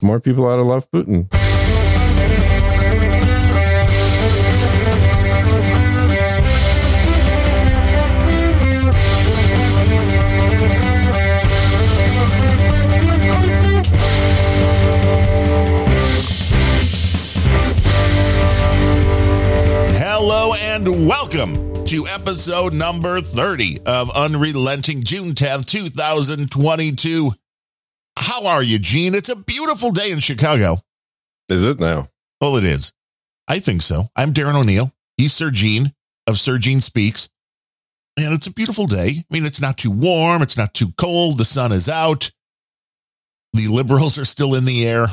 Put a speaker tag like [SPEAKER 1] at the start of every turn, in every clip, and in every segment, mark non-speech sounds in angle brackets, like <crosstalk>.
[SPEAKER 1] more people ought to love Putin.
[SPEAKER 2] Hello and welcome to episode number 30 of Unrelenting June 10th, 2022. How are you, Gene? It's a beautiful day in Chicago.
[SPEAKER 1] Is it now?
[SPEAKER 2] Well, it is. I think so. I'm Darren O'Neill. He's Sir Gene of Sir Gene Speaks. And it's a beautiful day. I mean, it's not too warm, it's not too cold. The sun is out. The liberals are still in the air.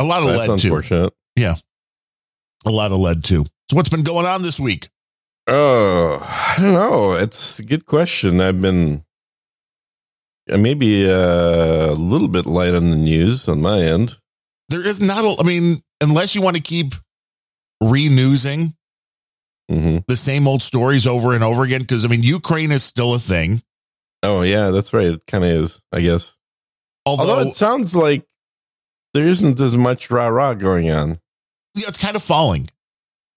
[SPEAKER 2] A lot of
[SPEAKER 1] That's
[SPEAKER 2] lead, too.
[SPEAKER 1] unfortunate.
[SPEAKER 2] A lot of lead, too. So, what's been going on this week?
[SPEAKER 1] Oh, I don't know. It's a good question. I've been uh, maybe uh, a little bit light on the news on my end.
[SPEAKER 2] there is not a, I mean, unless you want to keep renewsing
[SPEAKER 1] hmm
[SPEAKER 2] the same old stories over and over again, because I mean, Ukraine is still a thing.
[SPEAKER 1] Oh, yeah, that's right. It kind of is, I guess.
[SPEAKER 2] Although,
[SPEAKER 1] Although it sounds like there isn't as much rah rah going on.
[SPEAKER 2] yeah, it's kind of falling.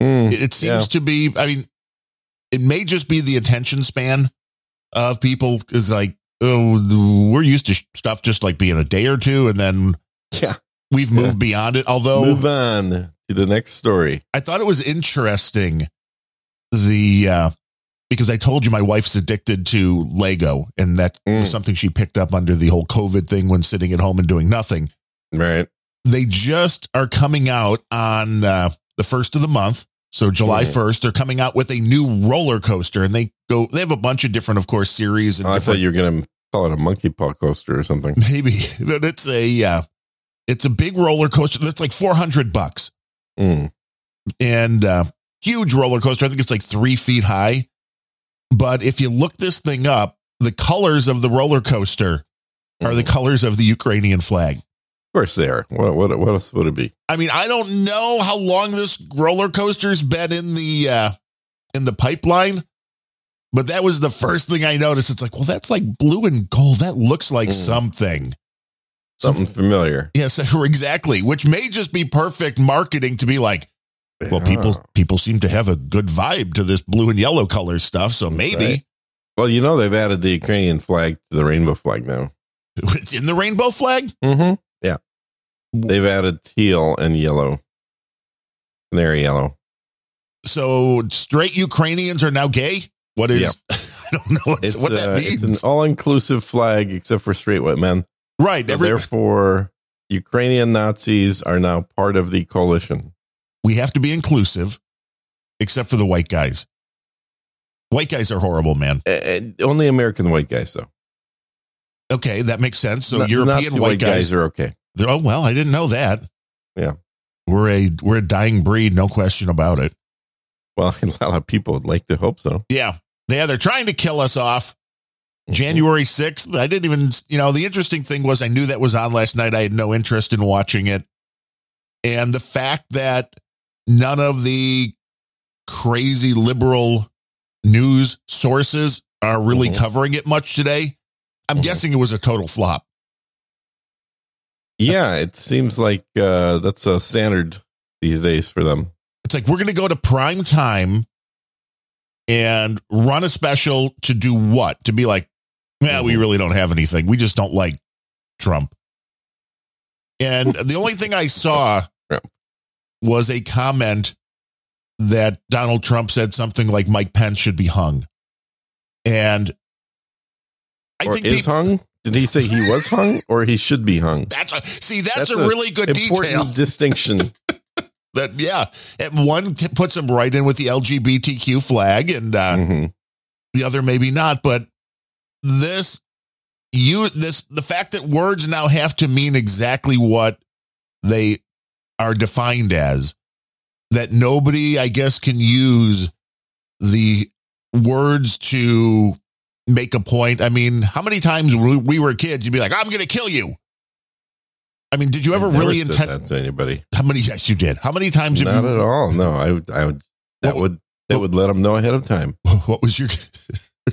[SPEAKER 1] Hmm.
[SPEAKER 2] <laughs> It, it seems
[SPEAKER 1] Yeah.
[SPEAKER 2] to be, I mean, it may just be the attention span of people is like, oh, the- we're used to sh- stuff just like being a day or two, and then
[SPEAKER 1] Yeah.
[SPEAKER 2] we've moved beyond it. Although,
[SPEAKER 1] Move on to the next story.
[SPEAKER 2] I thought it was interesting the uh because I told you my wife's addicted to Lego and that was
[SPEAKER 1] Mm.
[SPEAKER 2] something she picked up under the whole COVID thing when sitting at home and doing nothing.
[SPEAKER 1] Right.
[SPEAKER 2] They just are coming out on uh the first of the month. So July
[SPEAKER 1] Mm.
[SPEAKER 2] 1st, they're coming out with a new roller coaster and they go they have a bunch of different of course series and
[SPEAKER 1] Oh, I thought
[SPEAKER 2] different
[SPEAKER 1] you were going to call it a monkey paw coaster or
[SPEAKER 2] <laughs>
[SPEAKER 1] something.
[SPEAKER 2] maybe but it's a uh it's a big roller coaster that's like 400 bucks.
[SPEAKER 1] Mm.
[SPEAKER 2] and uh, huge roller coaster. I think it's like three feet high. But if you look this thing up, the colors of the roller coaster are the
[SPEAKER 1] Mm.
[SPEAKER 2] colors of the Ukrainian flag.
[SPEAKER 1] Of course they are. What, what, what else would it be?
[SPEAKER 2] I mean, I don't know how long this roller coaster's been in the uh, in the pipeline, but that was the first thing I noticed. It's like, well, that's like blue and gold. That looks like
[SPEAKER 1] Mm.
[SPEAKER 2] something.
[SPEAKER 1] Something familiar.
[SPEAKER 2] Yes, <laughs> exactly. Which may just be perfect marketing to be like, well, people people seem to have a good vibe to this blue and yellow color stuff, so
[SPEAKER 1] That's
[SPEAKER 2] maybe.
[SPEAKER 1] right. Well, you know they've added the Ukrainian flag to the rainbow flag now.
[SPEAKER 2] <laughs> It's in the rainbow flag.
[SPEAKER 1] Mm-hmm. Yeah, they've added teal and yellow, canary yellow.
[SPEAKER 2] So straight Ukrainians are now gay. What is?
[SPEAKER 1] Yep.
[SPEAKER 2] <laughs> I don't know what,
[SPEAKER 1] It's
[SPEAKER 2] what
[SPEAKER 1] uh,
[SPEAKER 2] that
[SPEAKER 1] it's
[SPEAKER 2] means.
[SPEAKER 1] an all-inclusive flag except for straight white men.
[SPEAKER 2] right.
[SPEAKER 1] So
[SPEAKER 2] Every,
[SPEAKER 1] therefore, Ukrainian Nazis are now part of the coalition.
[SPEAKER 2] we have to be inclusive, except for the white guys. White guys are horrible, man.
[SPEAKER 1] Uh, uh, only American white guys, though.
[SPEAKER 2] Okay, that makes sense. So
[SPEAKER 1] Na-
[SPEAKER 2] European
[SPEAKER 1] Nazi
[SPEAKER 2] white, guys.
[SPEAKER 1] are okay.
[SPEAKER 2] they're- oh well, I didn't know that.
[SPEAKER 1] Yeah.
[SPEAKER 2] We're a we're a dying breed, no question about it.
[SPEAKER 1] Well, <laughs> a lot of people would like to hope so.
[SPEAKER 2] Yeah. Yeah, they're trying to kill us off. Mm-hmm. January 6th. I didn't even, you know, the interesting thing was I knew that was on last night. I had no interest in watching it. And the fact that none of the crazy liberal news sources are really
[SPEAKER 1] Mhm.
[SPEAKER 2] covering it much today, I'm
[SPEAKER 1] Mhm.
[SPEAKER 2] guessing it was a total flop.
[SPEAKER 1] Yeah, it seems like uh, that's a standard these days for them.
[SPEAKER 2] It's like we're going to go to prime time and run a special to do what? To be like, yeah, we
[SPEAKER 1] Mhm.
[SPEAKER 2] really don't have anything. We just don't like Trump.
[SPEAKER 1] <laughs>
[SPEAKER 2] And the only thing I saw
[SPEAKER 1] Trump.
[SPEAKER 2] was a comment that Donald Trump said something like Mike Pence should be hung. And I
[SPEAKER 1] or
[SPEAKER 2] think
[SPEAKER 1] is
[SPEAKER 2] peop-
[SPEAKER 1] hung? Did he say he was hung or he should be hung?
[SPEAKER 2] that's a, see that's,
[SPEAKER 1] That's
[SPEAKER 2] a,
[SPEAKER 1] a
[SPEAKER 2] really good
[SPEAKER 1] Important
[SPEAKER 2] detail. Uh,
[SPEAKER 1] distinction.
[SPEAKER 2] <laughs> That yeah, and one t- puts him right in with the LGBTQ flag, and uh,
[SPEAKER 1] Mhm.
[SPEAKER 2] the other maybe not but this you this the fact that words now have to mean exactly what they are defined as that nobody i guess can use the words to make a point i mean how many times when we were kids you'd be like i'm gonna kill you i mean did you ever
[SPEAKER 1] I never
[SPEAKER 2] really
[SPEAKER 1] said
[SPEAKER 2] intend
[SPEAKER 1] that to anybody?
[SPEAKER 2] how many yes you did how many times have
[SPEAKER 1] Not
[SPEAKER 2] you
[SPEAKER 1] at all. No, I would. I would. That
[SPEAKER 2] What-
[SPEAKER 1] would. That would let them know ahead of time.
[SPEAKER 2] <laughs> what was your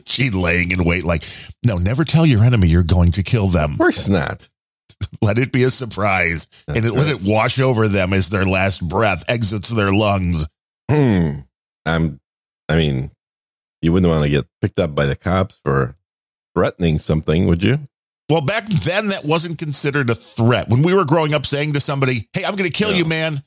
[SPEAKER 2] she laying in wait like no never tell your enemy you're going to kill them
[SPEAKER 1] Of course not.
[SPEAKER 2] let it be a surprise and it, let it wash over them as their last breath exits their lungs.
[SPEAKER 1] Hmm. <clears throat> I'm. I mean, you wouldn't want to get picked up by the cops for threatening something, would you?
[SPEAKER 2] Well, back then that wasn't considered a threat. When we were growing up, saying to somebody, "Hey, I'm going to kill
[SPEAKER 1] Yeah.
[SPEAKER 2] you, man,"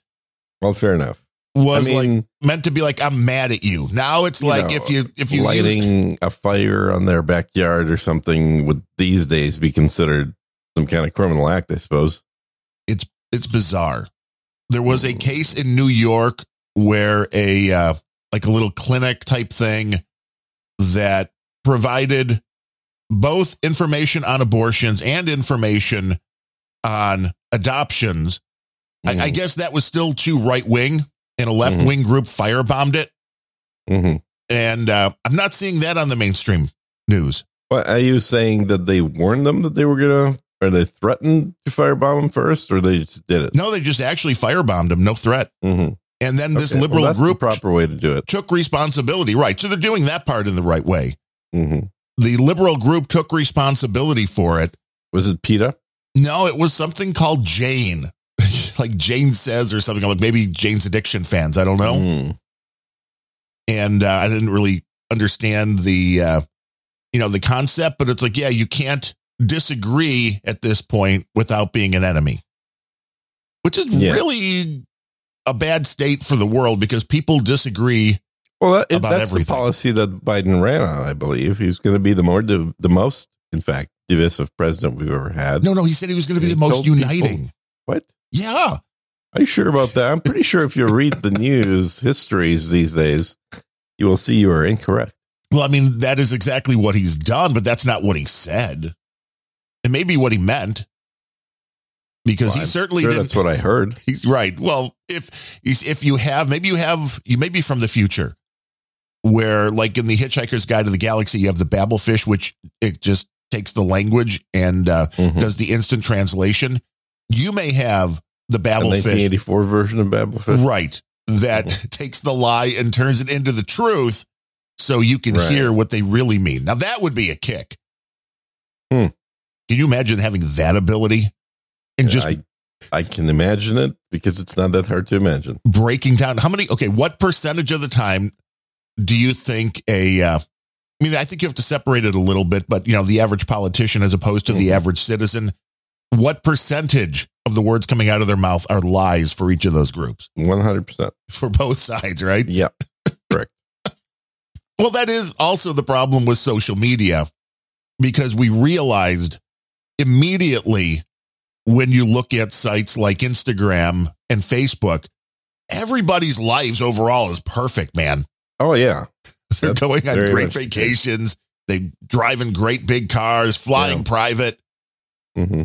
[SPEAKER 1] Well, fair enough.
[SPEAKER 2] was
[SPEAKER 1] I
[SPEAKER 2] like
[SPEAKER 1] mean,
[SPEAKER 2] meant to be like, "I'm mad at you." Now it's
[SPEAKER 1] You
[SPEAKER 2] like
[SPEAKER 1] know,
[SPEAKER 2] if you if you
[SPEAKER 1] lighting
[SPEAKER 2] used-
[SPEAKER 1] a fire on their backyard or something would these days be considered some kind of criminal act, I suppose.
[SPEAKER 2] it's bizarre. There was a case in New York where a uh, like a little clinic type thing that provided both information on abortions and information on adoptions. I, I
[SPEAKER 1] Mm.
[SPEAKER 2] guess that was still too right wing, and a left
[SPEAKER 1] Mm-hmm.
[SPEAKER 2] wing group firebombed it.
[SPEAKER 1] Mhm.
[SPEAKER 2] And uh, I'm not seeing that on the mainstream news.
[SPEAKER 1] But are you saying that they warned them that they were gonna, or they threatened to firebomb them first, or they just did it?
[SPEAKER 2] No, they just actually firebombed him, no threat.
[SPEAKER 1] Mhm.
[SPEAKER 2] And then this
[SPEAKER 1] Okay, well,
[SPEAKER 2] liberal
[SPEAKER 1] that's the
[SPEAKER 2] group
[SPEAKER 1] proper way to do it.
[SPEAKER 2] took responsibility. Right. So they're doing that part in the right way.
[SPEAKER 1] Mhm.
[SPEAKER 2] The liberal group took responsibility for it.
[SPEAKER 1] Was it PETA?
[SPEAKER 2] No, it was something called Jane, <laughs> like Jane says or something like maybe Jane's addiction fans. I don't know.
[SPEAKER 1] Mm.
[SPEAKER 2] And uh, I didn't really understand the, uh, you know, the concept, but it's like, yeah, you can't disagree at this point without being an enemy, which is
[SPEAKER 1] Yeah.
[SPEAKER 2] really a bad state for the world because people disagree
[SPEAKER 1] Well, that, it,
[SPEAKER 2] About
[SPEAKER 1] that's the
[SPEAKER 2] everything.
[SPEAKER 1] policy that Biden ran on. I believe he's going to be the more div- the most, in fact, divisive president we've ever had.
[SPEAKER 2] No, no, he said he was going to be
[SPEAKER 1] They
[SPEAKER 2] the
[SPEAKER 1] told
[SPEAKER 2] most
[SPEAKER 1] people-
[SPEAKER 2] uniting.
[SPEAKER 1] What?
[SPEAKER 2] Yeah.
[SPEAKER 1] Are you sure about that? I'm pretty sure if you read
[SPEAKER 2] <laughs>
[SPEAKER 1] the news histories these days, you will see you are incorrect.
[SPEAKER 2] Well, I mean, that is exactly what he's done, but that's not what he said. It may be what he meant because
[SPEAKER 1] Well,
[SPEAKER 2] he
[SPEAKER 1] I'm
[SPEAKER 2] certainly
[SPEAKER 1] Sure,
[SPEAKER 2] didn't.
[SPEAKER 1] that's what I heard.
[SPEAKER 2] he's right. Well, if he's, if you have, maybe you have, you may be from the future where like in the Hitchhiker's Guide to the Galaxy, you have the Babel fish, which it just takes the language and uh,
[SPEAKER 1] Mhm.
[SPEAKER 2] does the instant translation. You may have the
[SPEAKER 1] A
[SPEAKER 2] Babel fish
[SPEAKER 1] 1984 version of Babelfish.
[SPEAKER 2] Right. That
[SPEAKER 1] Mhm.
[SPEAKER 2] takes the lie and turns it into the truth so you can
[SPEAKER 1] Right.
[SPEAKER 2] hear what they really mean. Now, that would be a kick.
[SPEAKER 1] Hmm.
[SPEAKER 2] Can you imagine having that ability and just
[SPEAKER 1] I, I can imagine it because it's not that hard to imagine.
[SPEAKER 2] breaking down? How many? Okay. What percentage of the time do you think a. Uh, I mean, I think you have to separate it a little bit, but you know, the average politician as opposed to the
[SPEAKER 1] Mhm.
[SPEAKER 2] average citizen, what percentage of the words coming out of their mouth are lies for each of those groups? <laughs>
[SPEAKER 1] 100%.
[SPEAKER 2] For both sides, right?
[SPEAKER 1] Yeah.
[SPEAKER 2] Well, that is also the problem with social media because we realized immediately when you look at sites like Instagram and Facebook, everybody's lives overall is perfect, man. <laughs>
[SPEAKER 1] Oh, yeah.
[SPEAKER 2] They're
[SPEAKER 1] That's
[SPEAKER 2] going on
[SPEAKER 1] very
[SPEAKER 2] great
[SPEAKER 1] much the case.
[SPEAKER 2] vacations, they drive in great big cars, flying
[SPEAKER 1] Yeah.
[SPEAKER 2] private.
[SPEAKER 1] hmm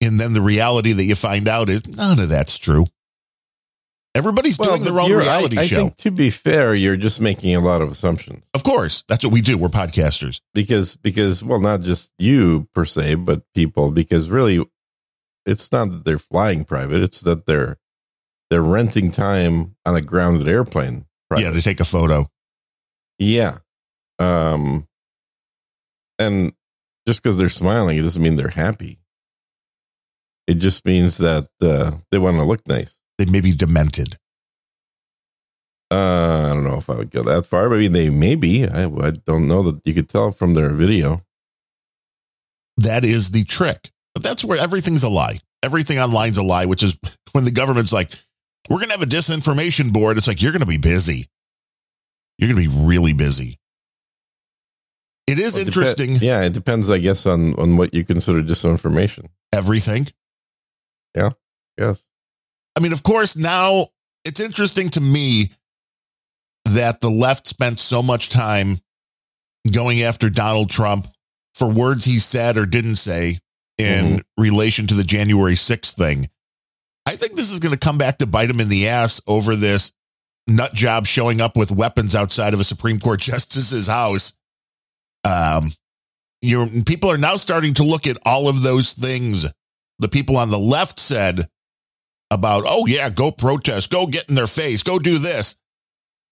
[SPEAKER 2] And then the reality that you find out is none of that's true. Everybody's doing their own
[SPEAKER 1] you're- I-
[SPEAKER 2] reality
[SPEAKER 1] I
[SPEAKER 2] show.
[SPEAKER 1] think, to be fair, you're just making a lot of assumptions.
[SPEAKER 2] of course, that's what we do. We're podcasters.
[SPEAKER 1] because because well not just you per se but people because really it's not that they're flying private it's that they're they're renting time on a grounded airplane right
[SPEAKER 2] Yeah, to take a photo.
[SPEAKER 1] yeah um and just because they're smiling it doesn't mean they're happy it just means that uh, they want to look nice
[SPEAKER 2] They may be demented.
[SPEAKER 1] uh, I don't know if I would go that far. but I mean, they maybe. I, I don't know that you could tell from their video.
[SPEAKER 2] That is the trick. But that's where everything's a lie. Everything online's a lie, which is <laughs> when the government's like, we're going to have a disinformation board. It's like, you're going to be busy. You're going to be really busy. It is
[SPEAKER 1] Well, it depe-
[SPEAKER 2] interesting.
[SPEAKER 1] yeah, it depends, I guess, on on what you consider disinformation.
[SPEAKER 2] Everything.
[SPEAKER 1] Yes.
[SPEAKER 2] I mean, of course, now it's interesting to me that the left spent so much time going after Donald Trump for words he said or didn't say in relation to the January 6th thing. I think this is going to come back to bite him in the ass over this nut job showing up with weapons outside of a Supreme Court <laughs> justice's house. Um, you're, people are now starting to look at all of those things. The people on the left said about, oh, yeah, go protest, go get in their face, go do this.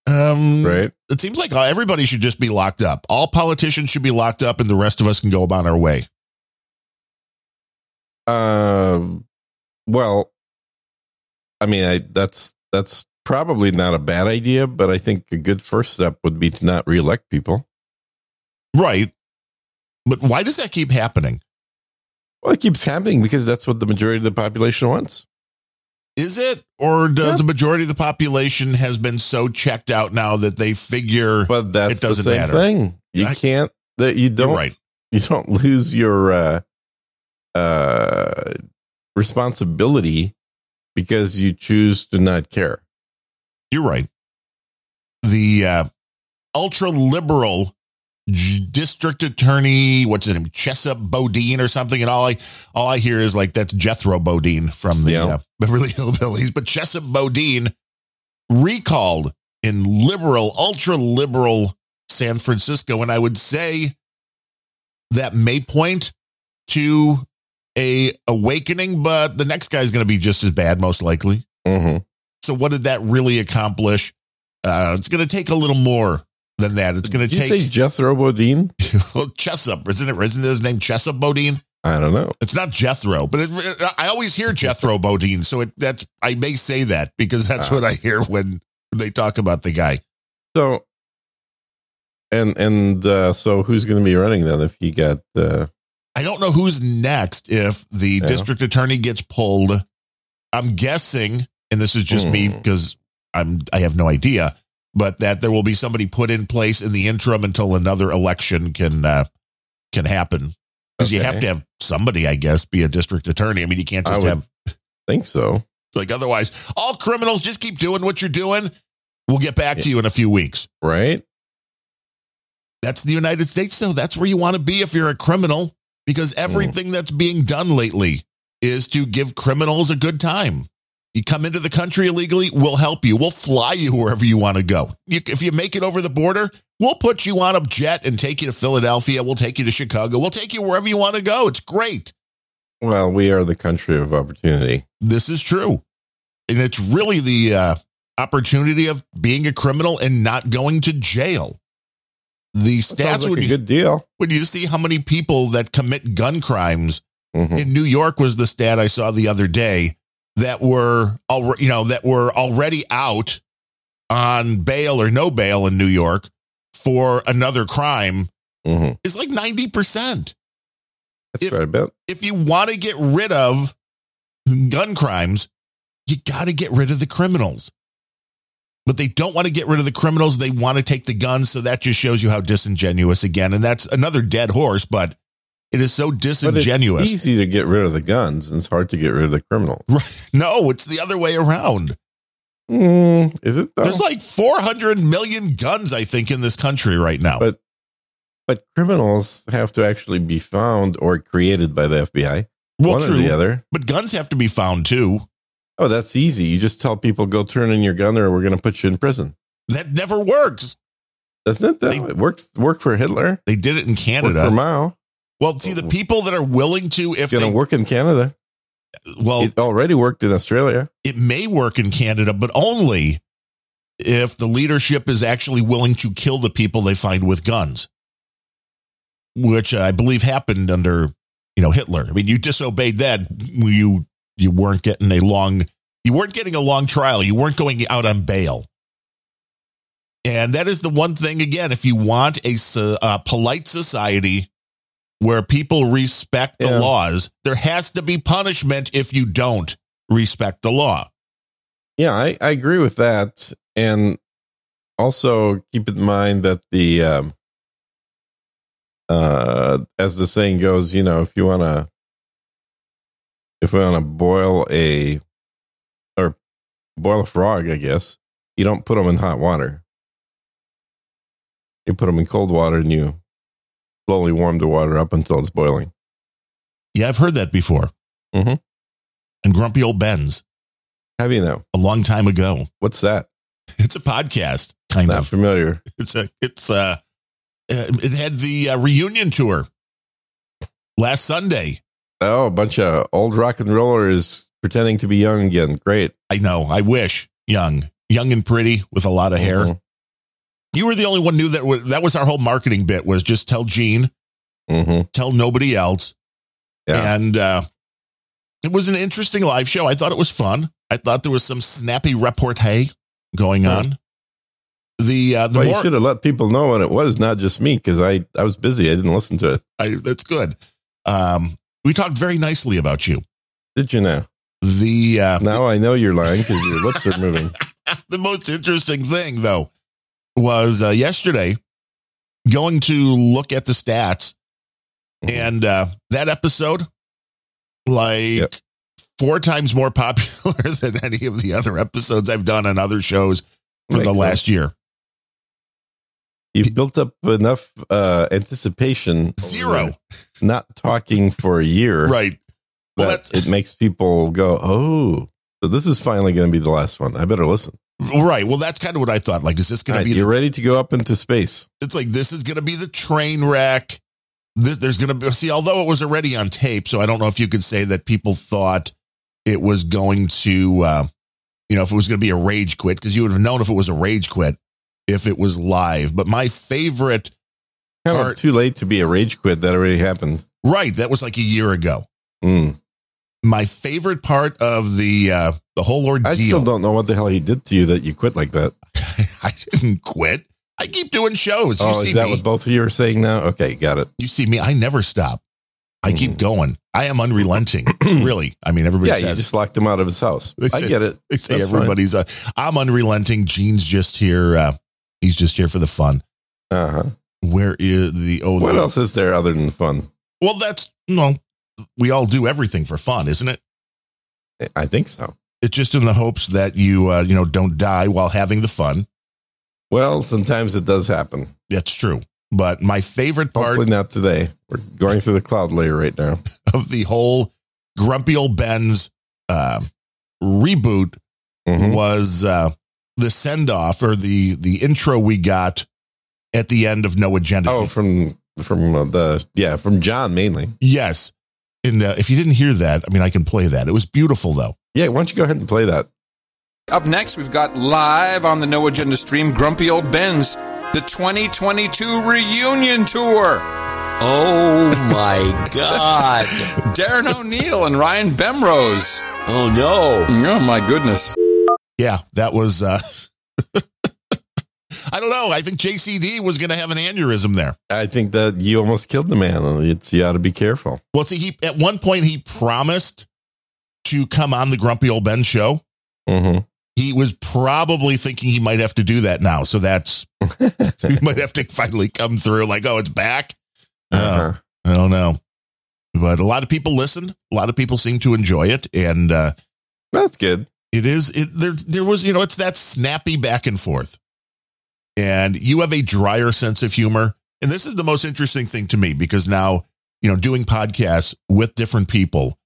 [SPEAKER 2] Um,
[SPEAKER 1] Right.
[SPEAKER 2] it seems like everybody should just be locked up. All politicians should be locked up, and the rest of us can go about our way.
[SPEAKER 1] Um, well, I mean, I, that's that's probably not a bad idea, but I think a good first step would be to not reelect people.
[SPEAKER 2] Right. But why does that keep happening?
[SPEAKER 1] Well, it keeps happening because that's what the majority of the population wants.
[SPEAKER 2] Is it? Or does the majority of the population has been so checked out now that they figure
[SPEAKER 1] But that's
[SPEAKER 2] It doesn't
[SPEAKER 1] the same
[SPEAKER 2] matter.
[SPEAKER 1] thing. You
[SPEAKER 2] I-
[SPEAKER 1] can't that you
[SPEAKER 2] you're
[SPEAKER 1] don't
[SPEAKER 2] right?
[SPEAKER 1] you don't lose your uh, uh, responsibility because you choose to not care.
[SPEAKER 2] You're right. The uh, ultra liberal district attorney, what's his name, Chesa Bodine or something, and all I all I hear is like that's Jethro Bodine from the
[SPEAKER 1] Yeah.
[SPEAKER 2] uh, <laughs> Beverly Hillbillies, but Chesa Bodine recalled in liberal, ultra liberal San Francisco, and I would say that may point to a awakening, but the next guy's going to be just as bad, most likely.
[SPEAKER 1] Mm-hmm.
[SPEAKER 2] So what did that really accomplish? Uh, it's going to take a little more than that. It's going
[SPEAKER 1] Did
[SPEAKER 2] to
[SPEAKER 1] you say
[SPEAKER 2] take <laughs>
[SPEAKER 1] Jethro Bodine?
[SPEAKER 2] well, Jessup, isn't it? Isn't his name Jessup Bodine?
[SPEAKER 1] I don't know.
[SPEAKER 2] It's not Jethro, but it, I always hear Jethro Bodine. So it, that's I may say that because that's
[SPEAKER 1] Ah.
[SPEAKER 2] what I hear when they talk about the guy.
[SPEAKER 1] So, and and uh, so who's going to be running then if he got uh,
[SPEAKER 2] I don't know who's next if the
[SPEAKER 1] Yeah.
[SPEAKER 2] district attorney gets pulled. I'm guessing, and this is just me
[SPEAKER 1] Hmm.
[SPEAKER 2] because I'm I have no idea, but that there will be somebody put in place in the interim until another election can uh, can happen. Because you
[SPEAKER 1] Okay.
[SPEAKER 2] have to have somebody, I guess, be a district attorney. I mean, you can't
[SPEAKER 1] I
[SPEAKER 2] just
[SPEAKER 1] would-
[SPEAKER 2] have
[SPEAKER 1] think so?
[SPEAKER 2] like otherwise all criminals just keep doing what you're doing. We'll get back to you in a few weeks.
[SPEAKER 1] Right?
[SPEAKER 2] That's the United States, though. That's where you want to be if you're a criminal, because
[SPEAKER 1] Mm.
[SPEAKER 2] everything that's being done lately is to give criminals a good time. You come into the country illegally, we'll help you. We'll fly you wherever you want to go. You, if you make it over the border, we'll put you on a jet and take you to Philadelphia. We'll take you to Chicago. We'll take you wherever you want to go. It's great.
[SPEAKER 1] Well, we are the country of opportunity.
[SPEAKER 2] This is true. And it's really the uh, opportunity of being a criminal and not going to jail. The
[SPEAKER 1] That
[SPEAKER 2] stats
[SPEAKER 1] sounds like
[SPEAKER 2] would
[SPEAKER 1] a
[SPEAKER 2] be
[SPEAKER 1] good deal.
[SPEAKER 2] when you see how many people that commit gun crimes
[SPEAKER 1] Mhm.
[SPEAKER 2] in New York was the stat I saw the other day that were already you know that were already out on bail or no bail in New York for another crime
[SPEAKER 1] Mhm.
[SPEAKER 2] is like 90%.
[SPEAKER 1] That's
[SPEAKER 2] If-
[SPEAKER 1] quite a bit.
[SPEAKER 2] If you want to get rid of gun crimes, you got to get rid of the criminals. But they don't want to get rid of the criminals. They want to take the guns. So that just shows you how disingenuous again. And that's another dead horse, but it is so
[SPEAKER 1] But
[SPEAKER 2] disingenuous.
[SPEAKER 1] It's easy to get rid of the guns, and it's hard to get rid of the criminals.
[SPEAKER 2] Right. No, it's the other way around.
[SPEAKER 1] Mm, is it though?
[SPEAKER 2] There's like 400 million guns, I think, in this country right now.
[SPEAKER 1] But- but criminals have to actually be found or created by the FBI.
[SPEAKER 2] well,
[SPEAKER 1] one
[SPEAKER 2] true.
[SPEAKER 1] or the other.
[SPEAKER 2] But guns have to be found too.
[SPEAKER 1] Oh, that's easy. You just tell people go turn in your gun, or we're going to put you in prison.
[SPEAKER 2] That never works.
[SPEAKER 1] Doesn't it? Though?
[SPEAKER 2] They-
[SPEAKER 1] it works. Work for Hitler.
[SPEAKER 2] They did it in
[SPEAKER 1] Work for
[SPEAKER 2] Canada.
[SPEAKER 1] Mao.
[SPEAKER 2] Well, see, the people that are willing to, if
[SPEAKER 1] It's going
[SPEAKER 2] they,
[SPEAKER 1] to work in Canada.
[SPEAKER 2] well,
[SPEAKER 1] it already worked in Australia.
[SPEAKER 2] it may work in Canada, but only if the leadership is actually willing to kill the people they find with guns, which I believe happened under you know Hitler. I mean, you disobeyed that you you weren't getting a long you weren't getting a long trial. You weren't going out on bail. And that is the one thing again. If you want a, so- a polite society where people respect the
[SPEAKER 1] Yeah.
[SPEAKER 2] laws, there has to be punishment if you don't respect the law.
[SPEAKER 1] Yeah, I, I agree with that. And also keep in mind that the, um, uh, as the saying goes, you know, if you want to, if we want to boil a, or boil a frog, I guess, you don't put them in hot water. You put them in cold water and you slowly warm the water up until it's boiling.
[SPEAKER 2] Yeah, I've heard that before.
[SPEAKER 1] Mhm.
[SPEAKER 2] And Grumpy Old Ben's
[SPEAKER 1] How do you know?
[SPEAKER 2] a long time ago. <laughs>
[SPEAKER 1] What's that?
[SPEAKER 2] It's a podcast, kind
[SPEAKER 1] Not
[SPEAKER 2] of.
[SPEAKER 1] familiar.
[SPEAKER 2] It's a it's uh uh, it had the uh, reunion tour last Sunday.
[SPEAKER 1] Oh, a bunch of old rock and rollers pretending to be young again. Great.
[SPEAKER 2] I know. I wish young, young and pretty with a lot of hair.
[SPEAKER 1] Mhm.
[SPEAKER 2] You were the only one knew that. wa- That was our whole marketing bit was just tell Gene,
[SPEAKER 1] Mhm.
[SPEAKER 2] tell nobody else,
[SPEAKER 1] Yeah.
[SPEAKER 2] and uh, it was an interesting live show. I thought it was fun. I thought there was some snappy repartee going
[SPEAKER 1] Yeah.
[SPEAKER 2] on. The uh, the
[SPEAKER 1] Well, you
[SPEAKER 2] more
[SPEAKER 1] should have let people know what it was, not just me, because I, I was busy. I didn't listen to it.
[SPEAKER 2] I, that's good. Um, we talked very nicely about you.
[SPEAKER 1] Did you now?
[SPEAKER 2] The uh, <laughs>
[SPEAKER 1] Now I know you're lying because your lips are moving.
[SPEAKER 2] the most interesting thing though was uh, yesterday going to look at the stats
[SPEAKER 1] Mhm.
[SPEAKER 2] and uh, that episode like
[SPEAKER 1] Yep.
[SPEAKER 2] four times more <laughs> popular than any of the other episodes I've done on other shows <laughs> for
[SPEAKER 1] Makes
[SPEAKER 2] the
[SPEAKER 1] sense.
[SPEAKER 2] last year.
[SPEAKER 1] You've built up enough uh, anticipation.
[SPEAKER 2] Zero.
[SPEAKER 1] over Not talking for a year.
[SPEAKER 2] Right. Well,
[SPEAKER 1] That
[SPEAKER 2] that's
[SPEAKER 1] it makes people go, oh, so this is finally going to be the last one. I better listen.
[SPEAKER 2] right. Well, that's kind of what I thought. Like, is this going
[SPEAKER 1] All right,
[SPEAKER 2] to be
[SPEAKER 1] you're
[SPEAKER 2] the,
[SPEAKER 1] ready to go up into space.
[SPEAKER 2] it's like this is going to be the train wreck. This, there's going to be see, although it was already on tape, so I don't know if you could say that people thought it was going to, uh, you know, if it was going to be a rage quit because you would have known if it was a rage quit if it was live. But my favorite,
[SPEAKER 1] Kind
[SPEAKER 2] Or-
[SPEAKER 1] of too late to be a rage quit. That already happened.
[SPEAKER 2] right? That was like a year ago.
[SPEAKER 1] Mm.
[SPEAKER 2] My favorite part of the uh, the whole ordeal.
[SPEAKER 1] I still don't know what the hell he did to you that you quit like that.
[SPEAKER 2] <laughs> I didn't quit. I keep doing shows. You
[SPEAKER 1] oh,
[SPEAKER 2] see
[SPEAKER 1] is that
[SPEAKER 2] me.
[SPEAKER 1] what both of you are saying now? Okay, got it.
[SPEAKER 2] you see me. I never stop. I keep going. I
[SPEAKER 1] <clears throat>
[SPEAKER 2] am unrelenting. really. I mean, everybody
[SPEAKER 1] Hmm. yeah, you
[SPEAKER 2] says
[SPEAKER 1] just locked him out of his house.
[SPEAKER 2] They
[SPEAKER 1] I
[SPEAKER 2] said-
[SPEAKER 1] get it.
[SPEAKER 2] <laughs> they say
[SPEAKER 1] that's fine.
[SPEAKER 2] everybody's. Uh, I'm unrelenting. Gene's just here. Uh, he's just here for the fun.
[SPEAKER 1] Uh huh.
[SPEAKER 2] Where is the oh?
[SPEAKER 1] What
[SPEAKER 2] the-
[SPEAKER 1] else is there other than fun?
[SPEAKER 2] Well, that's no. We all do everything for fun, isn't it?
[SPEAKER 1] I think so.
[SPEAKER 2] It's just in the hopes that you uh, you know don't die while having the fun.
[SPEAKER 1] Well, sometimes it does happen.
[SPEAKER 2] That's true. But my favorite part
[SPEAKER 1] Hopefully not today. We're going through the cloud layer right now.
[SPEAKER 2] of the whole grumpy old Ben's uh, reboot <laughs>
[SPEAKER 1] Mhm.
[SPEAKER 2] was uh, the send off or the the intro we got at the end of No Agenda.
[SPEAKER 1] Oh, from from uh, the yeah from John mainly.
[SPEAKER 2] yes. And uh, if you didn't hear that, I mean, I can play that. It was beautiful, though.
[SPEAKER 1] Yeah, why don't you go ahead and play that?
[SPEAKER 3] Up next, we've got live on the No Agenda stream Grumpy Old Ben's, the 2022 reunion tour.
[SPEAKER 4] Oh
[SPEAKER 3] <laughs>
[SPEAKER 4] my god.
[SPEAKER 3] Darren O'Neill and Ryan Bemrose.
[SPEAKER 4] Oh no.
[SPEAKER 3] Oh, my goodness.
[SPEAKER 2] Yeah, that was. Uh, <laughs> I don't know. I think JCD was going to have an aneurysm there.
[SPEAKER 1] I think that you almost killed the man. It's you ought to be careful.
[SPEAKER 2] Well, see, he at one point he promised to come on the Grumpy Old Ben show. <laughs>
[SPEAKER 1] Mm-hmm. <laughs>
[SPEAKER 2] He was probably thinking he might have to do that now. So that's
[SPEAKER 1] <laughs> Uh-huh.
[SPEAKER 2] he might have to finally come through. Like, oh, it's back. Uh,
[SPEAKER 1] Uh-huh.
[SPEAKER 2] I don't know. But a lot of people listened. A lot of people seem to enjoy it, and uh,
[SPEAKER 1] That's good.
[SPEAKER 2] it is it there. There was you know it's that snappy back and forth, and you have a drier sense of humor. And this is the most interesting thing to me because now you know doing podcasts with different people.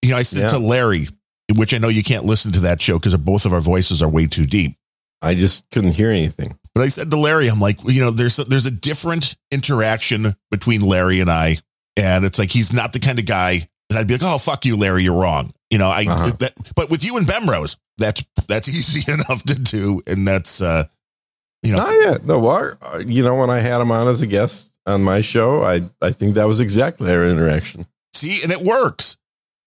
[SPEAKER 2] You know, I said
[SPEAKER 1] Yeah.
[SPEAKER 2] to Larry, which I know you can't listen to that show because both of our voices are way too deep.
[SPEAKER 1] I just couldn't hear anything.
[SPEAKER 2] But I said to Larry, I'm like, you know, there's a, there's a different interaction between Larry and I, and it's like he's not the kind of guy that I'd be like, oh fuck you, Larry, you're wrong. You know, I
[SPEAKER 1] Uh-huh.
[SPEAKER 2] that. But with you and Bemrose, that's that's <laughs> easy enough to do, and that's uh, you know,
[SPEAKER 1] No, yeah, no. Well, uh, you know, when I had him on as a guest on my show, I I think that was exactly our interaction.
[SPEAKER 2] see, and it works.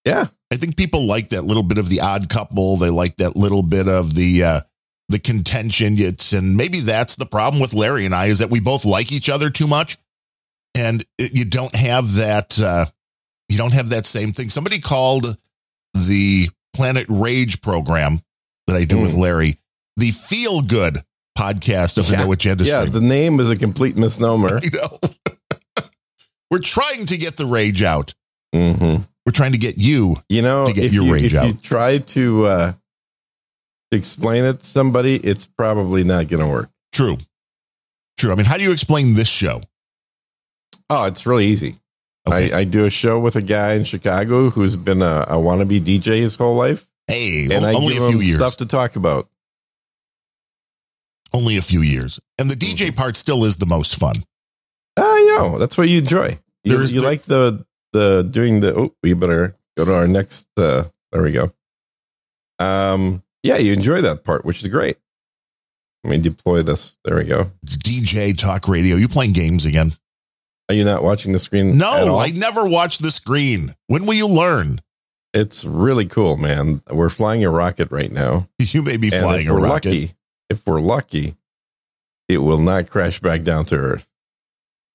[SPEAKER 1] Yeah,
[SPEAKER 2] I think people like that little bit of the odd couple. They like that little bit of the uh, the contention. It's and maybe that's the problem with Larry and I is that we both like each other too much, and it, you don't have that uh, you don't have that same thing. Somebody called the Planet Rage program that I do with
[SPEAKER 1] Hmm.
[SPEAKER 2] Larry the Feel Good podcast of
[SPEAKER 1] Yeah.
[SPEAKER 2] the No Agenda
[SPEAKER 1] yeah.
[SPEAKER 2] Stream.
[SPEAKER 1] The name is a complete misnomer.
[SPEAKER 2] <laughs> you know, <laughs> we're trying to get the rage out.
[SPEAKER 1] hmm
[SPEAKER 2] We're trying to get you
[SPEAKER 1] You know,
[SPEAKER 2] Mm-hmm. To get
[SPEAKER 1] if,
[SPEAKER 2] your
[SPEAKER 1] you,
[SPEAKER 2] rage
[SPEAKER 1] if you
[SPEAKER 2] out.
[SPEAKER 1] try to uh, explain it to somebody, it's probably not going to work.
[SPEAKER 2] True. True. I mean, how do you explain this show?
[SPEAKER 1] Oh, it's really easy.
[SPEAKER 2] Okay.
[SPEAKER 1] I, I do a show with a guy in Chicago who's been a, a wannabe DJ his whole life,
[SPEAKER 2] hey,
[SPEAKER 1] and
[SPEAKER 2] o-
[SPEAKER 1] I
[SPEAKER 2] only
[SPEAKER 1] give
[SPEAKER 2] a few
[SPEAKER 1] him
[SPEAKER 2] years.
[SPEAKER 1] stuff to talk about.
[SPEAKER 2] Only a few years. And the DJ
[SPEAKER 1] Mm-hmm.
[SPEAKER 2] part still is the most fun.
[SPEAKER 1] I know that's what you enjoy. You,
[SPEAKER 2] There's
[SPEAKER 1] you
[SPEAKER 2] the-
[SPEAKER 1] like the the doing the. Oh, we better go to our next. Uh, there we go. Um, yeah, you enjoy that part, which is great. Let me deploy this. There we go.
[SPEAKER 2] It's DJ talk radio. You playing games again?
[SPEAKER 1] Are you not watching the screen? Mm, at
[SPEAKER 2] No,
[SPEAKER 1] all?
[SPEAKER 2] I never watch the screen. When will you learn? <laughs>
[SPEAKER 1] It's really cool, man. We're flying a rocket right now.
[SPEAKER 2] You may be
[SPEAKER 1] And
[SPEAKER 2] flying
[SPEAKER 1] if
[SPEAKER 2] a
[SPEAKER 1] we're
[SPEAKER 2] rocket.
[SPEAKER 1] lucky, if we're lucky, it will not crash back down to Earth.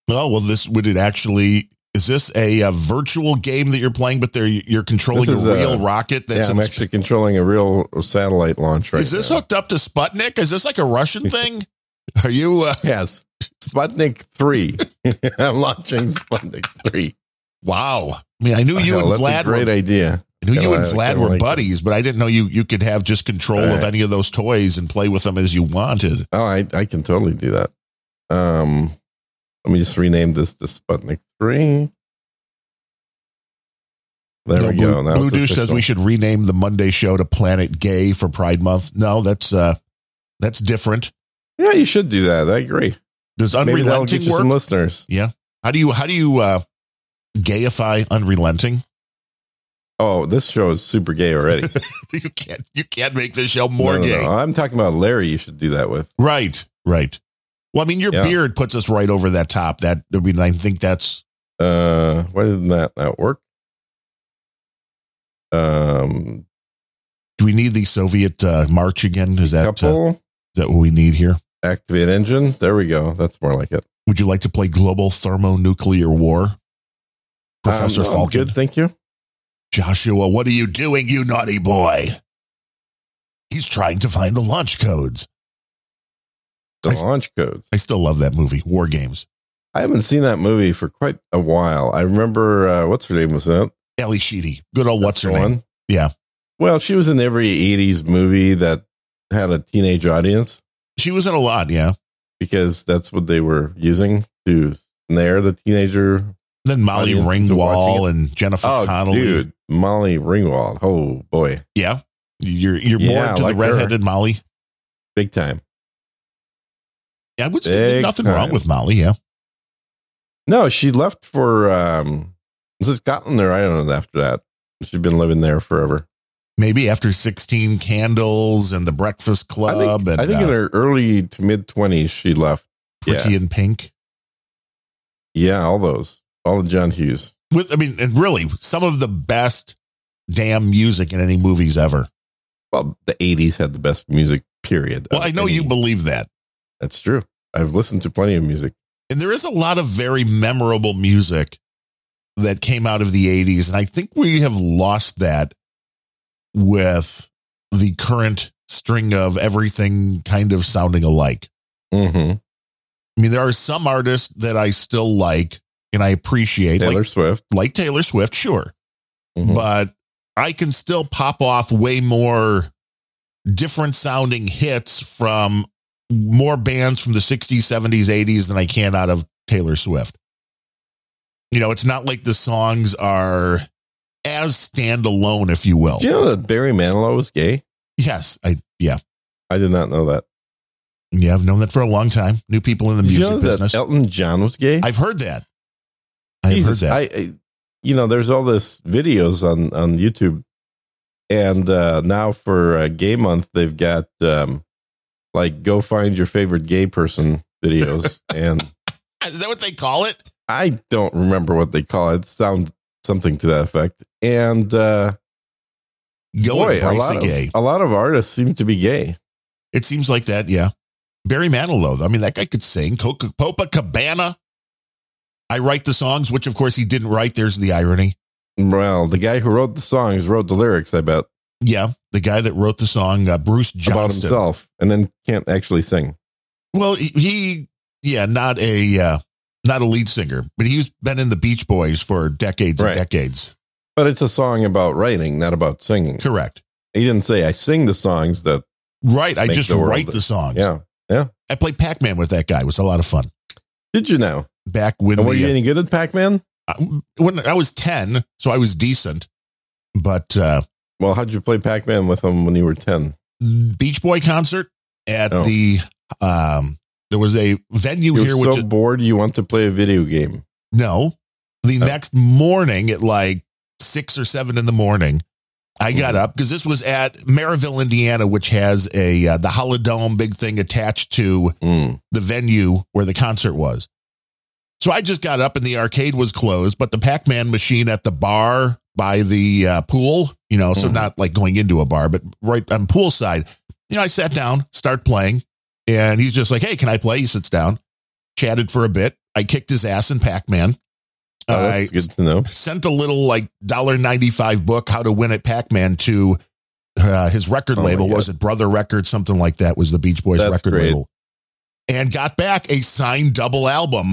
[SPEAKER 2] Oh well, this would it actually? Is this a, uh virtual game that you're playing? But they're you're controlling
[SPEAKER 1] This
[SPEAKER 2] a
[SPEAKER 1] is,
[SPEAKER 2] real
[SPEAKER 1] uh,
[SPEAKER 2] rocket. That's
[SPEAKER 1] yeah, I'm
[SPEAKER 2] in-
[SPEAKER 1] actually controlling a real satellite launch right
[SPEAKER 2] is this
[SPEAKER 1] now.
[SPEAKER 2] hooked up to Sputnik? Is this like
[SPEAKER 1] <laughs>
[SPEAKER 2] a Russian thing? Are you? Uh,
[SPEAKER 1] Yes. Sputnik 3. <laughs> I'm launching Sputnik 3.
[SPEAKER 2] wow. I mean, I knew you
[SPEAKER 1] I know,
[SPEAKER 2] and
[SPEAKER 1] that's
[SPEAKER 2] Vlad
[SPEAKER 1] a great
[SPEAKER 2] were,
[SPEAKER 1] idea.
[SPEAKER 2] I knew you
[SPEAKER 1] kinda
[SPEAKER 2] and
[SPEAKER 1] like-
[SPEAKER 2] Vlad
[SPEAKER 1] kinda
[SPEAKER 2] were
[SPEAKER 1] like it.
[SPEAKER 2] buddies, but I didn't know you you could have just control of
[SPEAKER 1] Right.
[SPEAKER 2] any of those toys and play with them as you wanted.
[SPEAKER 1] Oh, I, I can totally do that. Um, let me just rename this to Sputnik 3. There
[SPEAKER 2] No,
[SPEAKER 1] we
[SPEAKER 2] Blue,
[SPEAKER 1] go. Now
[SPEAKER 2] Blue
[SPEAKER 1] it's
[SPEAKER 2] Douche says
[SPEAKER 1] official.
[SPEAKER 2] we should rename the Monday show to Planet Gay for Pride Month. No, that's uh that's different.
[SPEAKER 1] Yeah, you should do that. I agree.
[SPEAKER 2] Does
[SPEAKER 1] Maybe that'll get
[SPEAKER 2] unrelenting
[SPEAKER 1] you
[SPEAKER 2] work?
[SPEAKER 1] some listeners.
[SPEAKER 2] how do you how do you uh gayify unrelenting? <laughs>
[SPEAKER 1] Oh, this show is super gay already.
[SPEAKER 2] you can't you can't make this show more
[SPEAKER 1] No, no, no.
[SPEAKER 2] gay.
[SPEAKER 1] I'm talking about Larry. You should do that with.
[SPEAKER 2] Right, right. Well, I mean your
[SPEAKER 1] Yeah.
[SPEAKER 2] beard puts us right over that top. That I mean I think that's
[SPEAKER 1] Uh, why didn't that not work? Um,
[SPEAKER 2] do we need the Soviet uh, march again? Is that uh, is
[SPEAKER 1] couple
[SPEAKER 2] that what we need here?
[SPEAKER 1] activate engine. There we go. That's more like it.
[SPEAKER 2] Would you like to play global thermonuclear war? Professor
[SPEAKER 1] Um, no, I'm
[SPEAKER 2] Falcon.
[SPEAKER 1] Good, thank you.
[SPEAKER 2] Joshua, what are you doing, you naughty boy? He's trying to find the launch codes.
[SPEAKER 1] The
[SPEAKER 2] I s-
[SPEAKER 1] launch codes.
[SPEAKER 2] I still love that movie, War Games.
[SPEAKER 1] I haven't seen that movie for quite a while. I remember uh, what's her name was in it.
[SPEAKER 2] Ellie Sheedy. Good old what's her
[SPEAKER 1] The
[SPEAKER 2] name?
[SPEAKER 1] one?
[SPEAKER 2] Yeah.
[SPEAKER 1] Well, she was in every '80s movie that had a teenage audience
[SPEAKER 2] She was in a lot, yeah.
[SPEAKER 1] because that's what they were using to snare the teenager
[SPEAKER 2] Then Molly
[SPEAKER 1] Audience to watching
[SPEAKER 2] Ringwald and Jennifer Connelly.
[SPEAKER 1] Oh, dude, Molly Ringwald. Oh boy,
[SPEAKER 2] Yeah. You're you're
[SPEAKER 1] Yeah,
[SPEAKER 2] more
[SPEAKER 1] I
[SPEAKER 2] to
[SPEAKER 1] like
[SPEAKER 2] the redheaded Molly.
[SPEAKER 1] big time.
[SPEAKER 2] I would say there's
[SPEAKER 1] Big
[SPEAKER 2] nothing wrong
[SPEAKER 1] time.
[SPEAKER 2] with Molly, yeah.
[SPEAKER 1] No, she left for um, was it Scotland or Ireland after that? She'd been living there forever.
[SPEAKER 2] Maybe after 16 Candles and The Breakfast Club
[SPEAKER 1] I think,
[SPEAKER 2] and
[SPEAKER 1] I think
[SPEAKER 2] uh,
[SPEAKER 1] in her early to mid twenties, she left.
[SPEAKER 2] Pretty in Pink.
[SPEAKER 1] Yeah, all those, all the John Hughes.
[SPEAKER 2] With I mean, and really some of the best damn music in any movies ever.
[SPEAKER 1] Well, the eighties had the best music. Period.
[SPEAKER 2] Well,
[SPEAKER 1] of
[SPEAKER 2] I know you
[SPEAKER 1] any-
[SPEAKER 2] believe that.
[SPEAKER 1] That's true. I've listened to plenty of music.
[SPEAKER 2] And there is a lot of very memorable music that came out of the 80s. And I think we have lost that with the current string of everything kind of sounding alike.
[SPEAKER 1] Mm-hmm.
[SPEAKER 2] I mean, there are some artists that I still like and I appreciate,
[SPEAKER 1] Taylor
[SPEAKER 2] like,
[SPEAKER 1] Swift.
[SPEAKER 2] like Taylor Swift, sure.
[SPEAKER 1] Mhm.
[SPEAKER 2] But I can still pop off way more different sounding hits from more bands from the 60s, 70s, 80s than I can out of Taylor Swift. You know, it's not like the songs are as standalone, if you will.
[SPEAKER 1] Do you know that Barry Manilow was gay?
[SPEAKER 2] Yes. I, yeah.
[SPEAKER 1] I did not know that.
[SPEAKER 2] Yeah. I've known that for a long time. New people in the
[SPEAKER 1] Did you
[SPEAKER 2] music
[SPEAKER 1] know
[SPEAKER 2] business.
[SPEAKER 1] that Elton John was gay?
[SPEAKER 2] I've heard that. I've
[SPEAKER 1] Jesus,
[SPEAKER 2] heard that.
[SPEAKER 1] I, I, you know, there's all this videos on on YouTube, and uh, now for uh, Gay Month, they've got um, like go find your favorite gay
[SPEAKER 2] <laughs>
[SPEAKER 1] person videos, and
[SPEAKER 2] Is that what they call it?
[SPEAKER 1] I don't remember what they call it. Sound something to that effect. And uh,
[SPEAKER 2] Go
[SPEAKER 1] boy, a
[SPEAKER 2] embrace
[SPEAKER 1] lot
[SPEAKER 2] the
[SPEAKER 1] of
[SPEAKER 2] gay.
[SPEAKER 1] a lot of artists seem to be gay.
[SPEAKER 2] It seems like that, yeah. Barry Manilow, though. I mean, that guy could sing. Coca Cabana. I write the songs, which of course he didn't write. There's the irony.
[SPEAKER 1] Well, the guy who wrote the songs wrote the lyrics, I bet,
[SPEAKER 2] Yeah, the guy that wrote the song, uh, Bruce
[SPEAKER 1] about
[SPEAKER 2] Johnston.
[SPEAKER 1] himself, and then can't actually sing.
[SPEAKER 2] Well, he, he yeah, not a uh, not a lead singer, but he's been in the Beach Boys for decades
[SPEAKER 1] Right.
[SPEAKER 2] and decades.
[SPEAKER 1] But it's a song about writing, not about singing.
[SPEAKER 2] Correct.
[SPEAKER 1] He didn't say I sing the songs that
[SPEAKER 2] Right. I
[SPEAKER 1] Make
[SPEAKER 2] just
[SPEAKER 1] the world-
[SPEAKER 2] write the songs.
[SPEAKER 1] yeah.
[SPEAKER 2] I played Pac Man with that guy. It was a lot of fun.
[SPEAKER 1] Did you know?
[SPEAKER 2] Back when
[SPEAKER 1] And were
[SPEAKER 2] the,
[SPEAKER 1] you
[SPEAKER 2] uh,
[SPEAKER 1] any good at Pac-Man?
[SPEAKER 2] I- when I was ten, so I was decent. But uh
[SPEAKER 1] Well, how'd you play Pac-Man with him when you were 10?
[SPEAKER 2] Beach Boy concert at
[SPEAKER 1] Oh.
[SPEAKER 2] the um there was a venue
[SPEAKER 1] You're
[SPEAKER 2] here which
[SPEAKER 1] so
[SPEAKER 2] is,
[SPEAKER 1] bored you want to play a video game.
[SPEAKER 2] no the
[SPEAKER 1] Oh.
[SPEAKER 2] next morning at like 6 or 7 in the morning I got
[SPEAKER 1] Mhm.
[SPEAKER 2] up because this was at Maryville, Indiana, which has a uh, the Holodome big thing attached to
[SPEAKER 1] Mm.
[SPEAKER 2] the venue where the concert was. So I just got up and the arcade was closed, but the Pac-Man machine at the bar by the uh, pool, you know, so
[SPEAKER 1] Mhm.
[SPEAKER 2] not like going into a bar, but right on poolside. You know, I sat down, start playing, and he's just like, "Hey, can I play?" He sits down, chatted for a bit. I kicked his ass in Pac Man.
[SPEAKER 1] Oh, that's good to know.
[SPEAKER 2] sent a little like dollar ninety five book, How to Win at Pac Man, to uh, his record
[SPEAKER 1] Oh my
[SPEAKER 2] label.
[SPEAKER 1] God.
[SPEAKER 2] Was it Brother Records? Something like that was the Beach Boys
[SPEAKER 1] That's
[SPEAKER 2] record
[SPEAKER 1] great.
[SPEAKER 2] label, and got back a signed double album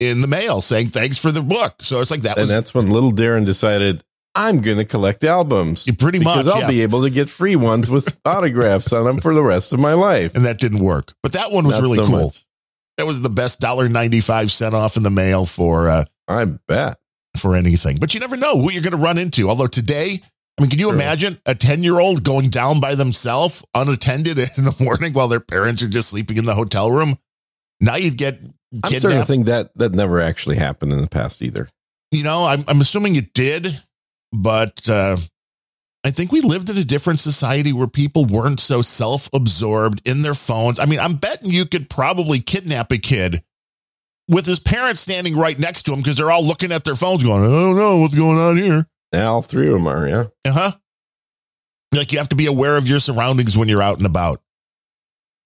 [SPEAKER 2] in the mail saying thanks for the book. So it's like that
[SPEAKER 1] and
[SPEAKER 2] was
[SPEAKER 1] that's when little Darren decided I'm going to collect albums
[SPEAKER 2] pretty much.
[SPEAKER 1] because I'll
[SPEAKER 2] yeah.
[SPEAKER 1] be able to get free ones
[SPEAKER 2] <laughs>
[SPEAKER 1] with autographs on them for the rest of my life.
[SPEAKER 2] and that didn't work, but that one was
[SPEAKER 1] Not
[SPEAKER 2] really
[SPEAKER 1] so
[SPEAKER 2] cool.
[SPEAKER 1] much.
[SPEAKER 2] That was the best dollar ninety five cent off in the mail for uh,
[SPEAKER 1] I bet.
[SPEAKER 2] for anything. But you never know who you're going to run into. Although today, I mean, can you
[SPEAKER 1] True.
[SPEAKER 2] imagine a 10 year old going down by themselves, unattended <laughs> in the morning while their parents are just sleeping in the hotel room? Now you'd get
[SPEAKER 1] I'm starting to
[SPEAKER 2] kidnapped.
[SPEAKER 1] think that that never actually happened in the past either.
[SPEAKER 2] You know, I'm, I'm assuming it did, but uh, I think we lived in a different society where people weren't so self absorbed in their phones. I mean, I'm betting you could probably kidnap a kid. With his parents standing right next to him because they're all looking at their phones going, I don't know what's going on here.
[SPEAKER 1] Now all three of them are, yeah.
[SPEAKER 2] Uh huh. Like you have to be aware of your surroundings when you're out and about.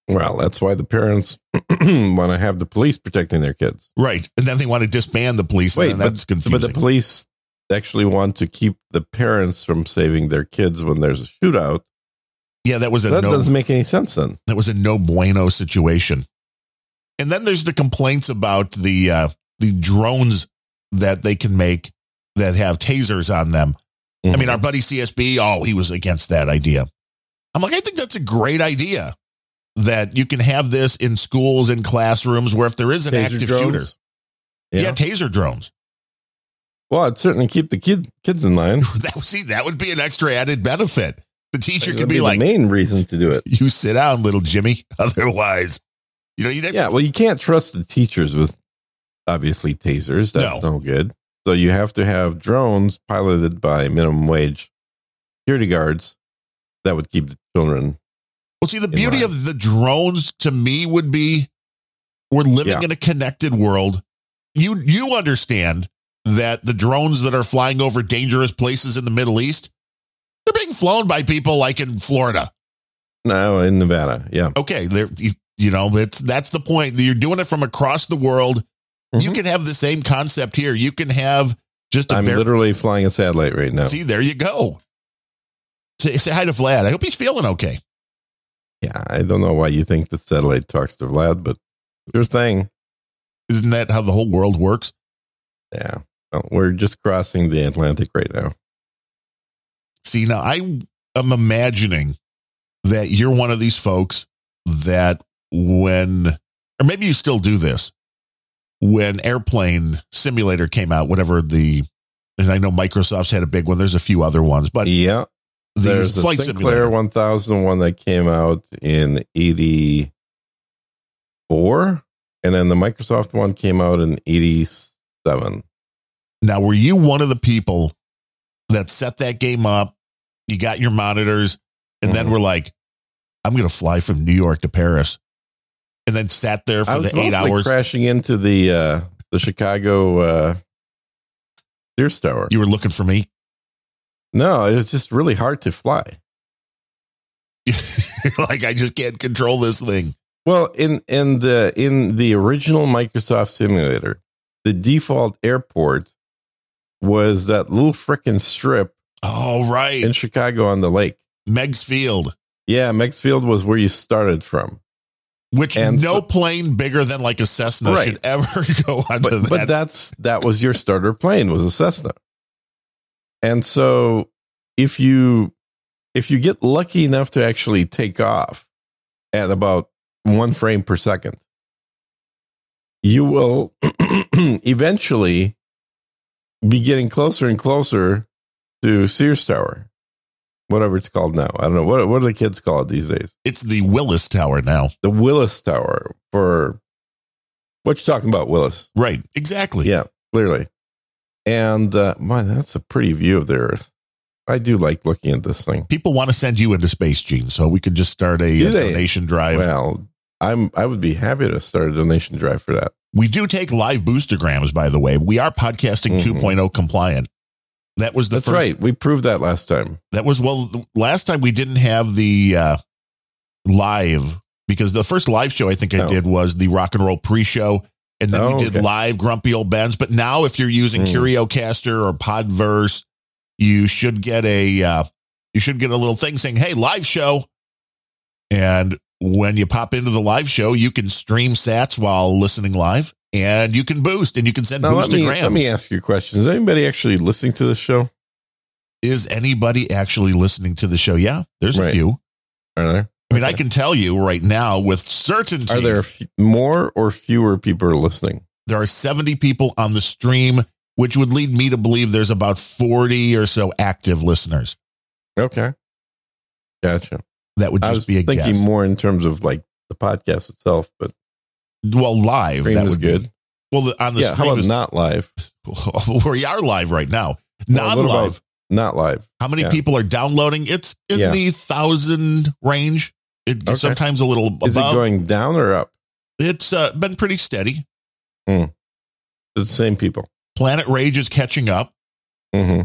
[SPEAKER 1] Well, that's why the parents <clears throat> want to have the police protecting their kids.
[SPEAKER 2] Right. And then they want to disband the police.
[SPEAKER 1] Wait,
[SPEAKER 2] and then that's confusing.
[SPEAKER 1] But the police actually want to keep the parents from saving their kids when there's a shootout.
[SPEAKER 2] yeah, that was a
[SPEAKER 1] That
[SPEAKER 2] no
[SPEAKER 1] doesn't make any sense then.
[SPEAKER 2] that was a no bueno situation. And then there's the complaints about the uh the drones that they can make that have tasers on them. I
[SPEAKER 1] Mm-hmm.
[SPEAKER 2] mean, our buddy CSB, oh, he was against that idea. I'm like, I think that's a great idea that you can have this in schools and classrooms where if there is an
[SPEAKER 1] Taser
[SPEAKER 2] active
[SPEAKER 1] drones?
[SPEAKER 2] shooter.
[SPEAKER 1] Yeah.
[SPEAKER 2] yeah, taser drones.
[SPEAKER 1] Well, it'd certainly keep the kid, kids in line.
[SPEAKER 2] <laughs> that see that would be an extra added benefit. The teacher
[SPEAKER 1] That'd
[SPEAKER 2] could be, like,
[SPEAKER 1] the main reason to do it.
[SPEAKER 2] "You sit down, little Jimmy." <laughs> Otherwise, you know, you would
[SPEAKER 1] Yeah, well, you can't trust the teachers with obviously tasers. That's no, good. So you have to have drones piloted by minimum wage security guards that would keep the children.
[SPEAKER 2] Well, see, the beauty
[SPEAKER 1] line.
[SPEAKER 2] of the drones to me would be we're living
[SPEAKER 1] Yeah.
[SPEAKER 2] in a connected world. You you understand that the drones that are flying over dangerous places in the Middle East, they're being flown by people like in Florida.
[SPEAKER 1] No, in Nevada. Yeah.
[SPEAKER 2] Okay, they're you know, it's that's the point. You're doing it from across the world. You
[SPEAKER 1] Mhm.
[SPEAKER 2] can have the same concept here. You can have just a
[SPEAKER 1] I'm
[SPEAKER 2] very
[SPEAKER 1] literally flying a satellite right now.
[SPEAKER 2] See, there you go. Say, say hi to Vlad. I hope he's feeling okay.
[SPEAKER 1] yeah, I don't know why you think the satellite talks to Vlad, but sure thing.
[SPEAKER 2] Isn't that how the whole world works?
[SPEAKER 1] Yeah. Well, we're just crossing the Atlantic right now.
[SPEAKER 2] See, now I am imagining that you're one of these folks that when, or maybe you still do this, when Airplane Simulator came out, whatever the, and I know Microsoft's had a big one. There's a few other ones, but
[SPEAKER 1] yeah.
[SPEAKER 2] the
[SPEAKER 1] There's the
[SPEAKER 2] Flight
[SPEAKER 1] Sinclair
[SPEAKER 2] Simulator.
[SPEAKER 1] 1000 one that came out in 84 and then the Microsoft one came out in 87.
[SPEAKER 2] Now, were you one of the people that set that game up? You got your monitors, and then
[SPEAKER 1] Mhm.
[SPEAKER 2] we're like, I'm going to fly from New York to Paris. And then sat there
[SPEAKER 1] I
[SPEAKER 2] for
[SPEAKER 1] was
[SPEAKER 2] the eight
[SPEAKER 1] mostly
[SPEAKER 2] hours.
[SPEAKER 1] crashing into the uh the Chicago uh Sears Tower.
[SPEAKER 2] You were looking for me. <laughs>
[SPEAKER 1] no, it was just really hard to fly.
[SPEAKER 2] like, I just can't control this thing.
[SPEAKER 1] Well, in in the in the original Microsoft simulator, the default airport was that little frickin' strip
[SPEAKER 2] Oh, right.
[SPEAKER 1] in Chicago on the lake.
[SPEAKER 2] Meg's Field,
[SPEAKER 1] Yeah, Mexfield was where you started from.
[SPEAKER 2] which
[SPEAKER 1] And
[SPEAKER 2] no
[SPEAKER 1] so-
[SPEAKER 2] plane bigger than like a Cessna
[SPEAKER 1] Right.
[SPEAKER 2] should ever <laughs> go
[SPEAKER 1] But
[SPEAKER 2] onto that.
[SPEAKER 1] but that's that was your starter plane was a Cessna. And so if you if you get lucky enough to actually take off at about 1 frame per second, you will <clears throat> eventually be getting closer and closer to Sears Tower. Whatever it's called now. I don't know what what do the kids call it these days?
[SPEAKER 2] it's the Willis Tower now.
[SPEAKER 1] the Willis Tower for what you talking about, Willis?
[SPEAKER 2] Right. Exactly.
[SPEAKER 1] Yeah, clearly. And uh, man, that's a pretty view of the Earth. I do like looking at this thing.
[SPEAKER 2] People want to send you into space, Gene, so we could just start a,
[SPEAKER 1] Do
[SPEAKER 2] uh,
[SPEAKER 1] they?
[SPEAKER 2] donation drive.
[SPEAKER 1] Well, I'm I would be happy to start a donation drive for that.
[SPEAKER 2] We do take live boostergrams, by the way. We are podcasting
[SPEAKER 1] Mhm.
[SPEAKER 2] 2.0 compliant. That was the
[SPEAKER 1] That's
[SPEAKER 2] first,
[SPEAKER 1] right. We proved that last time.
[SPEAKER 2] That was well. the- Last time we didn't have the uh, live because the first live show I think I
[SPEAKER 1] Oh.
[SPEAKER 2] did was the rock and roll pre-show, and then
[SPEAKER 1] Oh,
[SPEAKER 2] we did
[SPEAKER 1] okay.
[SPEAKER 2] live Grumpy Old Ben's. But now, if you're using
[SPEAKER 1] Mm.
[SPEAKER 2] CurioCaster or Podverse, you should get a uh, you should get a little thing saying, "Hey, live show," and when you pop into the live show, you can stream Sats while listening live, and you can boost, and you can send
[SPEAKER 1] Now let
[SPEAKER 2] boost
[SPEAKER 1] me
[SPEAKER 2] to Graham.
[SPEAKER 1] let me ask you a question. Is anybody actually listening to this show?
[SPEAKER 2] Is anybody actually listening to the show? Yeah, there's a
[SPEAKER 1] Right.
[SPEAKER 2] few.
[SPEAKER 1] Are there
[SPEAKER 2] I mean, I can tell you right now with certainty
[SPEAKER 1] are there f- more or fewer people listening?
[SPEAKER 2] there are 70 people on the stream, which would lead me to believe there's about 40 or so active listeners.
[SPEAKER 1] Okay, gotcha.
[SPEAKER 2] That would
[SPEAKER 1] I
[SPEAKER 2] just
[SPEAKER 1] was
[SPEAKER 2] be a
[SPEAKER 1] thinking
[SPEAKER 2] guess.
[SPEAKER 1] more in terms of like the podcast itself, but
[SPEAKER 2] well, live
[SPEAKER 1] stream
[SPEAKER 2] that
[SPEAKER 1] is
[SPEAKER 2] would
[SPEAKER 1] good.
[SPEAKER 2] Be, well, the, on the
[SPEAKER 1] yeah, how
[SPEAKER 2] stream
[SPEAKER 1] about
[SPEAKER 2] is,
[SPEAKER 1] not live?
[SPEAKER 2] <laughs> we are live right now.
[SPEAKER 1] Well,
[SPEAKER 2] Non
[SPEAKER 1] what about-
[SPEAKER 2] live.
[SPEAKER 1] Not live.
[SPEAKER 2] How many
[SPEAKER 1] yeah.
[SPEAKER 2] people are downloading? It's in
[SPEAKER 1] Yeah.
[SPEAKER 2] the thousand range. It,
[SPEAKER 1] Okay.
[SPEAKER 2] Sometimes a little above.
[SPEAKER 1] Is it going down or up?
[SPEAKER 2] it's uh, been pretty steady.
[SPEAKER 1] It's the same people.
[SPEAKER 2] Planet Rage is catching up.
[SPEAKER 1] Mm-hmm.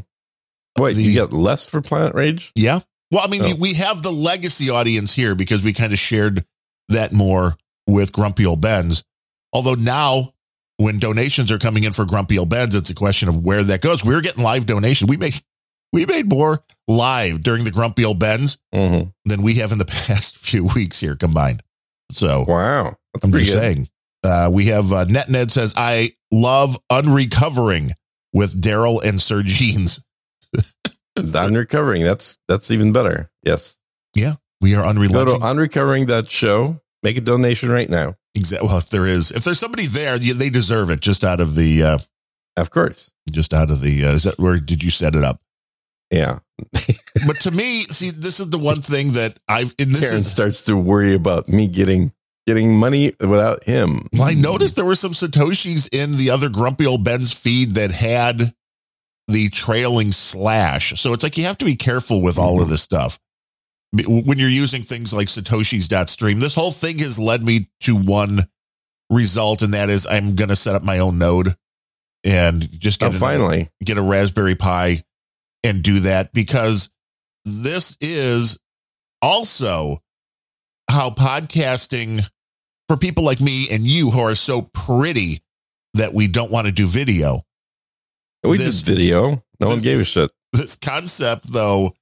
[SPEAKER 1] Wait,
[SPEAKER 2] The-
[SPEAKER 1] you get less for Planet Rage?
[SPEAKER 2] Yeah. Well, I mean,
[SPEAKER 1] Oh.
[SPEAKER 2] we have the legacy audience here because we kind of shared that more with Grumpy Old Ben's. Although now, when donations are coming in for Grumpy Old Ben's, it's a question of where that goes. We're getting live donation. We make we made more live during the Grumpy Old Ben's
[SPEAKER 1] Mm-hmm.
[SPEAKER 2] than we have in the <laughs> past few weeks here combined. So
[SPEAKER 1] Wow, that's
[SPEAKER 2] I'm
[SPEAKER 1] pretty
[SPEAKER 2] just
[SPEAKER 1] good.
[SPEAKER 2] saying. Uh, we have uh, Net Ned says I love unrecovering with Daryl and Sir Jeans.
[SPEAKER 1] Unrecovering. That's that's even better. Yes.
[SPEAKER 2] We are
[SPEAKER 1] Go to
[SPEAKER 2] unrelenting.
[SPEAKER 1] unrecovering that show. Make a donation right now.
[SPEAKER 2] Exactly. Well, if there is, if there's somebody there, you- they deserve it. Just out of the, uh,
[SPEAKER 1] Of course.
[SPEAKER 2] just out of the, uh, is that where did you set it up?
[SPEAKER 1] Yeah.
[SPEAKER 2] But to me, see, this is the one thing that I've, and this
[SPEAKER 1] Karen
[SPEAKER 2] is,
[SPEAKER 1] starts to worry about me getting getting money without him.
[SPEAKER 2] well, I noticed there were some Satoshis in the other grumpy old Ben's feed that had the trailing slash. So it's like you have to be careful with all of this stuff. B- When you're using things like Satoshi's.stream, this whole thing has led me to one result, and that is I'm going to set up my own node and just
[SPEAKER 1] Oh,
[SPEAKER 2] get another-
[SPEAKER 1] finally.
[SPEAKER 2] get a Raspberry Pi and do that because this is also how podcasting for people like me and you who are so pretty that we don't want to do video.
[SPEAKER 1] We
[SPEAKER 2] This-
[SPEAKER 1] did video. No one
[SPEAKER 2] this-
[SPEAKER 1] gave a shit.
[SPEAKER 2] This concept, though,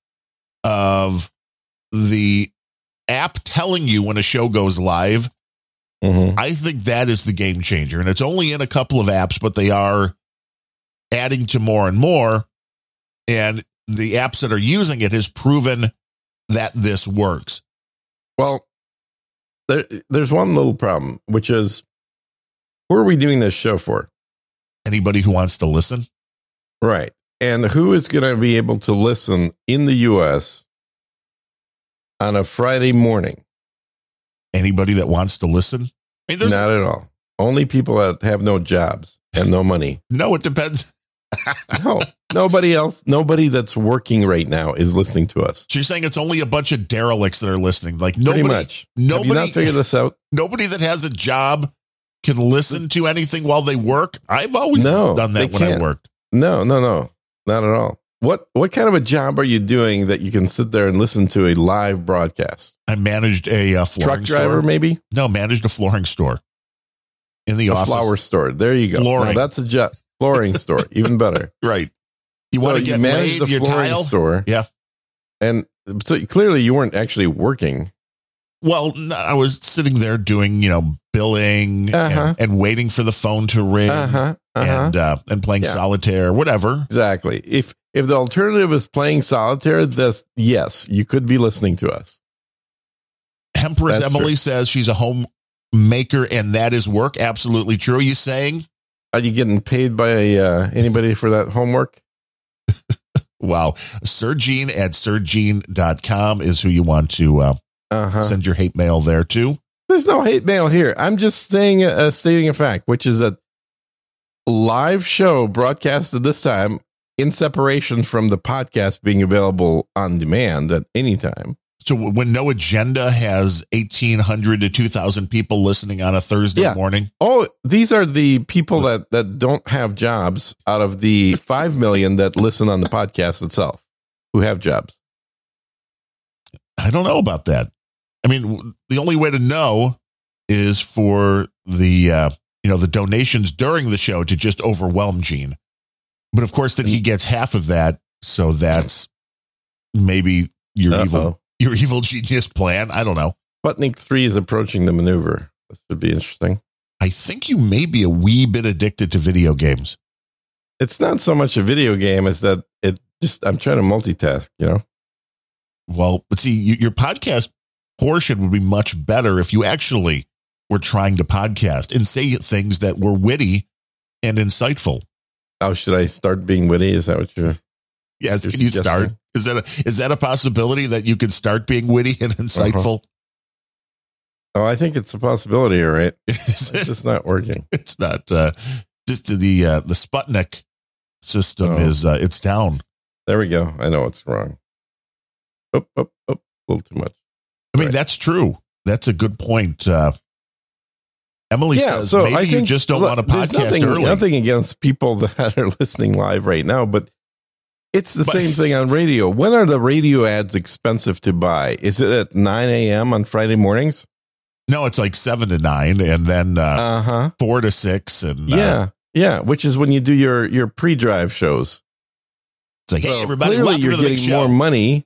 [SPEAKER 2] of the app telling you when a show goes live
[SPEAKER 1] Mhm.
[SPEAKER 2] I think that is the game changer. And it's only in a couple of apps, but they are adding to more and more. And the apps that are using it has proven that this works.
[SPEAKER 1] Well, there, there's one little problem, which is who are we doing this show for?
[SPEAKER 2] Anybody who wants to listen,
[SPEAKER 1] Right. And who is going to be able to listen in the US on a Friday morning?
[SPEAKER 2] anybody that wants to listen. I mean, there's
[SPEAKER 1] Not at all. Only people that have no jobs and no money.
[SPEAKER 2] <laughs> no, it depends.
[SPEAKER 1] No, nobody else, nobody that's working right now is listening to us.
[SPEAKER 2] So you're saying it's only a bunch of derelicts that are listening. Like nobody,
[SPEAKER 1] Pretty much. Have you not
[SPEAKER 2] nobody, <laughs>
[SPEAKER 1] figured this out?
[SPEAKER 2] nobody that has a job can listen to anything while they work. I've always
[SPEAKER 1] No,
[SPEAKER 2] done that
[SPEAKER 1] they
[SPEAKER 2] when I
[SPEAKER 1] can't.
[SPEAKER 2] worked.
[SPEAKER 1] No, no, no, not at all. What what kind of a job are you doing that you can sit there and listen to a live broadcast?
[SPEAKER 2] I managed a uh, flooring
[SPEAKER 1] Truck driver,
[SPEAKER 2] store.
[SPEAKER 1] maybe
[SPEAKER 2] No, managed a flooring store in the
[SPEAKER 1] a
[SPEAKER 2] office.
[SPEAKER 1] flower store. There you go.
[SPEAKER 2] Flooring.
[SPEAKER 1] Now that's a job. Flooring store, even
[SPEAKER 2] <laughs>
[SPEAKER 1] better.
[SPEAKER 2] Right. You want to
[SPEAKER 1] So
[SPEAKER 2] get
[SPEAKER 1] manage
[SPEAKER 2] laid your tile?
[SPEAKER 1] store.
[SPEAKER 2] Yeah.
[SPEAKER 1] and so clearly you weren't actually working.
[SPEAKER 2] Well, no, I was sitting there doing, you know, billing
[SPEAKER 1] Uh-huh.
[SPEAKER 2] and, and waiting for the phone to ring
[SPEAKER 1] Uh huh. Uh huh.
[SPEAKER 2] and uh, and playing
[SPEAKER 1] Yeah.
[SPEAKER 2] solitaire, whatever.
[SPEAKER 1] Exactly. If if the alternative is playing solitaire, this yes, you could be listening to us.
[SPEAKER 2] Empress
[SPEAKER 1] That's
[SPEAKER 2] Emily
[SPEAKER 1] true.
[SPEAKER 2] says she's a homemaker and that is work. Absolutely true. Are you saying?
[SPEAKER 1] Are you getting paid by uh, anybody for that homework?
[SPEAKER 2] Wow. Surgene at surgene.com is who you want to uh,
[SPEAKER 1] Uh huh.
[SPEAKER 2] send your hate mail there to.
[SPEAKER 1] There's no hate mail here. I'm just saying, uh, stating a fact, which is that live show broadcasted this time in separation from the podcast being available on demand at any time
[SPEAKER 2] So when No Agenda has 1,800 to 2,000 people listening on a Thursday
[SPEAKER 1] Yeah.
[SPEAKER 2] morning,
[SPEAKER 1] Oh, these are the people that that don't have jobs out of the 5 million that listen on the podcast itself who have jobs.
[SPEAKER 2] I don't know about that. I mean, w- the only way to know is for the, uh, you know, the donations during the show to just overwhelm Gene. But of course, then he gets half of that. So that's maybe your evil, your evil genius plan. I don't know.
[SPEAKER 1] Sputnik 3 is approaching the maneuver. This would be interesting.
[SPEAKER 2] I think you may be a wee bit addicted to video games.
[SPEAKER 1] It's not so much a video game as that it just I'm trying to multitask, you know.
[SPEAKER 2] Well, but see, you, your podcast portion would be much better if you actually were trying to podcast and say things that were witty and insightful.
[SPEAKER 1] How should I start being witty? Is that what you're
[SPEAKER 2] Yes,
[SPEAKER 1] You're
[SPEAKER 2] can you start?
[SPEAKER 1] suggesting-
[SPEAKER 2] Is that a, is that a possibility that you could start being witty and
[SPEAKER 1] Uh-huh.
[SPEAKER 2] insightful? <laughs>
[SPEAKER 1] Oh, I think it's a possibility, all right. It's
[SPEAKER 2] it's
[SPEAKER 1] just not working.
[SPEAKER 2] not uh, just the uh, the Sputnik system
[SPEAKER 1] Oh.
[SPEAKER 2] is uh, it's down.
[SPEAKER 1] There we go. I know it's wrong. Oh, oh, oh, a little too much.
[SPEAKER 2] I mean,
[SPEAKER 1] Right.
[SPEAKER 2] that's true. That's a good point. Uh, Emily
[SPEAKER 1] yeah,
[SPEAKER 2] says
[SPEAKER 1] so
[SPEAKER 2] maybe
[SPEAKER 1] I think,
[SPEAKER 2] you just don't
[SPEAKER 1] look,
[SPEAKER 2] want to
[SPEAKER 1] there's
[SPEAKER 2] podcast
[SPEAKER 1] nothing,
[SPEAKER 2] early.
[SPEAKER 1] Nothing against people <laughs> that are listening live right now, but it's the
[SPEAKER 2] But-
[SPEAKER 1] same thing on radio. When are the radio ads expensive to buy? Is it at 9 a.m. on Friday mornings?
[SPEAKER 2] No, it's like seven to nine, and then uh,
[SPEAKER 1] Uh huh.
[SPEAKER 2] four to six, and uh,
[SPEAKER 1] Yeah, yeah. Which is when you do your your pre-drive shows.
[SPEAKER 2] it's like, hey,
[SPEAKER 1] So
[SPEAKER 2] everybody,
[SPEAKER 1] clearly
[SPEAKER 2] welcome
[SPEAKER 1] you're
[SPEAKER 2] to the big
[SPEAKER 1] getting more
[SPEAKER 2] show.
[SPEAKER 1] money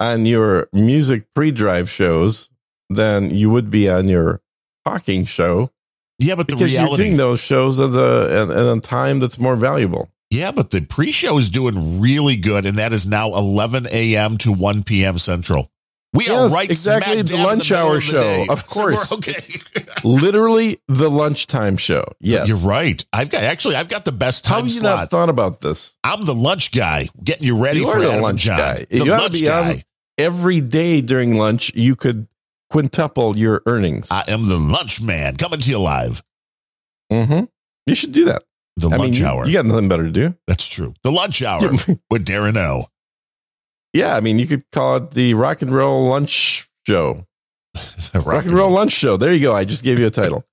[SPEAKER 1] on your music pre-drive shows than you would be on your talking show
[SPEAKER 2] yeah, but the
[SPEAKER 1] because you're
[SPEAKER 2] reality,
[SPEAKER 1] doing those shows at the at, at a time that's more valuable.
[SPEAKER 2] yeah, but the pre-show is doing really good, and that is now eleven a.m. to one p.m. Central. We are
[SPEAKER 1] Yes,
[SPEAKER 2] right
[SPEAKER 1] exactly,
[SPEAKER 2] smack
[SPEAKER 1] it's
[SPEAKER 2] dab in
[SPEAKER 1] lunch
[SPEAKER 2] middle
[SPEAKER 1] hour
[SPEAKER 2] the
[SPEAKER 1] show,
[SPEAKER 2] day.
[SPEAKER 1] of
[SPEAKER 2] <laughs> So we're
[SPEAKER 1] course.
[SPEAKER 2] okay.
[SPEAKER 1] Literally the lunchtime show. <laughs> Yes.
[SPEAKER 2] You're right. I've got actually, I've got the best
[SPEAKER 1] How
[SPEAKER 2] time
[SPEAKER 1] have you not
[SPEAKER 2] slot.
[SPEAKER 1] thought about this?
[SPEAKER 2] I'm the lunch guy, getting you ready
[SPEAKER 1] You
[SPEAKER 2] for
[SPEAKER 1] are the
[SPEAKER 2] Adam and
[SPEAKER 1] lunch
[SPEAKER 2] John.
[SPEAKER 1] guy.
[SPEAKER 2] The
[SPEAKER 1] You ought to
[SPEAKER 2] lunch
[SPEAKER 1] be on-
[SPEAKER 2] guy.
[SPEAKER 1] Every day during lunch, you could quintuple your earnings.
[SPEAKER 2] I am the lunch man, coming to you live.
[SPEAKER 1] hmm You should do that.
[SPEAKER 2] The
[SPEAKER 1] I mean,
[SPEAKER 2] lunch
[SPEAKER 1] you,
[SPEAKER 2] hour.
[SPEAKER 1] you got nothing better to do.
[SPEAKER 2] That's true.
[SPEAKER 1] <laughs>
[SPEAKER 2] The lunch hour with Darren O. <laughs>
[SPEAKER 1] yeah, I mean, you could call it the rock and roll lunch show.
[SPEAKER 2] The
[SPEAKER 1] Rock, and roll lunch show. There you go. I just gave you a
[SPEAKER 2] <laughs>
[SPEAKER 1] title.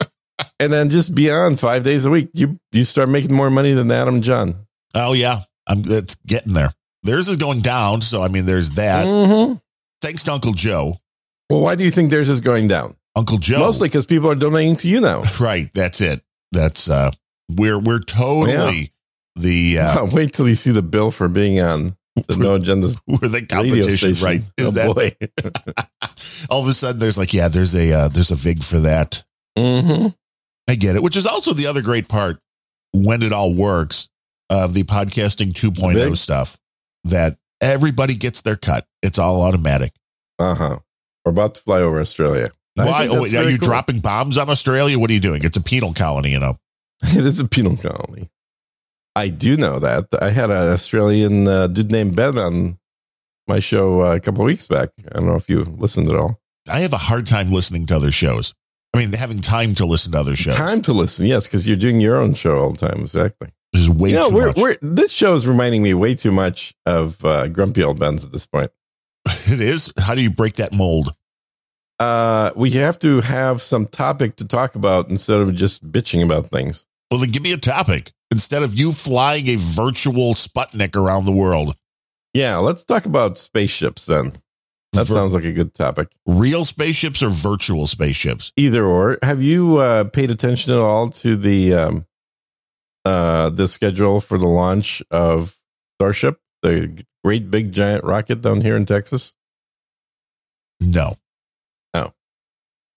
[SPEAKER 1] and then just be on five days a week. You you start making more money than Adam and John.
[SPEAKER 2] Oh yeah, I'm. It's getting there. Theirs is going down, so I mean, there's that.
[SPEAKER 1] Mhm.
[SPEAKER 2] Thanks to Uncle Joe.
[SPEAKER 1] Well, why do you think theirs is going down?
[SPEAKER 2] Uncle Joe.
[SPEAKER 1] Mostly because people are donating to you now.
[SPEAKER 2] <laughs> Right. That's it. That's uh, we're we're
[SPEAKER 1] Oh,
[SPEAKER 2] totally
[SPEAKER 1] <laughs>
[SPEAKER 2] the uh,
[SPEAKER 1] Wow, wait till you see the bill for being on the No Agendas
[SPEAKER 2] we're the
[SPEAKER 1] radio
[SPEAKER 2] <laughs> competition.
[SPEAKER 1] station.
[SPEAKER 2] Right. Is
[SPEAKER 1] oh,
[SPEAKER 2] that
[SPEAKER 1] boy.
[SPEAKER 2] <laughs> all of a sudden? There's like, yeah, there's a uh, there's a vig for that.
[SPEAKER 1] hmm
[SPEAKER 2] I get it. Which is also the other great part when it all works of the podcasting 2.0
[SPEAKER 1] Vig?
[SPEAKER 2] stuff that everybody gets their cut. It's all automatic.
[SPEAKER 1] Uh huh. We're about to fly over Australia. <laughs> I
[SPEAKER 2] Why?
[SPEAKER 1] think
[SPEAKER 2] Oh,
[SPEAKER 1] that's
[SPEAKER 2] wait, are
[SPEAKER 1] very
[SPEAKER 2] you
[SPEAKER 1] cool.
[SPEAKER 2] dropping bombs on Australia? What are you doing? It's a penal colony, you know.
[SPEAKER 1] It is a penal colony. I do know that. I had an Australian uh, dude named Ben on my show uh, a couple of weeks back. I don't know if you listened at all.
[SPEAKER 2] I have a hard time listening to other shows. I mean, having time to listen to other shows
[SPEAKER 1] Time to listen, yes, because you're doing your own show all the time. Exactly.
[SPEAKER 2] is way
[SPEAKER 1] you know,
[SPEAKER 2] too
[SPEAKER 1] we're,
[SPEAKER 2] much.
[SPEAKER 1] we're this show is reminding me way too much of uh, Grumpy Old Ben's at this point.
[SPEAKER 2] <laughs> it is. How do you break that mold?
[SPEAKER 1] Uh, we have to have some topic to talk about instead of just bitching about things.
[SPEAKER 2] Well, then give me a topic instead of you flying a virtual Sputnik around the world.
[SPEAKER 1] Yeah, let's talk about spaceships then. That
[SPEAKER 2] Vir-
[SPEAKER 1] sounds like a good topic.
[SPEAKER 2] real spaceships or virtual spaceships.
[SPEAKER 1] either or have you uh, paid attention at all to the um, uh, the schedule for the launch of starship the great big giant rocket down here in texas
[SPEAKER 2] No,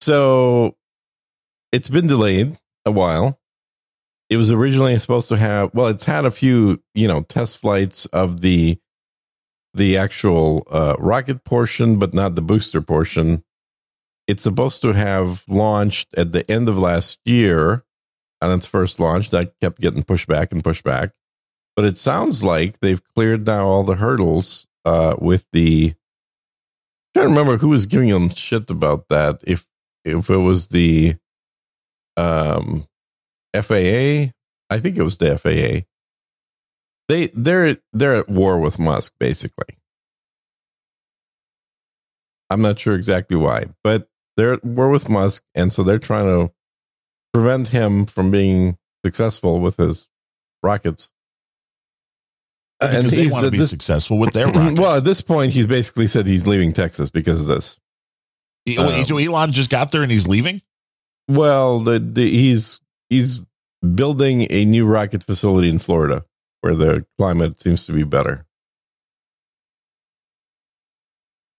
[SPEAKER 1] so it's been delayed a while it was originally supposed to have well it's had a few you know test flights of the the actual uh, rocket portion but not the booster portion it's supposed to have launched at the end of last year on its first launch that kept getting pushed back and pushed back but it sounds like they've cleared now all the hurdles uh, with the i trying to remember who was giving them shit about that if if it was the um FAA, I think it was the FAA. They they're they're at war with Musk basically. I'm not sure exactly why, but they're we're with Musk, and so they're trying to prevent him from being successful with his rockets.
[SPEAKER 2] Because they
[SPEAKER 1] he's
[SPEAKER 2] want to
[SPEAKER 1] at
[SPEAKER 2] be
[SPEAKER 1] this-
[SPEAKER 2] successful with their rockets.
[SPEAKER 1] <laughs> well, at this point, he's basically said he's leaving Texas because of this.
[SPEAKER 2] E- wait,
[SPEAKER 1] um,
[SPEAKER 2] so Elon just got there and he's leaving.
[SPEAKER 1] Well, the, the he's he's building a new rocket facility in Florida where the climate seems to be better.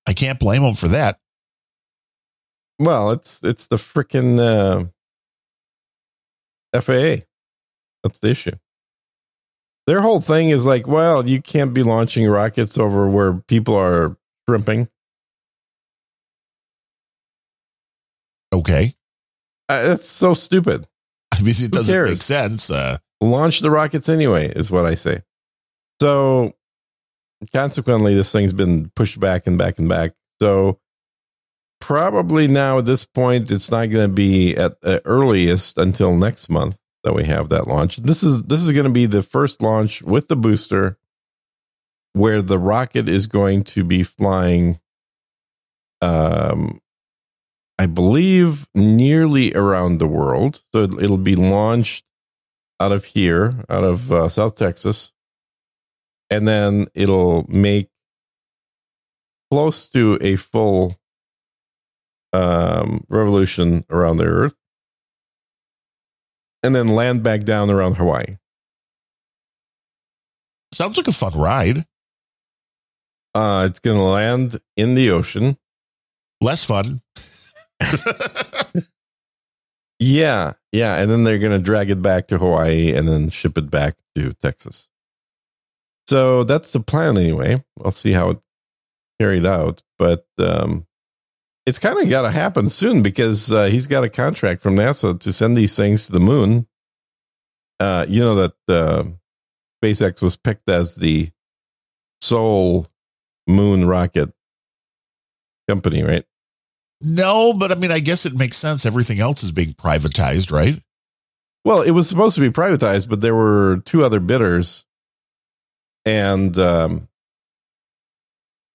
[SPEAKER 2] I can't blame him for that.
[SPEAKER 1] Well, it's it's the freaking uh, FAA. That's the issue. Their whole thing is like, well, you can't be launching rockets over where people are shrimping.
[SPEAKER 2] Okay, <laughs>
[SPEAKER 1] Uh, that's so stupid.
[SPEAKER 2] I mean it doesn't
[SPEAKER 1] cares?
[SPEAKER 2] make sense. Uh,
[SPEAKER 1] launch the rockets anyway is what i say so consequently this thing's been pushed back and back and back so probably now at this point it's not going to be at the earliest until next month that we have that launch this is this is going to be the first launch with the booster where the rocket is going to be flying um i believe nearly around the world so it'll it'll be launched out of here, out of uh, South Texas, and then it'll make close to a full um, revolution around the Earth, and then land back down around Hawaii.
[SPEAKER 2] sounds like a fun ride.
[SPEAKER 1] Uh, it's going to land in the ocean. <laughs>
[SPEAKER 2] Less fun.
[SPEAKER 1] Yeah, yeah, and then they're going to drag it back to Hawaii and then ship it back to Texas. So that's the plan, anyway. I'll see how it carried out, but um, it's kind of got to happen soon because uh, he's got a contract from NASA to send these things to the moon. Uh, you know that uh, SpaceX was picked as the sole moon rocket company, right?
[SPEAKER 2] no, but I mean, I guess it makes sense. Everything else is being privatized, right?
[SPEAKER 1] Well, it was supposed to be privatized, but there were two other bidders, and um,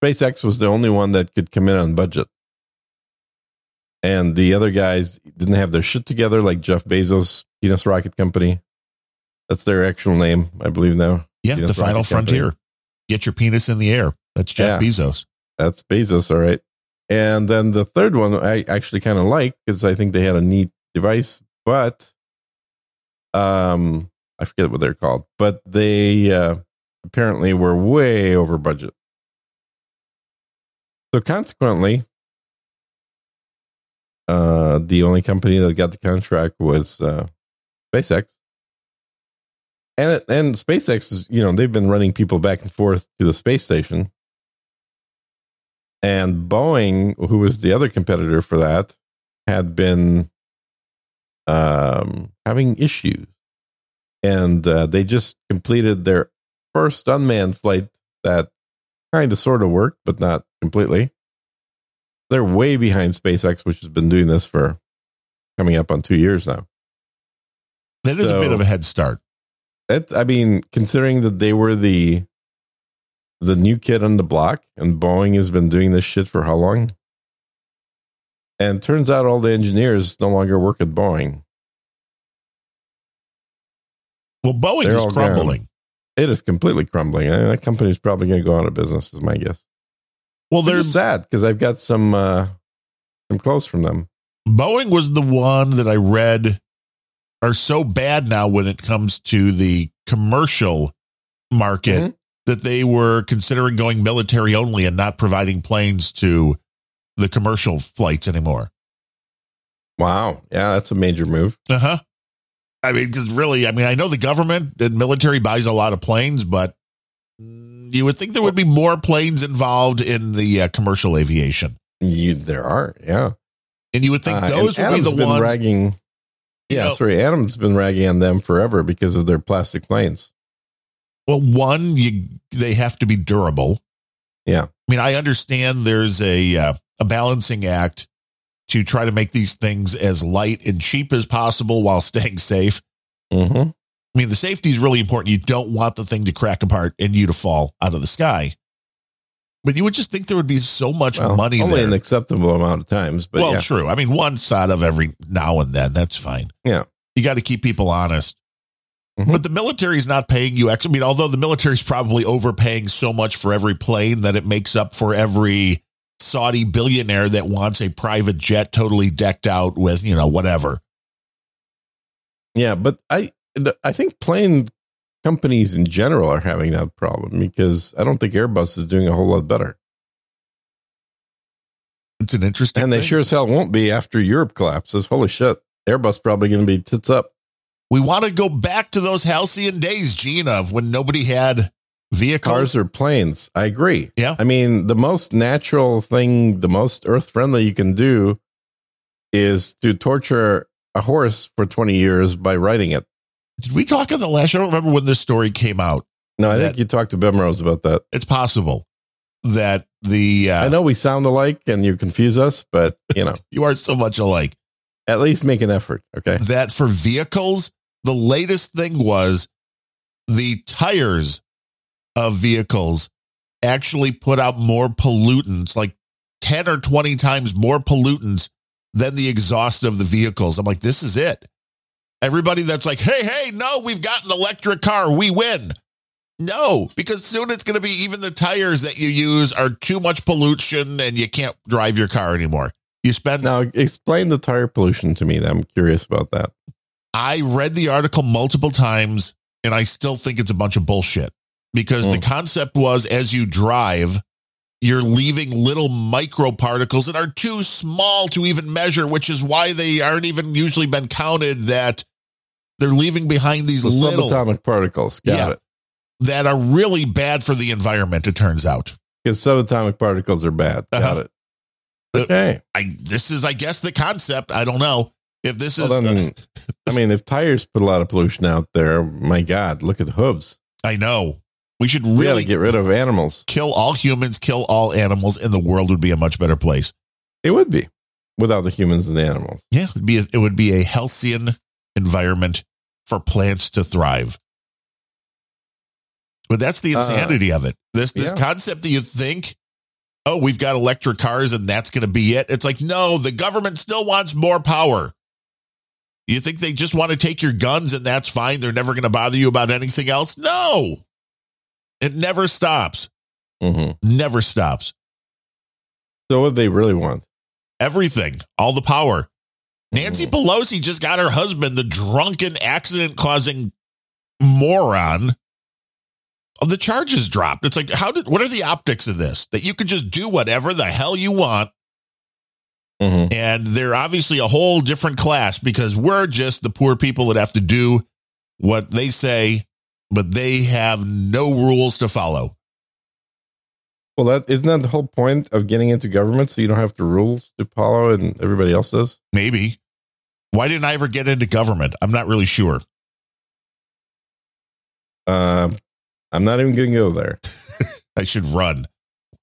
[SPEAKER 1] SpaceX was the only one that could come in on budget. And the other guys didn't have their shit together, like Jeff Bezos, Penis Rocket Company. That's their actual name, I believe now. Yeah,
[SPEAKER 2] Yeah, the
[SPEAKER 1] that's right,
[SPEAKER 2] final
[SPEAKER 1] I can't
[SPEAKER 2] frontier. Get your penis in the air. That's Jeff
[SPEAKER 1] Yeah.
[SPEAKER 2] Bezos.
[SPEAKER 1] That's Bezos, all right. And then the third one I actually kind of like because I think they had a neat device, but um, I forget what they're called, but they uh, apparently were way over budget. So consequently, uh, the only company that got the contract was uh, SpaceX. And, and SpaceX is, you know, they've been running people back and forth to the space station and Boeing, who was the other competitor for that, had been um, having issues, and uh, they just completed their first unmanned flight that kind of sort of worked, but not completely. They're way behind SpaceX, which has been doing this for coming up on two years now.
[SPEAKER 2] That is a
[SPEAKER 1] So-
[SPEAKER 2] bit of a head start.
[SPEAKER 1] It, I mean, considering that they were the the new kid on the block, and Boeing has been doing this shit for how long? And turns out all the engineers no longer work at Boeing.
[SPEAKER 2] Well, Boeing
[SPEAKER 1] They're
[SPEAKER 2] is
[SPEAKER 1] all
[SPEAKER 2] crumbling.
[SPEAKER 1] It is completely crumbling. I that company's probably going to go out of business, is my guess.
[SPEAKER 2] Well,
[SPEAKER 1] They're
[SPEAKER 2] there's
[SPEAKER 1] sad because I've got some uh, some clothes from them.
[SPEAKER 2] Boeing was the one that I read are so bad now when it comes to the commercial market
[SPEAKER 1] Mhm.
[SPEAKER 2] that they were considering going military only and not providing planes to the commercial flights anymore.
[SPEAKER 1] Wow, yeah, that's a major move.
[SPEAKER 2] Uh huh. I mean, because really, I mean, I know the government and military buys a lot of planes, but mm, you would think there would be more planes involved in the uh, commercial aviation,
[SPEAKER 1] You, there are, yeah.
[SPEAKER 2] and you would think
[SPEAKER 1] Uh, and
[SPEAKER 2] those would be
[SPEAKER 1] Adam's
[SPEAKER 2] the
[SPEAKER 1] been
[SPEAKER 2] ones.
[SPEAKER 1] ragging.
[SPEAKER 2] you
[SPEAKER 1] Yeah,
[SPEAKER 2] know-
[SPEAKER 1] sorry, Adam's been ragging on them forever because of their plastic planes.
[SPEAKER 2] Well, one, you they have to be durable.
[SPEAKER 1] Yeah.
[SPEAKER 2] I mean, I understand there's a uh, a balancing act to try to make these things as light and cheap as possible while staying safe.
[SPEAKER 1] Mm-hmm.
[SPEAKER 2] I mean, the safety is really important. You don't want the thing to crack apart and you to fall out of the sky. But you would just think there would be so much
[SPEAKER 1] Well,
[SPEAKER 2] money
[SPEAKER 1] only
[SPEAKER 2] there.
[SPEAKER 1] an acceptable amount of times, but
[SPEAKER 2] well,
[SPEAKER 1] yeah.
[SPEAKER 2] true. I mean, once out of every now and then, that's fine.
[SPEAKER 1] Yeah.
[SPEAKER 2] You got to keep people honest.
[SPEAKER 1] Mhm.
[SPEAKER 2] But the military's not paying you. Ex- I mean, although the military's probably overpaying so much for every plane that it makes up for every Saudi billionaire that wants a private jet totally decked out with, you know, whatever.
[SPEAKER 1] Yeah, but I the, I think plane companies in general are having that problem because I don't think Airbus is doing a whole lot better,
[SPEAKER 2] It's an interesting.
[SPEAKER 1] and they
[SPEAKER 2] thing.
[SPEAKER 1] sure as hell won't be after Europe collapses. Holy shit, Airbus probably going to be tits up.
[SPEAKER 2] We want to go back to those halcyon days, Gene, of when nobody had vehicles.
[SPEAKER 1] Cars or planes? I agree.
[SPEAKER 2] Yeah.
[SPEAKER 1] I mean the most natural thing, the most earth friendly you can do is to torture a horse for twenty years by riding it.
[SPEAKER 2] Did we talk on the last? I don't remember when this story came out.
[SPEAKER 1] No, I
[SPEAKER 2] That-
[SPEAKER 1] think you talked to Bim Rose about that.
[SPEAKER 2] It's possible that the
[SPEAKER 1] I
[SPEAKER 2] uh,
[SPEAKER 1] know we sound alike and you confuse us, but you
[SPEAKER 2] <laughs>
[SPEAKER 1] know,
[SPEAKER 2] you are so much alike
[SPEAKER 1] at least make an effort. Okay.
[SPEAKER 2] that for vehicles, the latest thing was the tires of vehicles actually put out more pollutants, like ten or twenty times more pollutants than the exhaust of the vehicles. I'm like, this is it. Everybody that's like, hey, hey, no, we've got an electric car, we win. No, because soon it's going to be even the tires that you use are too much pollution and you can't drive your car anymore. You spend
[SPEAKER 1] Now, explain the tire pollution to me. I'm curious about that.
[SPEAKER 2] I read the article multiple times and I still think it's a bunch of bullshit because the concept was as you drive, you're leaving little microparticles that are too small to even measure, which is why they aren't even usually been counted that they're leaving behind these
[SPEAKER 1] The
[SPEAKER 2] little
[SPEAKER 1] subatomic particles. Got
[SPEAKER 2] Yeah.
[SPEAKER 1] it.
[SPEAKER 2] that are really bad for the environment, it turns out.
[SPEAKER 1] Because subatomic particles are bad. Got
[SPEAKER 2] Uh-huh.
[SPEAKER 1] it. Okay.
[SPEAKER 2] I this is I guess the concept. I don't know. If this is
[SPEAKER 1] Well, then, I mean, if tires put a lot of pollution out there, my God, look at the hooves.
[SPEAKER 2] I know. We should
[SPEAKER 1] We got
[SPEAKER 2] really
[SPEAKER 1] to get rid of animals.
[SPEAKER 2] kill all humans, kill all animals, and the world would be a much better place.
[SPEAKER 1] It would be without the humans and the animals.
[SPEAKER 2] Yeah, it would be a, it would be a halcyon environment for plants to thrive. But that's the
[SPEAKER 1] Uh,
[SPEAKER 2] insanity of it. This this
[SPEAKER 1] yeah.
[SPEAKER 2] concept that you think, oh, we've got electric cars and that's going to be it. It's like no, the government still wants more power. You think they just want to take your guns and that's fine? They're never going to bother you about anything else? No. It never stops.
[SPEAKER 1] Mhm.
[SPEAKER 2] Never stops.
[SPEAKER 1] So, what they really want?
[SPEAKER 2] Everything, all the power. Nancy
[SPEAKER 1] Mhm.
[SPEAKER 2] Pelosi just got her husband, the drunken accident causing moron. Oh, The charges dropped. It's like, how did, what are the optics of this? That you could just do whatever the hell you want.
[SPEAKER 1] Mhm.
[SPEAKER 2] And they're obviously a whole different class because we're just the poor people that have to do what they say, but they have no rules to follow.
[SPEAKER 1] Well, that isn't that the whole point of getting into government, so you don't have to rules to follow, and everybody else does.
[SPEAKER 2] Maybe. Why didn't I ever get into government? I'm not really sure.
[SPEAKER 1] Uh, I'm not even going to go there.
[SPEAKER 2] I should run.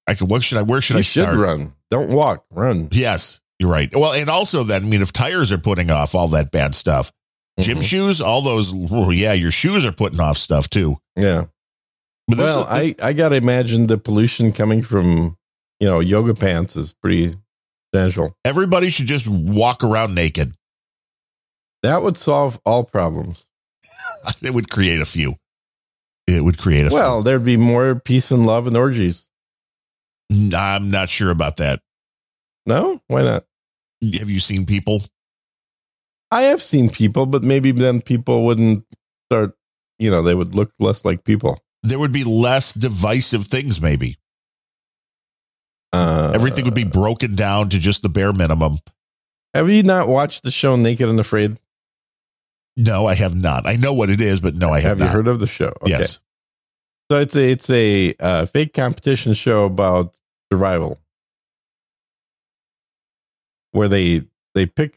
[SPEAKER 2] I could, what should I, where should
[SPEAKER 1] you
[SPEAKER 2] I
[SPEAKER 1] should
[SPEAKER 2] start?
[SPEAKER 1] run. Don't walk. Run.
[SPEAKER 2] Yes, you're right. Well, and also then, I mean, if tires are putting off all that bad stuff, gym
[SPEAKER 1] Mhm.
[SPEAKER 2] shoes, all those, oh, yeah, your shoes are putting off stuff too.
[SPEAKER 1] Yeah.
[SPEAKER 2] But there's
[SPEAKER 1] Well,
[SPEAKER 2] a-
[SPEAKER 1] I I gotta imagine the pollution coming from you know yoga pants is pretty substantial.
[SPEAKER 2] everybody should just walk around naked. <laughs>
[SPEAKER 1] That would solve all problems.
[SPEAKER 2] it would create a few. It would create a
[SPEAKER 1] Well, there'd be more peace and love and orgies.
[SPEAKER 2] few. I'm not sure about that.
[SPEAKER 1] No, why not?
[SPEAKER 2] Have you seen people?
[SPEAKER 1] I have seen people, but maybe then people wouldn't start. You know, they would look less like people.
[SPEAKER 2] There would be less divisive things, maybe.
[SPEAKER 1] Uh,
[SPEAKER 2] Everything would be broken down to just the bare minimum.
[SPEAKER 1] Have you not watched the show Naked and Afraid?
[SPEAKER 2] No, I have not. I know what it is, but no, I have,
[SPEAKER 1] Have
[SPEAKER 2] not.
[SPEAKER 1] you heard of the show? Okay.
[SPEAKER 2] Yes.
[SPEAKER 1] So it's a it's a uh, fake competition show about survival, where they they pick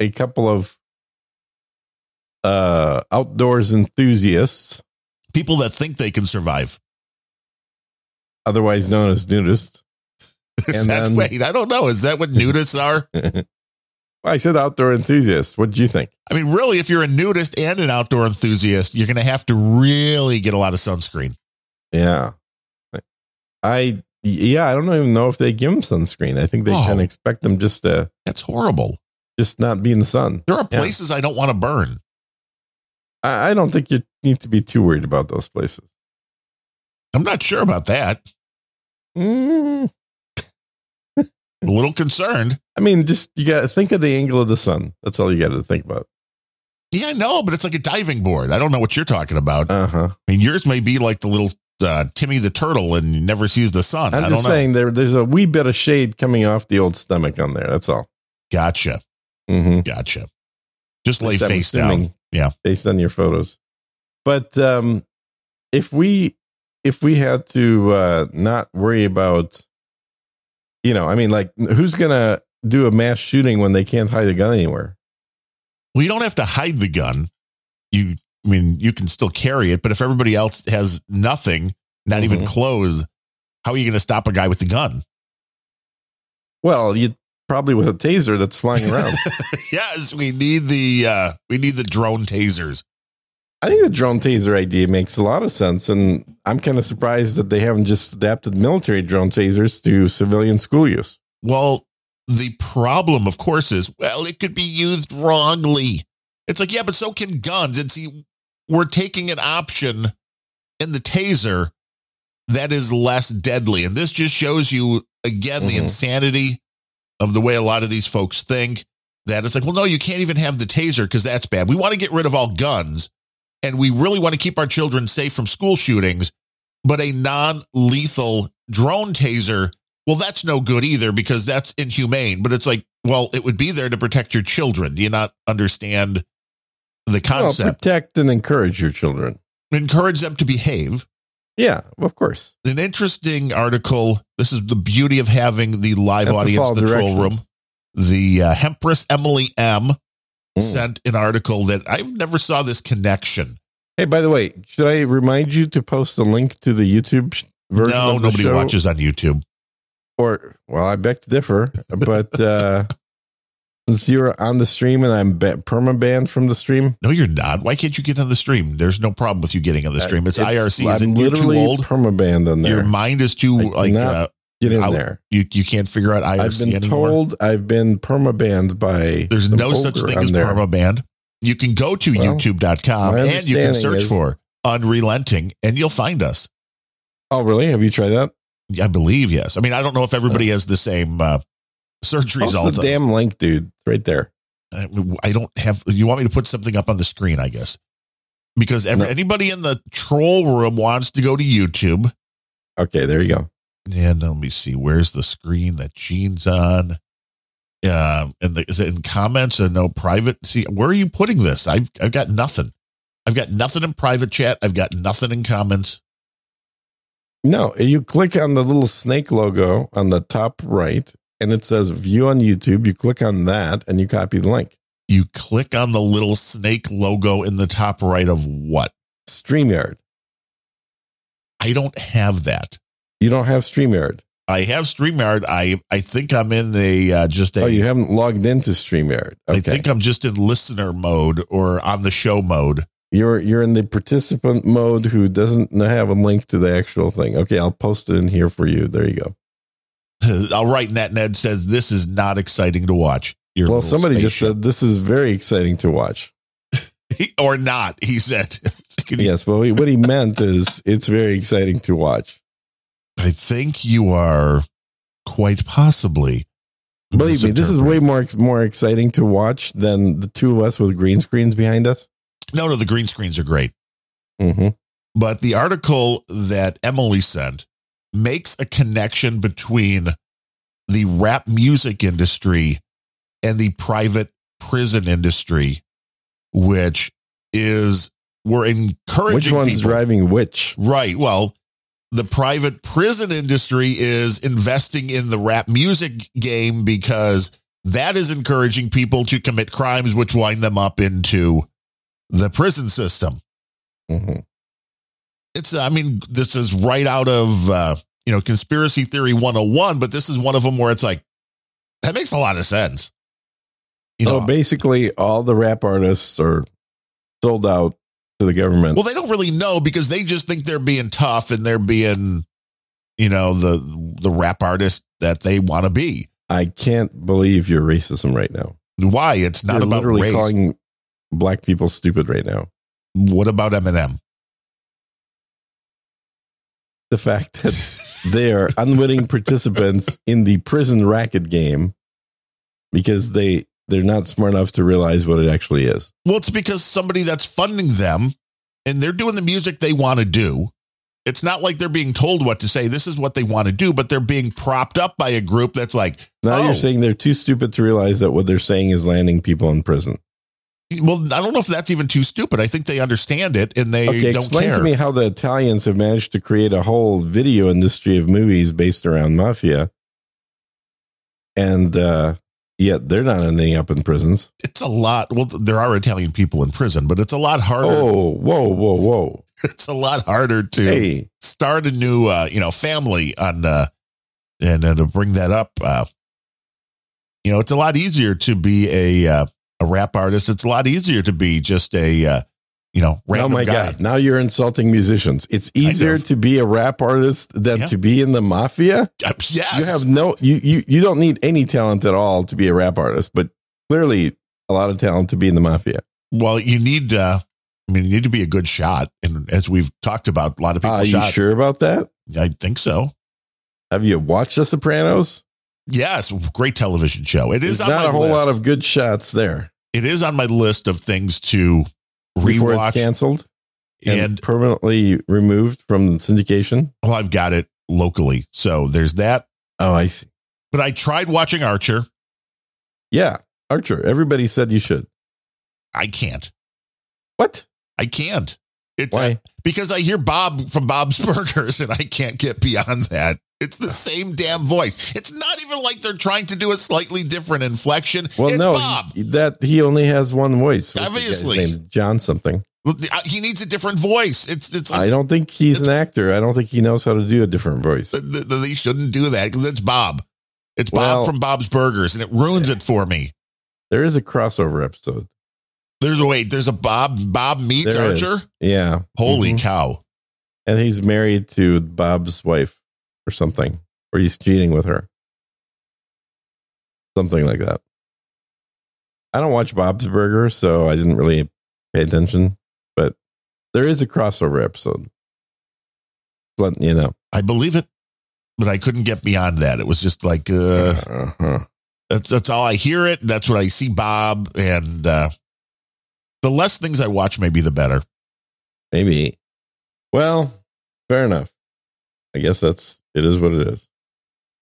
[SPEAKER 1] a couple of uh, outdoors enthusiasts,
[SPEAKER 2] People that think they can survive. <laughs>
[SPEAKER 1] otherwise known as nudists. <laughs>
[SPEAKER 2] Is
[SPEAKER 1] And
[SPEAKER 2] that,
[SPEAKER 1] then-
[SPEAKER 2] wait, I don't know. Is that what nudists are?
[SPEAKER 1] I said outdoor enthusiasts. What do you think?
[SPEAKER 2] I mean, really, if you're a nudist and an outdoor enthusiast, you're going to have to really get a lot of sunscreen.
[SPEAKER 1] Yeah, I yeah, I don't even know if they give them sunscreen. I think they
[SPEAKER 2] Oh.
[SPEAKER 1] can expect them just to
[SPEAKER 2] That's horrible.
[SPEAKER 1] just not be in the sun.
[SPEAKER 2] There are
[SPEAKER 1] Yeah.
[SPEAKER 2] places I don't want to burn.
[SPEAKER 1] I, I don't think you need to be too worried about those places.
[SPEAKER 2] I'm not sure about that.
[SPEAKER 1] Mm,
[SPEAKER 2] A little concerned.
[SPEAKER 1] I mean, just you got to think of the angle of the sun. That's all you got to think about.
[SPEAKER 2] Yeah, I know, but it's like a diving board. I don't know what you're talking about.
[SPEAKER 1] Uh huh.
[SPEAKER 2] I mean, yours may be like the little uh, Timmy the turtle and never sees the sun. I
[SPEAKER 1] I'm
[SPEAKER 2] don't
[SPEAKER 1] just
[SPEAKER 2] know.
[SPEAKER 1] saying there there's a wee bit of shade coming off the old stomach on there. That's all.
[SPEAKER 2] Gotcha.
[SPEAKER 1] Mm-hmm.
[SPEAKER 2] Gotcha. Just lay face down. Yeah.
[SPEAKER 1] based on your photos. But um, if we if we had to uh, not worry about, you know, I mean, like who's gonna do a mass shooting when they can't hide a gun anywhere?
[SPEAKER 2] Well, you don't have to hide the gun. You, I mean, you can still carry it, but if everybody else has nothing, not even
[SPEAKER 1] Mhm.
[SPEAKER 2] clothes, how are you going to stop a guy with the gun?
[SPEAKER 1] Well, you probably with a taser that's flying around.
[SPEAKER 2] yes, we need the uh we need the drone tasers.
[SPEAKER 1] I think the drone taser idea makes a lot of sense, and I'm kind of surprised that they haven't just adapted military drone tasers to civilian school use.
[SPEAKER 2] Well, the problem, of course, is well, it could be used wrongly. It's like, yeah, but so can guns. And see, we're taking an option in the taser that is less deadly. And this just shows you, again, the
[SPEAKER 1] Mhm.
[SPEAKER 2] insanity of the way a lot of these folks think that it's like, well, no, you can't even have the taser because that's bad. We want to get rid of all guns and we really want to keep our children safe from school shootings, but a non lethal drone taser well, that's no good either because that's inhumane. But it's like, well, it would be there to protect your children. Do you not understand the
[SPEAKER 1] Well,
[SPEAKER 2] concept?
[SPEAKER 1] protect and encourage your children.
[SPEAKER 2] Encourage them to behave.
[SPEAKER 1] Yeah, of course.
[SPEAKER 2] An interesting article. This is the beauty of having the live
[SPEAKER 1] Have to
[SPEAKER 2] audience,
[SPEAKER 1] follow
[SPEAKER 2] the troll room.
[SPEAKER 1] directions.
[SPEAKER 2] The uh, hempress Emily M
[SPEAKER 1] Mm.
[SPEAKER 2] sent an article that I've never saw this connection.
[SPEAKER 1] Hey, by the way, should I remind you to post a link to the YouTube sh- version?
[SPEAKER 2] No,
[SPEAKER 1] of the
[SPEAKER 2] nobody
[SPEAKER 1] show?
[SPEAKER 2] watches on YouTube.
[SPEAKER 1] Or well, I beg to differ, but uh, <laughs> since you're on the stream and I'm ba- perma banned from the stream,
[SPEAKER 2] No, you're not. Why can't you get on the stream? There's no problem with you getting on the stream. It's, IRC. Is
[SPEAKER 1] Uh, I'm
[SPEAKER 2] it, you're too
[SPEAKER 1] literally
[SPEAKER 2] old.
[SPEAKER 1] perma banned on there.
[SPEAKER 2] Your mind is too
[SPEAKER 1] I do
[SPEAKER 2] like
[SPEAKER 1] not
[SPEAKER 2] uh,
[SPEAKER 1] Get in
[SPEAKER 2] out-
[SPEAKER 1] there.
[SPEAKER 2] you you can't figure out IRC
[SPEAKER 1] I've been
[SPEAKER 2] anymore.
[SPEAKER 1] told I've been perma banned by.
[SPEAKER 2] There's
[SPEAKER 1] some
[SPEAKER 2] no such
[SPEAKER 1] ogre
[SPEAKER 2] thing
[SPEAKER 1] on
[SPEAKER 2] as
[SPEAKER 1] there.
[SPEAKER 2] permaband. You can go to
[SPEAKER 1] Well,
[SPEAKER 2] youtube.com
[SPEAKER 1] my
[SPEAKER 2] and you can
[SPEAKER 1] understanding
[SPEAKER 2] search
[SPEAKER 1] is-
[SPEAKER 2] for unrelenting and you'll find us.
[SPEAKER 1] Oh, really? Have you tried that?
[SPEAKER 2] I believe yes. I mean, I don't know if everybody has the same uh, search
[SPEAKER 1] Post
[SPEAKER 2] results.
[SPEAKER 1] the damn link, dude. It's right there.
[SPEAKER 2] I, I don't have you want me to put something up on the screen, I guess. Because every,
[SPEAKER 1] No.
[SPEAKER 2] anybody in the troll room wants to go to YouTube.
[SPEAKER 1] Okay, there you go.
[SPEAKER 2] And let me see, where's the screen that Gene's on? Um, and the, is it in comments or no private? See, where are you putting this? I've I've got nothing. I've got nothing in private chat. I've got nothing in comments.
[SPEAKER 1] No, you click on the little snake logo on the top right, and it says view on YouTube. You click on that and you copy the link.
[SPEAKER 2] You click on the little snake logo in the top right of what?
[SPEAKER 1] StreamYard.
[SPEAKER 2] I don't have that.
[SPEAKER 1] You don't have StreamYard.
[SPEAKER 2] I have StreamYard. I I think I'm in the uh, just a.
[SPEAKER 1] Oh, you haven't logged into StreamYard.
[SPEAKER 2] I
[SPEAKER 1] Okay.
[SPEAKER 2] think I'm just in listener mode or on the show mode. <laughs>
[SPEAKER 1] you're you're in the participant mode who doesn't have a link to the actual thing. Okay, I'll post it in here for you. There you go.
[SPEAKER 2] All right, NatNed says this is not exciting to watch. Your
[SPEAKER 1] well,
[SPEAKER 2] little
[SPEAKER 1] somebody just
[SPEAKER 2] spaceship.
[SPEAKER 1] said this is very exciting to watch.
[SPEAKER 2] He- or not. He said, <laughs> Can you-
[SPEAKER 1] Yes, well, he- what he meant is it's very exciting to watch.
[SPEAKER 2] I think you are quite possibly.
[SPEAKER 1] Believe me, this is way
[SPEAKER 2] misinterpreting."
[SPEAKER 1] more more exciting to watch than the two of us with green screens behind us.
[SPEAKER 2] No, no, the green screens are great.
[SPEAKER 1] Mm-hmm.
[SPEAKER 2] But the article that Emily sent makes a connection between the rap music industry and the private prison industry, which is we're encouraging
[SPEAKER 1] Which one's
[SPEAKER 2] people-
[SPEAKER 1] driving which?
[SPEAKER 2] Right. Well, the private prison industry is investing in the rap music game because that is encouraging people to commit crimes, which wind them up into the prison system.
[SPEAKER 1] Mhm.
[SPEAKER 2] It's, I mean, this is right out of, uh, you know, conspiracy theory 101, but this is one of them where it's like, that makes a lot of sense. You know,
[SPEAKER 1] so basically, all the rap artists are sold out to the government.
[SPEAKER 2] well, they don't really know because they just think they're being tough and they're being you know, the the rap artist that they want to be.
[SPEAKER 1] I can't believe your racism right now.
[SPEAKER 2] Why? It's not
[SPEAKER 1] You're
[SPEAKER 2] about
[SPEAKER 1] literally
[SPEAKER 2] race.
[SPEAKER 1] calling black people stupid right now.
[SPEAKER 2] what about Eminem?
[SPEAKER 1] The fact that they are unwitting participants in the prison racket game because they they're not smart enough to realize what it actually is.
[SPEAKER 2] Well, it's because somebody that's funding them and they're doing the music they want to do. It's not like they're being told what to say. This is what they want to do, but they're being propped up by a group that's like,
[SPEAKER 1] Now
[SPEAKER 2] Oh.
[SPEAKER 1] you're saying they're too stupid to realize that what they're saying is landing people in prison.
[SPEAKER 2] well, I don't know if that's even too stupid. I think they understand it and they
[SPEAKER 1] Okay,
[SPEAKER 2] don't
[SPEAKER 1] explain
[SPEAKER 2] care.
[SPEAKER 1] to me how the Italians have managed to create a whole video industry of movies based around mafia, and uh, yet they're not ending up in prisons.
[SPEAKER 2] It's a lot. Well, there are Italian people in prison, but it's a lot harder.
[SPEAKER 1] Oh, whoa, whoa, whoa!
[SPEAKER 2] <laughs> It's a lot harder to
[SPEAKER 1] Hey,
[SPEAKER 2] start a new, uh, you know, family on, uh, and uh, to bring that up, uh, you know, it's a lot easier to be a uh, a rap artist. It's a lot easier to be just a, uh, you know,
[SPEAKER 1] oh
[SPEAKER 2] random
[SPEAKER 1] my
[SPEAKER 2] guy.
[SPEAKER 1] god! Now you're insulting musicians. It's
[SPEAKER 2] Kind
[SPEAKER 1] easier
[SPEAKER 2] of.
[SPEAKER 1] to be a rap artist than
[SPEAKER 2] Yeah.
[SPEAKER 1] to be in the mafia.
[SPEAKER 2] <laughs> Yes,
[SPEAKER 1] You have no you, you you don't need any talent at all to be a rap artist, but clearly a lot of talent to be in the mafia.
[SPEAKER 2] well, you need. Uh, I mean, you need to be a good shot, and as we've talked about, a lot of people
[SPEAKER 1] Are you
[SPEAKER 2] shot.
[SPEAKER 1] sure about that?
[SPEAKER 2] I think so.
[SPEAKER 1] Have you watched The Sopranos?
[SPEAKER 2] Yes, great television show. It is
[SPEAKER 1] There's
[SPEAKER 2] on
[SPEAKER 1] not
[SPEAKER 2] my
[SPEAKER 1] a whole
[SPEAKER 2] list.
[SPEAKER 1] lot of good shots there.
[SPEAKER 2] it is on my list of things to
[SPEAKER 1] Before it's
[SPEAKER 2] rewatch.
[SPEAKER 1] canceled and,
[SPEAKER 2] And
[SPEAKER 1] permanently removed from syndication.
[SPEAKER 2] well, Oh, I've got it locally, so there's that.
[SPEAKER 1] Oh, I see.
[SPEAKER 2] But I tried watching Archer.
[SPEAKER 1] Yeah, Archer. Everybody said you should.
[SPEAKER 2] I can't.
[SPEAKER 1] What?
[SPEAKER 2] I can't. It's
[SPEAKER 1] Why?
[SPEAKER 2] because I hear Bob from Bob's <laughs> Burgers, and I can't get beyond that. It's the same damn voice. It's not even like they're trying to do a slightly different inflection.
[SPEAKER 1] Well,
[SPEAKER 2] it's
[SPEAKER 1] no,
[SPEAKER 2] Bob.
[SPEAKER 1] he- that he only has one voice. What's the guy's
[SPEAKER 2] Obviously.
[SPEAKER 1] name? John something.
[SPEAKER 2] uh, He needs a different voice. It's it's like
[SPEAKER 1] I don't think he's an actor. I don't think he knows how to do a different voice.
[SPEAKER 2] th- th- they shouldn't do that because it's Bob. It's
[SPEAKER 1] Well-
[SPEAKER 2] Bob from Bob's Burgers, and it ruins it for me.
[SPEAKER 1] There is a crossover episode.
[SPEAKER 2] There's a wait. There's a Bob. Bob meets
[SPEAKER 1] There is.
[SPEAKER 2] Archer.
[SPEAKER 1] Yeah.
[SPEAKER 2] Holy
[SPEAKER 1] Mhm.
[SPEAKER 2] cow!
[SPEAKER 1] And he's married to Bob's wife or something, or he's cheating with her. Something like that. I don't watch Bob's Burger, so I didn't really pay attention, but there is a crossover episode. But, you know,
[SPEAKER 2] I believe it, but I couldn't get beyond that. It was just like uh,
[SPEAKER 1] uh-huh.
[SPEAKER 2] that's that's all I hear it. That's what I see Bob, and uh, the less things I watch, maybe the better.
[SPEAKER 1] maybe. Well, fair enough. I guess that's it is what it is.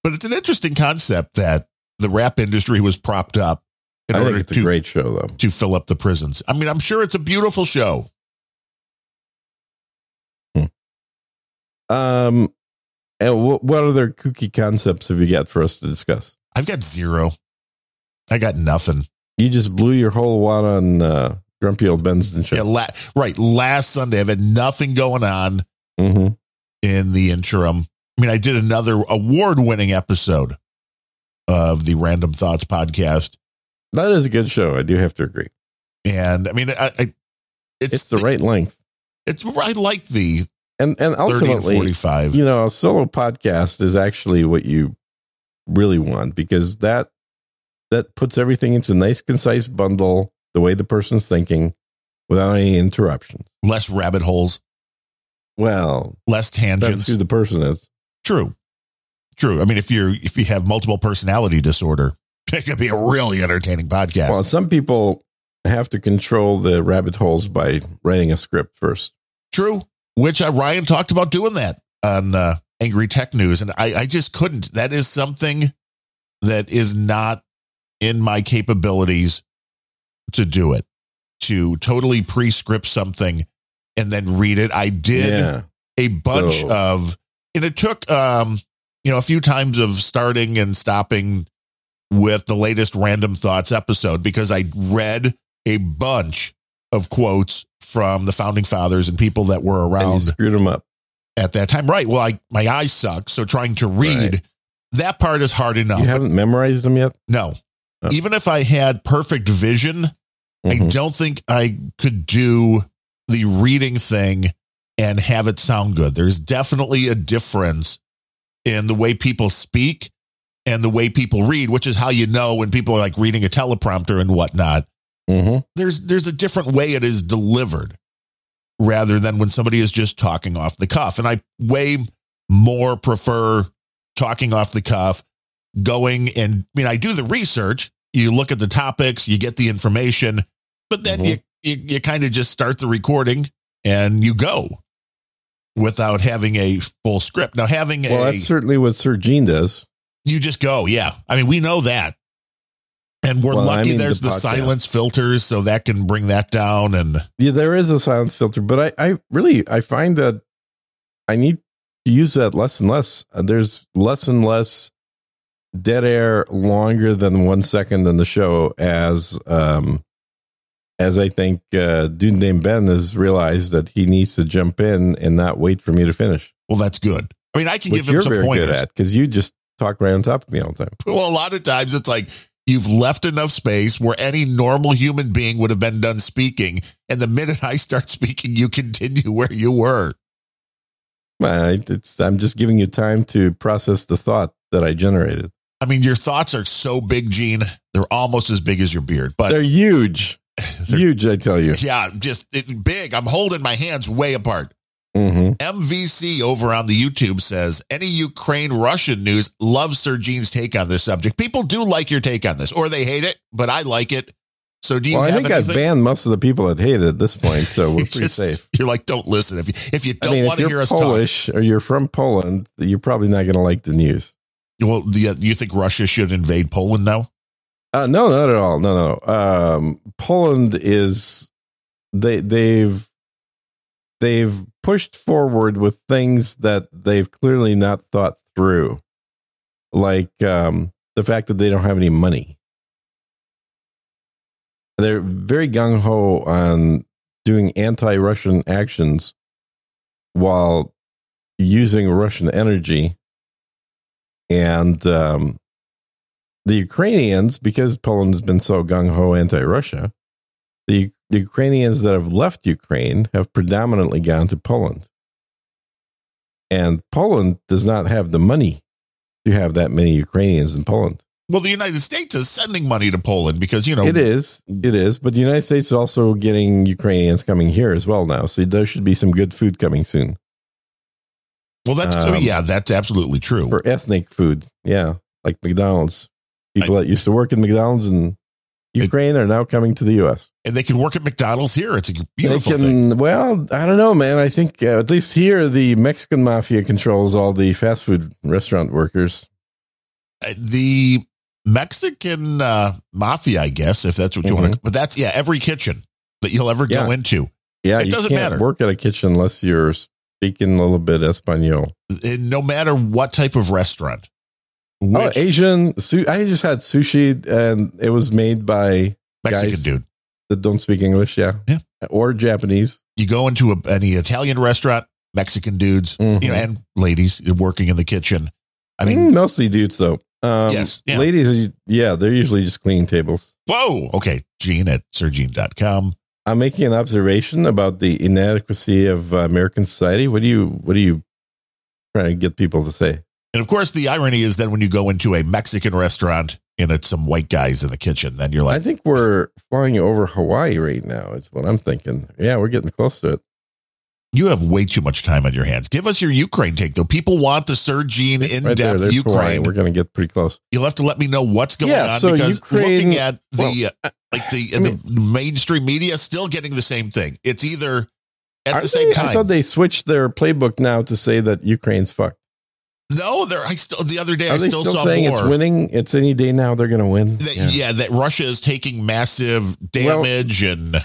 [SPEAKER 2] But it's an interesting concept that the rap industry was propped up in
[SPEAKER 1] I think
[SPEAKER 2] order
[SPEAKER 1] it's
[SPEAKER 2] to
[SPEAKER 1] a great show, though.
[SPEAKER 2] to fill up the prisons. I mean, I'm sure it's a beautiful show.
[SPEAKER 1] Um, and wh- what other kooky concepts have you got for us to discuss?
[SPEAKER 2] I've got zero. I got nothing.
[SPEAKER 1] You just blew your whole wad on uh, grumpy old Ben's and
[SPEAKER 2] Yeah, la- right. Last Sunday, I've had nothing going on
[SPEAKER 1] hmm
[SPEAKER 2] in the interim. I mean, I did another award winning episode of the Random Thoughts podcast.
[SPEAKER 1] That is a good show. I do have to agree.
[SPEAKER 2] And I mean, I, I
[SPEAKER 1] It's, the right length,
[SPEAKER 2] It's I like the
[SPEAKER 1] and and
[SPEAKER 2] 30 to
[SPEAKER 1] ultimately,
[SPEAKER 2] 45.
[SPEAKER 1] you know, a solo podcast is actually what you really want because that that puts everything into a nice, concise bundle, the way the person's thinking, without any interruptions.
[SPEAKER 2] Less rabbit holes,
[SPEAKER 1] Well,
[SPEAKER 2] less
[SPEAKER 1] that's
[SPEAKER 2] tangents.
[SPEAKER 1] who the person is.
[SPEAKER 2] True. True. I mean, if you're if you have multiple personality disorder, <laughs> it could be a really entertaining podcast.
[SPEAKER 1] Well, some people have to control the rabbit holes by writing a script first.
[SPEAKER 2] True. Which uh, Ryan talked about doing that on uh, Angry Tech News, and I, I just couldn't. That is something that is not in my capabilities to do it. To totally pre-script something and then read it. I did
[SPEAKER 1] yeah.
[SPEAKER 2] a bunch
[SPEAKER 1] So-
[SPEAKER 2] of, and it took um, you know a few times of starting and stopping with the latest Random Thoughts episode because I read a bunch of quotes from the founding fathers and people that were
[SPEAKER 1] And you
[SPEAKER 2] around
[SPEAKER 1] screwed them up.
[SPEAKER 2] at that time. Right. Well, I my eyes suck, so trying to read
[SPEAKER 1] Right.
[SPEAKER 2] that part is hard enough.
[SPEAKER 1] You haven't memorized them yet.
[SPEAKER 2] no.
[SPEAKER 1] Oh.
[SPEAKER 2] Even if I had perfect vision, I
[SPEAKER 1] Mhm.
[SPEAKER 2] don't think I could do the reading thing and have it sound good. There's definitely a difference in the way people speak and the way people read, which is how you know when people are like reading a teleprompter and whatnot.
[SPEAKER 1] Mm-hmm.
[SPEAKER 2] There's there's a different way it is delivered rather than when somebody is just talking off the cuff. And I way more prefer talking off the cuff, going and I mean I do the research, you look at the topics, you get the information, but then
[SPEAKER 1] Mhm.
[SPEAKER 2] you you, you kind of just start the recording and you go without having a full script. Now having
[SPEAKER 1] Well,
[SPEAKER 2] a
[SPEAKER 1] that's certainly what Sir Gene does.
[SPEAKER 2] you just go. Yeah. I mean, we know that. And we're
[SPEAKER 1] Well, I
[SPEAKER 2] lucky
[SPEAKER 1] mean
[SPEAKER 2] there's
[SPEAKER 1] the
[SPEAKER 2] the,
[SPEAKER 1] podcast.
[SPEAKER 2] silence filters, so that can bring that down. And
[SPEAKER 1] Yeah, there is a silence filter, but I, I really I find that I need to use that less and less. Uh, There's less and less dead air longer than one second in the show as um as I think uh dude named Ben has realized that he needs to jump in and not wait for me to finish.
[SPEAKER 2] well, that's good. I mean, I can
[SPEAKER 1] Which
[SPEAKER 2] give him
[SPEAKER 1] you're
[SPEAKER 2] some
[SPEAKER 1] very good
[SPEAKER 2] pointers.
[SPEAKER 1] at because you just talk right on top of me all the time.
[SPEAKER 2] <laughs> Well, a lot of times it's like you've left enough space where any normal human being would have been done speaking. And the minute I start <laughs> speaking, you continue where you were.
[SPEAKER 1] I, it's, I'm just giving you time to process the thought that I generated.
[SPEAKER 2] I mean, your thoughts are so big, Gene. They're almost as big as your beard, but
[SPEAKER 1] They're huge,
[SPEAKER 2] <laughs> They're-
[SPEAKER 1] huge. I tell you.
[SPEAKER 2] yeah, just it, big. I'm holding my hands way apart.
[SPEAKER 1] Mm-hmm.
[SPEAKER 2] MVC over on the YouTube says any Ukraine Russian news loves Sir Gene's take on this subject. People do like your take on this, or they hate it, but I like it. So do you
[SPEAKER 1] Well, I
[SPEAKER 2] have
[SPEAKER 1] think I've
[SPEAKER 2] anything?
[SPEAKER 1] banned most of the people that hate it at this point,
[SPEAKER 2] <laughs>
[SPEAKER 1] so we're pretty
[SPEAKER 2] Just-
[SPEAKER 1] safe.
[SPEAKER 2] You're like, don't listen if you if you
[SPEAKER 1] I
[SPEAKER 2] don't
[SPEAKER 1] mean,
[SPEAKER 2] want
[SPEAKER 1] if
[SPEAKER 2] to hear
[SPEAKER 1] you're
[SPEAKER 2] us
[SPEAKER 1] Polish or you're from Poland, you're probably not going to like the news.
[SPEAKER 2] talk. Well, the, uh, you think Russia should invade Poland now?
[SPEAKER 1] Uh, no, not at all. No, no. Um, Poland is they they've they've pushed forward with things that they've clearly not thought through, like um, the fact that they don't have any money. They're very gung ho on doing anti Russian actions while using Russian energy. And um, the Ukrainians, because Poland's been so gung ho anti Russia, the, the Ukrainians that have left Ukraine have predominantly gone to Poland. And Poland does not have the money to have that many Ukrainians in Poland.
[SPEAKER 2] Well, the United States is sending money to Poland because you know
[SPEAKER 1] It is. It is. But the United States is also getting Ukrainians coming here as well now. So there should be some good food coming soon
[SPEAKER 2] Well, that's
[SPEAKER 1] Um,
[SPEAKER 2] yeah, that's absolutely true.
[SPEAKER 1] for ethnic food. Yeah. Like McDonald's. People that used to work in McDonald's in Ukraine are now coming to the U.S.
[SPEAKER 2] and they can work at McDonald's here. It's a
[SPEAKER 1] They
[SPEAKER 2] beautiful thing.
[SPEAKER 1] can- Well, I don't know, man. I think uh, at least here the Mexican mafia controls all the fast food restaurant workers.
[SPEAKER 2] Uh, the Mexican uh, mafia, I guess, if that's what you want to. But that's yeah, every kitchen that you'll ever go
[SPEAKER 1] Mm-hmm. Yeah.
[SPEAKER 2] into.
[SPEAKER 1] Yeah,
[SPEAKER 2] It
[SPEAKER 1] you
[SPEAKER 2] doesn't
[SPEAKER 1] can't
[SPEAKER 2] matter.
[SPEAKER 1] work at a kitchen unless you're speaking a little bit Espanol.
[SPEAKER 2] And uh, no matter what type of restaurant. Which
[SPEAKER 1] oh, Asian. Su- I just had sushi, and it was made by
[SPEAKER 2] Mexican
[SPEAKER 1] guys.
[SPEAKER 2] dude.
[SPEAKER 1] that don't speak English. Yeah,
[SPEAKER 2] Yeah.
[SPEAKER 1] or Japanese.
[SPEAKER 2] You go into a, any Italian restaurant, Mexican dudes, you know,
[SPEAKER 1] Mhm.
[SPEAKER 2] and ladies working in the kitchen. I mean,
[SPEAKER 1] Mm, mostly dudes though. Um,
[SPEAKER 2] Yes, yeah.
[SPEAKER 1] ladies. are- Yeah, they're usually just cleaning tables.
[SPEAKER 2] whoa, okay, Gene at sirgene.com.
[SPEAKER 1] I'm making an observation about the inadequacy of uh, American society. What do you What are you trying to get people to say?
[SPEAKER 2] And of course, the irony is then when you go into a Mexican restaurant and it's some white guys in the kitchen, then you're
[SPEAKER 1] I
[SPEAKER 2] like,
[SPEAKER 1] think we're flying over Hawaii right now. Is what I'm thinking. Yeah, we're getting close to it.
[SPEAKER 2] You have way too much time on your hands. Give us your Ukraine take, though. People want the Sergine in
[SPEAKER 1] Right
[SPEAKER 2] depth
[SPEAKER 1] there's Hawaii.
[SPEAKER 2] Ukraine.
[SPEAKER 1] We're going to get pretty close.
[SPEAKER 2] You'll have to let me know what's going
[SPEAKER 1] Yeah,
[SPEAKER 2] on
[SPEAKER 1] so
[SPEAKER 2] because
[SPEAKER 1] Ukraine-
[SPEAKER 2] looking at the
[SPEAKER 1] well,
[SPEAKER 2] uh, like the,
[SPEAKER 1] I mean-
[SPEAKER 2] the mainstream media, still getting the same thing. It's either at
[SPEAKER 1] Aren't
[SPEAKER 2] the same
[SPEAKER 1] they- I
[SPEAKER 2] time.
[SPEAKER 1] thought they switched their playbook now to say that Ukraine's fucked.
[SPEAKER 2] no, there. I still the other day
[SPEAKER 1] Are
[SPEAKER 2] I
[SPEAKER 1] they
[SPEAKER 2] still,
[SPEAKER 1] still,
[SPEAKER 2] saw
[SPEAKER 1] saying
[SPEAKER 2] more.
[SPEAKER 1] it's winning? It's any day now. They're going to win.
[SPEAKER 2] that, yeah. that Russia is taking massive damage and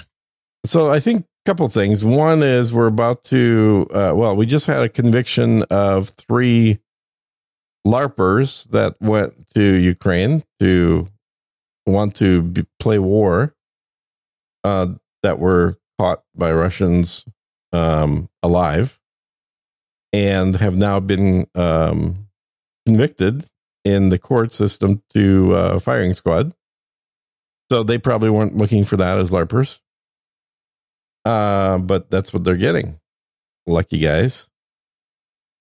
[SPEAKER 1] So I think a couple things. One is we're about to. Uh, well, we just had a conviction of three larpers that went to Ukraine to want to be, play war. Uh, that were caught by Russians um, alive and have now been um, convicted in the court system to uh, firing squad. So they probably weren't looking for that as larpers. Uh, but that's what they're getting. Lucky guys.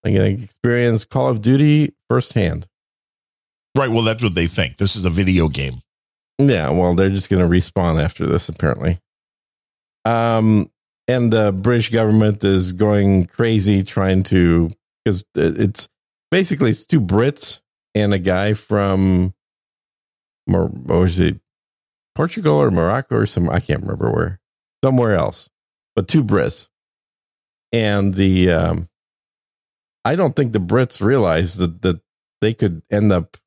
[SPEAKER 1] I'm going to experience Call of Duty firsthand.
[SPEAKER 2] Right. Well, that's what they think. This is a video game.
[SPEAKER 1] Yeah, well, they're just going to respawn after this, apparently. Um, and the British government is going crazy trying to because it's basically it's two Brits and a guy from, Mor- what was it, Portugal or Morocco or some I can't remember where, somewhere else, but two Brits, and the um, I don't think the Brits realize that that they could end up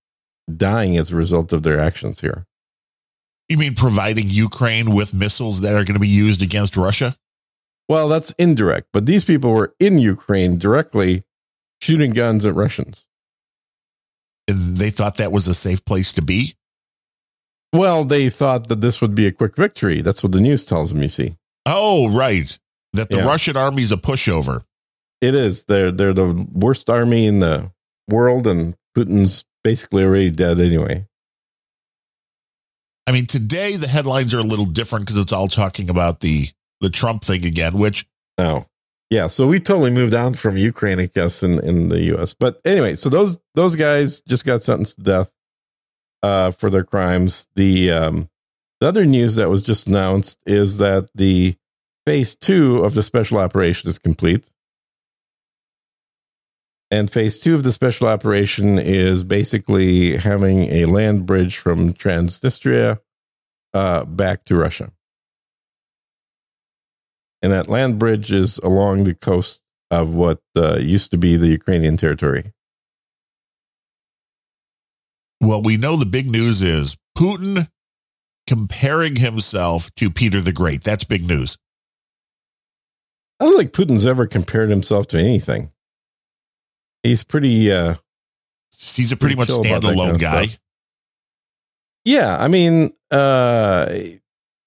[SPEAKER 1] dying as a result of their actions here.
[SPEAKER 2] You mean providing Ukraine with missiles that are going to be used against Russia?
[SPEAKER 1] Well, that's indirect, but these people were in Ukraine directly shooting guns at Russians.
[SPEAKER 2] And they thought that was a safe place to be.
[SPEAKER 1] Well, they thought that this would be a quick victory. That's what the news tells them, you see.
[SPEAKER 2] Oh, right. That the
[SPEAKER 1] Yeah.
[SPEAKER 2] Russian army's a pushover.
[SPEAKER 1] It is. They're they're the worst army in the world and Putin's basically already dead anyway.
[SPEAKER 2] I mean, today the headlines are a little different because it's all talking about the the Trump thing again, which
[SPEAKER 1] Oh. Yeah, so we totally moved on from Ukraine, I guess, in, in the US. But anyway, so those those guys just got sentenced to death uh for their crimes. The um the other news that was just announced is that the phase two of the special operation is complete. And phase two of the special operation is basically having a land bridge from Transnistria uh, back to Russia and that land bridge is along the coast of what uh, used to be the Ukrainian territory.
[SPEAKER 2] well, we know the big news is Putin comparing himself to Peter the Great. That's big news.
[SPEAKER 1] I don't think Putin's ever compared himself to anything. He's pretty, uh,
[SPEAKER 2] He's a pretty much
[SPEAKER 1] Pretty chill about that
[SPEAKER 2] standalone
[SPEAKER 1] kind of
[SPEAKER 2] guy.
[SPEAKER 1] stuff. yeah. I mean, uh,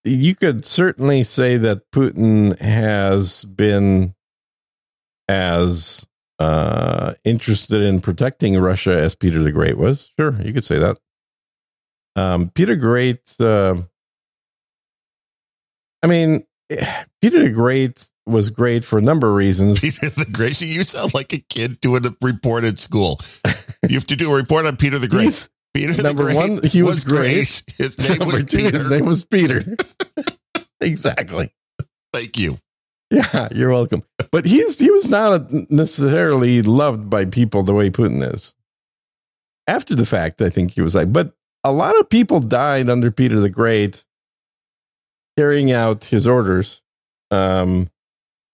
[SPEAKER 1] you could certainly say that Putin has been as uh, interested in protecting Russia as Peter the Great was. Sure, you could say that. Um, Peter Great, uh, I mean, <sighs> Peter the Great was great for a number of reasons.
[SPEAKER 2] <laughs> Peter the Great. <laughs> You sound like a kid doing a report at school. You have to do a report on Peter the Great.
[SPEAKER 1] He's-
[SPEAKER 2] Peter the
[SPEAKER 1] number
[SPEAKER 2] Great
[SPEAKER 1] one, he was great. <laughs>
[SPEAKER 2] His name was
[SPEAKER 1] number two,
[SPEAKER 2] Peter.
[SPEAKER 1] his name was Peter.
[SPEAKER 2] <laughs>
[SPEAKER 1] exactly.
[SPEAKER 2] Thank you.
[SPEAKER 1] Yeah, you're welcome. But he's he was not necessarily loved by people the way Putin is. After the fact, I think he was like, but a lot of people died under Peter the Great carrying out his orders. Um,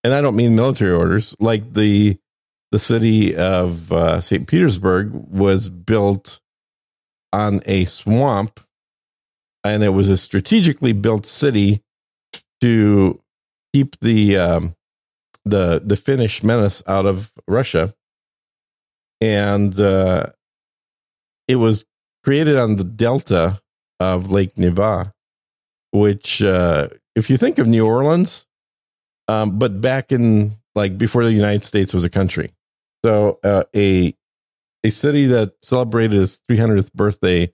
[SPEAKER 1] and I don't mean military orders. Like the the city of uh, St. Petersburg was built on a swamp, and it was a strategically built city to keep the um, the the Finnish menace out of Russia, and uh, it was created on the delta of Lake Neva, which, uh, if you think of New Orleans, um, but back in like before the United States was a country, so uh, a a city that celebrated its 300th birthday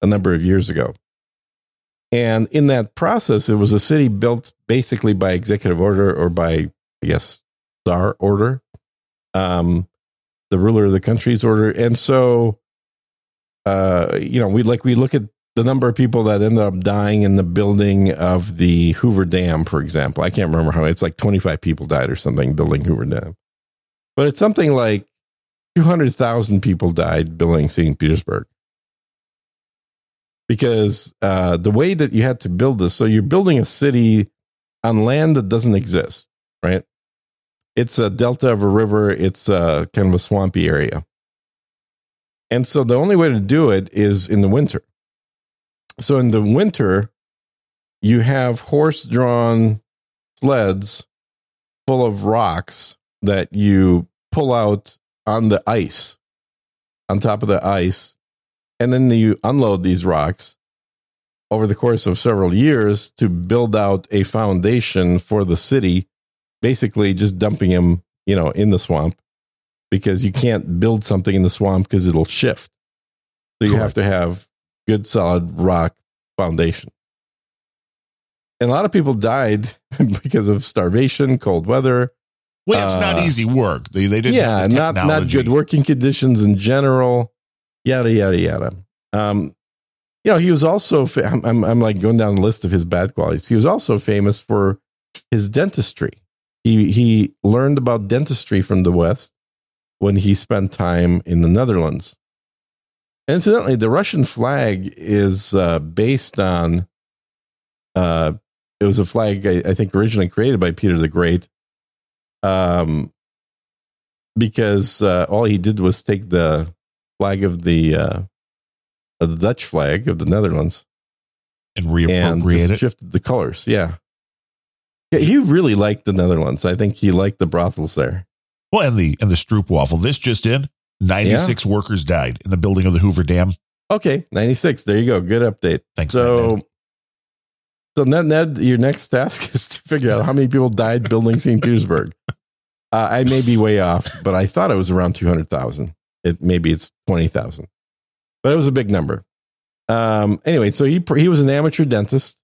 [SPEAKER 1] a number of years ago. And in that process, it was a city built basically by executive order or by, I guess, Tsar order, um, the ruler of the country's order. And so, uh, you know, we like we look at the number of people that ended up dying in the building of the Hoover Dam, for example. I can't remember how many. It's like 25 people died or something building Hoover Dam. But it's something like 200,000 people died building St. Petersburg because uh, the way that you had to build this, so you're building a city on land that doesn't exist, right? It's a delta of a river. It's uh kind of a swampy area, and so the only way to do it is in the winter. So in the winter, you have horse-drawn sleds full of rocks that you pull out on the ice, on top of the ice, and then you unload these rocks over the course of several years to build out a foundation for the city basically just dumping them you know in the swamp because you can't build something in the swamp because it'll shift so you have to have good solid rock foundation <laughs> and a lot of people died because of starvation cold weather
[SPEAKER 2] Well, it's not
[SPEAKER 1] Uh,
[SPEAKER 2] easy work. They they didn't.
[SPEAKER 1] yeah,
[SPEAKER 2] have the
[SPEAKER 1] not not
[SPEAKER 2] technology.
[SPEAKER 1] good working conditions in general. Yada yada yada. Um, you know, he was also. Fa- I'm, I'm I'm like going down the list of his bad qualities. He was also famous for his dentistry. He he learned about dentistry from the West when he spent time in the Netherlands. Incidentally, the Russian flag is uh, based on. Uh, it was a flag I, I think originally created by Peter the Great. Um, because uh, all he did was take the flag of the uh, of the Dutch flag of the Netherlands
[SPEAKER 2] and
[SPEAKER 1] and
[SPEAKER 2] reappropriate
[SPEAKER 1] just
[SPEAKER 2] it.
[SPEAKER 1] shifted the colors. Yeah. Yeah, he really liked the Netherlands. I think he liked the brothels there.
[SPEAKER 2] Well, and the and the Stroop waffle. This just in: ninety six workers died in the building of the Hoover Dam.
[SPEAKER 1] Okay, ninety six. There you go. Good update.
[SPEAKER 2] Thanks, Ned,
[SPEAKER 1] so, so Ned, Ned, your next task <laughs> is to figure out how many people died building St. Petersburg. Uh, I may be way off, but I thought it was around two hundred thousand. It maybe it's twenty thousand, but it was a big number. Um, anyway, so he pr- he was an amateur dentist.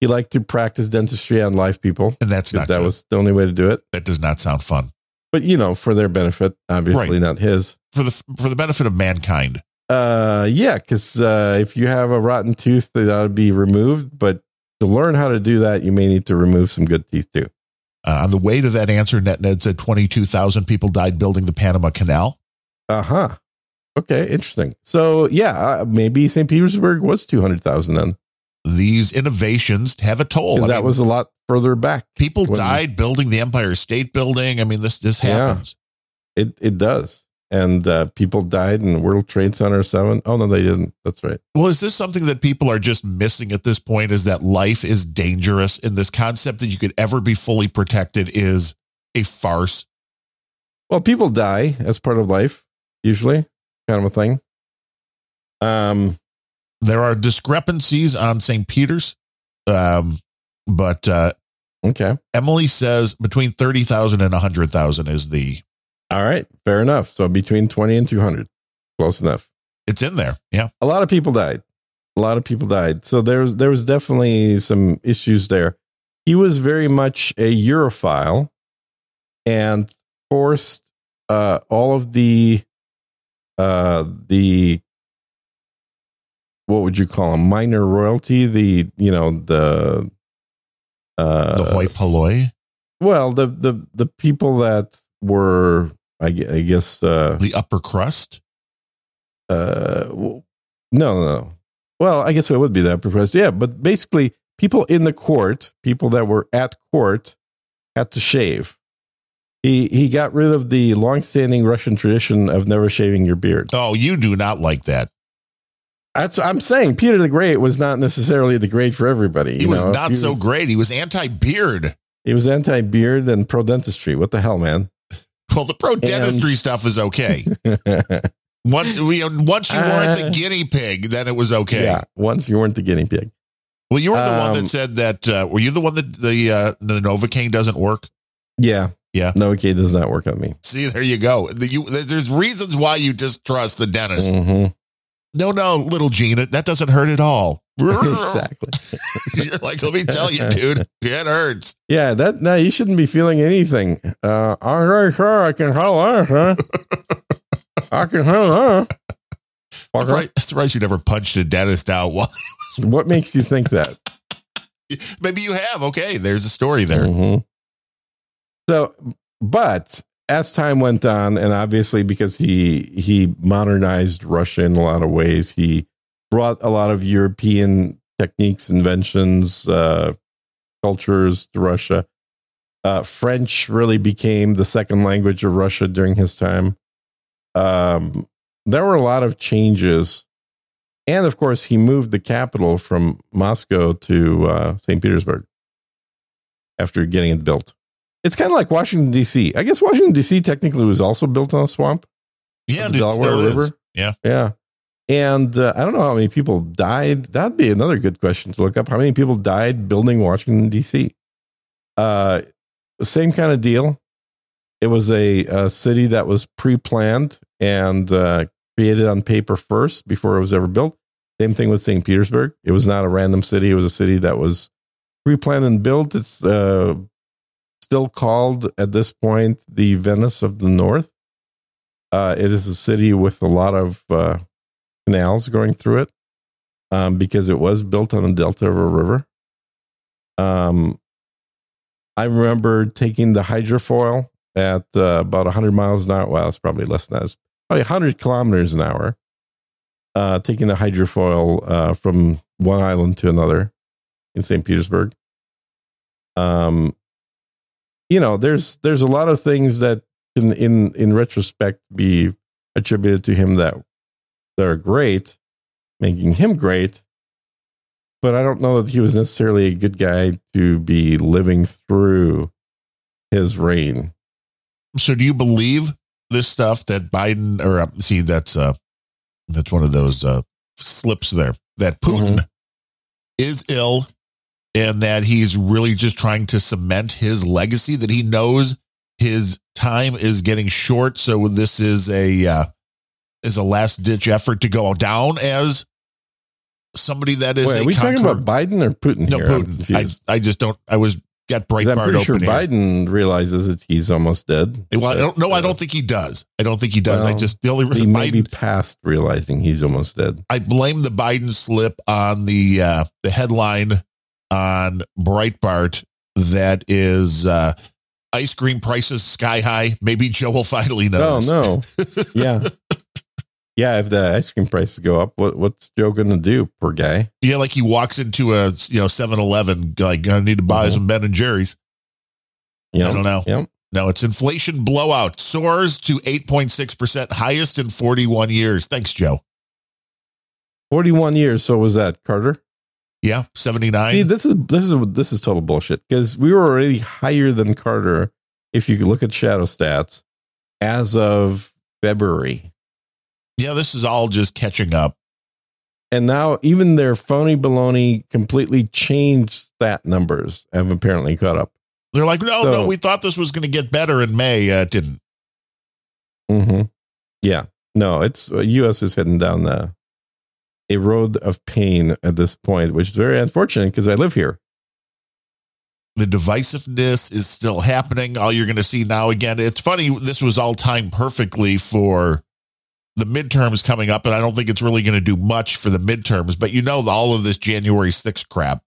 [SPEAKER 1] He liked to practice dentistry on live people
[SPEAKER 2] and that's
[SPEAKER 1] because
[SPEAKER 2] not
[SPEAKER 1] that
[SPEAKER 2] good.
[SPEAKER 1] was the only way to do it.
[SPEAKER 2] that does not sound fun
[SPEAKER 1] But you know, for their benefit, obviously not his.
[SPEAKER 2] for the for the benefit of mankind.
[SPEAKER 1] Uh, yeah, because uh, if you have a rotten tooth, that ought to be removed. But to learn how to do that, you may need to remove some good teeth too.
[SPEAKER 2] Uh, on the way to that answer, Net Ned said twenty two thousand people died building the Panama Canal.
[SPEAKER 1] Uh huh.
[SPEAKER 2] Uh-huh.
[SPEAKER 1] Okay, interesting. So yeah, uh, maybe St. Petersburg was two hundred thousand then,
[SPEAKER 2] These innovations have a toll.
[SPEAKER 1] 'cause
[SPEAKER 2] Oh, I
[SPEAKER 1] that
[SPEAKER 2] mean,
[SPEAKER 1] was a lot further back.
[SPEAKER 2] people
[SPEAKER 1] when-
[SPEAKER 2] died building the Empire State Building. I mean, this this
[SPEAKER 1] Yeah.
[SPEAKER 2] happens.
[SPEAKER 1] It it does, and uh, people died in World Trade Center seven. Oh no, they didn't. That's right.
[SPEAKER 2] Well, is this something that people are just missing at this point? Is that life is dangerous, and this concept that you could ever be fully protected is a farce?
[SPEAKER 1] Well, people die as part of life, usually, kind of a thing. Um.
[SPEAKER 2] There are discrepancies on St. Peter's, um, but uh,
[SPEAKER 1] Okay.
[SPEAKER 2] Emily says between thirty thousand and hundred thousand is the
[SPEAKER 1] All right. Fair enough. So between twenty and two hundred, close enough.
[SPEAKER 2] it's in there. Yeah,
[SPEAKER 1] a lot of people died. A lot of people died. So there was there was definitely some issues there. He was very much a Europhile and forced uh, all of the uh, the what would you call them minor royalty the you know the uh,
[SPEAKER 2] the hoi polloi,
[SPEAKER 1] well the the the people that were I, gue- I guess uh,
[SPEAKER 2] the upper crust.
[SPEAKER 1] uh, w- no, no, no. Well, I guess it would be that professor. Yeah, but basically, people in the court, people that were at court, had to shave. He he got rid of the longstanding Russian tradition of never shaving your beard.
[SPEAKER 2] Oh, you do not like that.
[SPEAKER 1] That's I'm saying. Peter the Great was not necessarily the great for everybody.
[SPEAKER 2] He
[SPEAKER 1] you
[SPEAKER 2] was
[SPEAKER 1] know? If
[SPEAKER 2] not
[SPEAKER 1] you-
[SPEAKER 2] so great. He was anti-beard.
[SPEAKER 1] He was anti-beard and pro-dentistry. What the hell, man? <laughs>
[SPEAKER 2] Well, the pro dentistry stuff is okay. Once we once you weren't the
[SPEAKER 1] Uh,
[SPEAKER 2] guinea pig, then it was okay.
[SPEAKER 1] Yeah. Once you weren't the guinea pig.
[SPEAKER 2] Well, you were the one that
[SPEAKER 1] Um,
[SPEAKER 2] said that. Uh, were you the one that the uh, the novocaine doesn't work?
[SPEAKER 1] Yeah.
[SPEAKER 2] Yeah.
[SPEAKER 1] No, okay, does not work on me.
[SPEAKER 2] See, there you go. The, you, there's reasons why you distrust the dentist.
[SPEAKER 1] Mhm.
[SPEAKER 2] No, no, little Gina, that doesn't hurt at
[SPEAKER 1] <laughs>
[SPEAKER 2] all.
[SPEAKER 1] exactly.
[SPEAKER 2] You're like, <laughs> let me tell you, dude, it hurts.
[SPEAKER 1] Yeah, that no, you shouldn't be feeling anything. Uh, all right, sure, I can holler, huh? I can holler. Fucker.
[SPEAKER 2] Surprised, surprised you never punched a dentist out. <laughs> Well,
[SPEAKER 1] What makes you think that?
[SPEAKER 2] maybe you have. Okay, there's a story there.
[SPEAKER 1] Mhm. So, but as time went on, and obviously because he he modernized Russia in a lot of ways, he brought a lot of European techniques, inventions, uh, cultures to Russia. Uh, French really became the second language of Russia during his time. Um, there were a lot of changes. And of course, he moved the capital from Moscow to uh, St. Petersburg after getting it built. It's kind of like Washington D.C. I guess Washington D.C. technically was also built on a swamp.
[SPEAKER 2] Yeah,
[SPEAKER 1] The
[SPEAKER 2] dude,
[SPEAKER 1] Delaware
[SPEAKER 2] still is.
[SPEAKER 1] River?
[SPEAKER 2] Yeah,
[SPEAKER 1] Yeah, and uh, I don't know how many people died. That'd be another good question to look up. How many people died building Washington D.C. Uh, same kind of deal. It was a, a city that was pre-planned and uh, created on paper first before it was ever built. Same thing with St. Petersburg. It was not a random city. It was a city that was pre-planned and built. It's uh, still called at this point the Venice of the North. Uh, it is a city with a lot of uh, canals going through it um, because it was built on the delta of a river. Um, I remember taking the hydrofoil at uh, about 100 miles an hour. Well, it's probably less than that. It's probably 100 kilometers an hour, uh, taking the hydrofoil uh, from one island to another in St. Petersburg. Um, you know, there's there's a lot of things that can, in in retrospect, be attributed to him that that are great, making him great. But I don't know that he was necessarily a good guy to be living through his reign.
[SPEAKER 2] So do you believe this stuff that Biden or uh, see that's uh that's one of those uh slips there that Putin
[SPEAKER 1] Mm-hmm.
[SPEAKER 2] is ill and that he's really just trying to cement his legacy that he knows his time is getting short so this is a uh is a last ditch effort to go down as somebody that is
[SPEAKER 1] Wait,
[SPEAKER 2] a
[SPEAKER 1] are we talking
[SPEAKER 2] conqueror.
[SPEAKER 1] about Biden or Putin
[SPEAKER 2] no
[SPEAKER 1] here? I'm
[SPEAKER 2] Putin
[SPEAKER 1] confused.
[SPEAKER 2] I, I just don't I was got Breitbart
[SPEAKER 1] 'Cause I'm pretty sure
[SPEAKER 2] open here.
[SPEAKER 1] Biden realizes that he's almost dead.
[SPEAKER 2] Well, I
[SPEAKER 1] That,
[SPEAKER 2] don't, no, I
[SPEAKER 1] uh,
[SPEAKER 2] don't think he does. I don't think he does. I
[SPEAKER 1] Well,
[SPEAKER 2] just the only
[SPEAKER 1] He
[SPEAKER 2] reason
[SPEAKER 1] may be
[SPEAKER 2] Biden,
[SPEAKER 1] past realizing he's almost dead.
[SPEAKER 2] I blame the Biden slip on the uh, the headline on Breitbart that is uh, ice cream prices sky high. Maybe Joe will <laughs> finally
[SPEAKER 1] Oh, No,
[SPEAKER 2] notice.
[SPEAKER 1] no,
[SPEAKER 2] <laughs>
[SPEAKER 1] yeah, yeah. If the ice cream prices go up, what what's Joe going to do, poor guy?
[SPEAKER 2] yeah, like he walks into a you know Seven Eleven, like I need to buy
[SPEAKER 1] Mhm.
[SPEAKER 2] some Ben and Jerry's.
[SPEAKER 1] You know?
[SPEAKER 2] I don't know.
[SPEAKER 1] Yep.
[SPEAKER 2] No, it's inflation blowout soars to eight point six percent, highest in forty one years. Thanks, Joe.
[SPEAKER 1] Forty-one years. So was that Carter?
[SPEAKER 2] Yeah, seventy
[SPEAKER 1] See,
[SPEAKER 2] nine.
[SPEAKER 1] this is this is this is total bullshit because we were already higher than Carter. If you look at shadow stats, as of February,
[SPEAKER 2] Yeah, this is all just catching up.
[SPEAKER 1] and now even their phony baloney completely changed stat numbers have apparently caught up.
[SPEAKER 2] They're like, no,
[SPEAKER 1] So-
[SPEAKER 2] no, we thought this was going to get better in May. Uh, it didn't.
[SPEAKER 1] Mm-hmm. Yeah, no, it's uh, U.S. is heading down the a road of pain at this point, which is very unfortunate because I live here.
[SPEAKER 2] The divisiveness is still happening. All you're going to see now again. It's funny. This was all timed perfectly for the midterms coming up, and I don't think it's really going to do much for the midterms. But you know, all of this January 6th crap.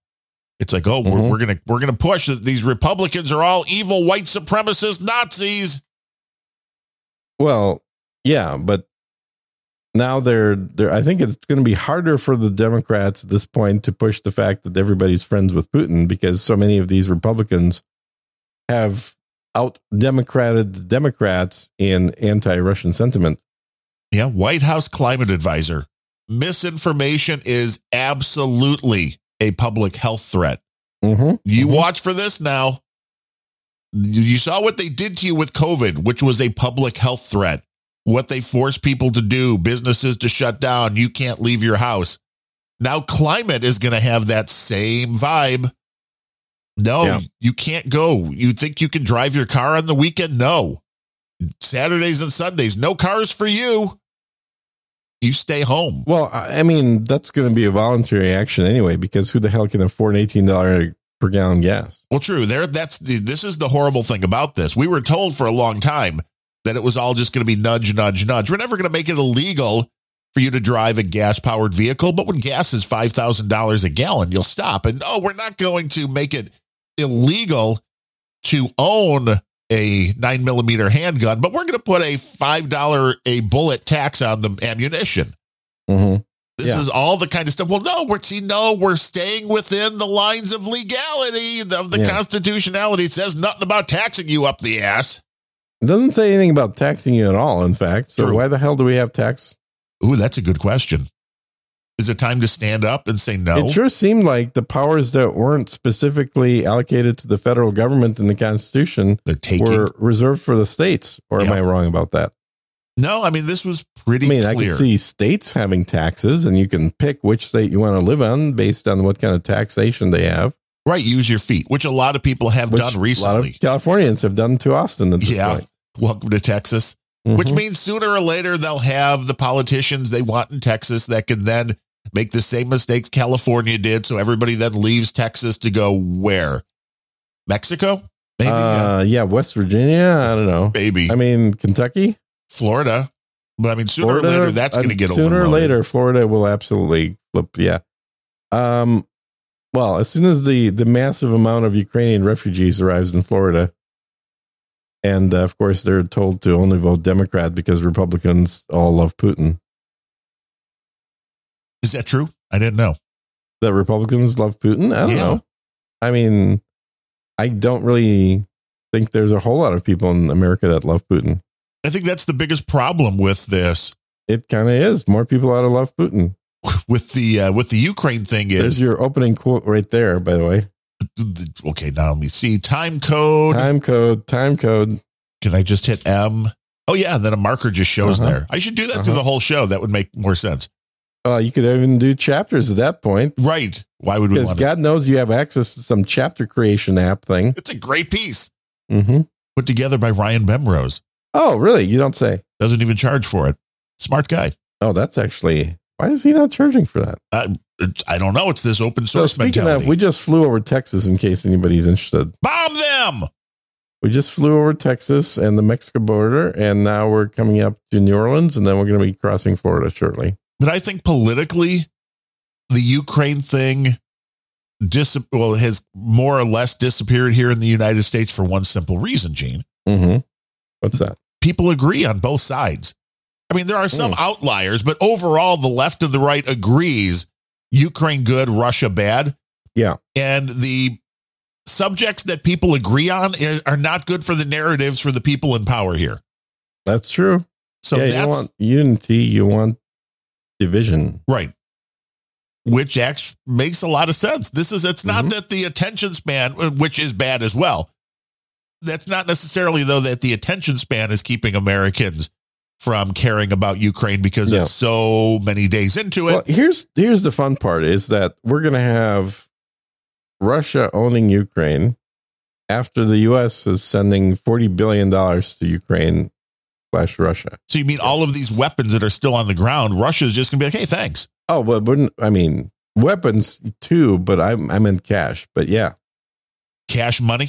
[SPEAKER 2] It's like, oh,
[SPEAKER 1] Mhm.
[SPEAKER 2] we're, we're gonna we're gonna push that these Republicans are all evil white supremacist Nazis.
[SPEAKER 1] Well, yeah, but now they're they're. I think it's going to be harder for the Democrats at this point to push the fact that everybody's friends with Putin because so many of these Republicans have out democrated the Democrats in anti-Russian sentiment.
[SPEAKER 2] Yeah, White House climate advisor. Misinformation is absolutely a public health threat.
[SPEAKER 1] Mm-hmm.
[SPEAKER 2] You watch for this now. You you saw what they did to you with COVID, which was a public health threat. What they forced people to do, businesses to shut down, you can't leave your house. Now climate is going to have that same vibe. No,
[SPEAKER 1] Yeah.
[SPEAKER 2] you can't go. You think you can drive your car on the weekend? No. Saturdays and Sundays, no cars for you. You stay home.
[SPEAKER 1] Well, I I mean, that's going to be a voluntary action anyway, because who the hell can afford an eighteen dollar per gallon gas?
[SPEAKER 2] Well, true. There, that's the. This is the horrible thing about this. We were told for a long time that it was all just going to be nudge, nudge, nudge. We're never going to make it illegal for you to drive a gas-powered vehicle, but when gas is five thousand dollars a gallon, you'll stop. And no, we're not going to make it illegal to own a nine millimeter handgun, but we're going to put a five dollar a bullet tax on the ammunition.
[SPEAKER 1] Mm-hmm.
[SPEAKER 2] This
[SPEAKER 1] Yeah.
[SPEAKER 2] is all the kind of stuff. Well, no, we're see, no, we're staying within the lines of legality. The, the
[SPEAKER 1] Yeah.
[SPEAKER 2] constitutionality It says nothing about taxing you up the ass.
[SPEAKER 1] It doesn't say anything about taxing you at all. In fact, so
[SPEAKER 2] True.
[SPEAKER 1] why the hell do we have tax?
[SPEAKER 2] Ooh, that's a good question. Is it time to stand up and say no?
[SPEAKER 1] It sure seemed like the powers that weren't specifically allocated to the federal government in the Constitution
[SPEAKER 2] They're taking.
[SPEAKER 1] were reserved for the states. Or am
[SPEAKER 2] Yeah.
[SPEAKER 1] I wrong about that?
[SPEAKER 2] no, I mean this was pretty
[SPEAKER 1] I mean, I
[SPEAKER 2] clear.
[SPEAKER 1] can see states having taxes, and you can pick which state you want to live on based on what kind of taxation they have.
[SPEAKER 2] right, use your feet, which a lot of people have
[SPEAKER 1] which
[SPEAKER 2] done
[SPEAKER 1] A lot
[SPEAKER 2] recently.
[SPEAKER 1] of Californians have done to Austin at this
[SPEAKER 2] Yeah.
[SPEAKER 1] point.
[SPEAKER 2] Welcome to Texas. which
[SPEAKER 1] Mhm.
[SPEAKER 2] means sooner or later they'll have the politicians they want in Texas that can then make the same mistakes California did. So everybody then leaves Texas to go where? Mexico? Maybe uh,
[SPEAKER 1] uh, yeah, West Virginia. I don't know.
[SPEAKER 2] maybe
[SPEAKER 1] I mean, Kentucky,
[SPEAKER 2] Florida. But I mean, sooner or later, that's
[SPEAKER 1] uh,
[SPEAKER 2] going to get
[SPEAKER 1] sooner or
[SPEAKER 2] overloaded.
[SPEAKER 1] later. Florida will absolutely flip. Yeah. Um. Well, as soon as the the massive amount of Ukrainian refugees arrives in Florida, and uh, of course they're told to only vote Democrat because Republicans all love Putin.
[SPEAKER 2] Is that true? I didn't know.
[SPEAKER 1] That Republicans love Putin. I don't
[SPEAKER 2] Yeah.
[SPEAKER 1] know. I mean, I don't really think there's a whole lot of people in America that love Putin.
[SPEAKER 2] I think that's the biggest problem with this,
[SPEAKER 1] It kind of is. More people ought to love Putin.
[SPEAKER 2] with the uh, with the Ukraine thing
[SPEAKER 1] There's
[SPEAKER 2] is
[SPEAKER 1] your opening quote right there, by the way.
[SPEAKER 2] okay. Now let me see time code.
[SPEAKER 1] Time code, time code.
[SPEAKER 2] Can I just hit M? Oh yeah, and then a marker just shows
[SPEAKER 1] Uh-huh.
[SPEAKER 2] there. I should do that through
[SPEAKER 1] Uh-huh.
[SPEAKER 2] the whole show. That would make more sense,
[SPEAKER 1] Uh, you could even do chapters at that point
[SPEAKER 2] right? Why would we
[SPEAKER 1] because
[SPEAKER 2] want to?
[SPEAKER 1] God knows you have access to some chapter creation app thing.
[SPEAKER 2] It's a great piece
[SPEAKER 1] hmm
[SPEAKER 2] put together by Ryan Bemrose.
[SPEAKER 1] Oh, really? You don't say.
[SPEAKER 2] Doesn't even charge for it. Smart guy.
[SPEAKER 1] Oh, that's actually. Why is he not charging for that?
[SPEAKER 2] Uh, It's- I don't know. It's this open
[SPEAKER 1] So
[SPEAKER 2] source
[SPEAKER 1] speaking
[SPEAKER 2] mentality.
[SPEAKER 1] of, we just flew over Texas in case anybody's interested.
[SPEAKER 2] Bomb them.
[SPEAKER 1] We just flew over Texas and the Mexico border, and now we're coming up to New Orleans, and then we're going to be crossing Florida shortly.
[SPEAKER 2] But I think politically, the Ukraine thing dis- well has more or less disappeared here in the United States for one simple reason, Gene.
[SPEAKER 1] Mm-hmm. What's that?
[SPEAKER 2] People agree on both sides. I mean, there are some
[SPEAKER 1] Mm.
[SPEAKER 2] outliers, but overall, the left and the right agrees Ukraine good, Russia bad.
[SPEAKER 1] Yeah.
[SPEAKER 2] And the subjects that people agree on i- are not good for the narratives for the people in power here.
[SPEAKER 1] That's true.
[SPEAKER 2] So
[SPEAKER 1] yeah, you
[SPEAKER 2] that's
[SPEAKER 1] want unity, you want division.
[SPEAKER 2] Right. Which actually makes a lot of sense. This is, it's not
[SPEAKER 1] Mhm.
[SPEAKER 2] that the attention span, uh, which is bad as well. That's not necessarily, though, that the attention span is keeping Americans from caring about Ukraine because
[SPEAKER 1] Yeah.
[SPEAKER 2] it's so many days into it.
[SPEAKER 1] Well, here's here's the fun part is that we're going to have Russia owning Ukraine after the U.S. is sending forty billion dollars to Ukraine slash Russia.
[SPEAKER 2] so you mean all of these weapons that are still on the ground, Russia's just going to be like, hey, thanks.
[SPEAKER 1] Oh, well, wouldn't I mean weapons too? But I'm I'm in cash. But yeah,
[SPEAKER 2] Cash money.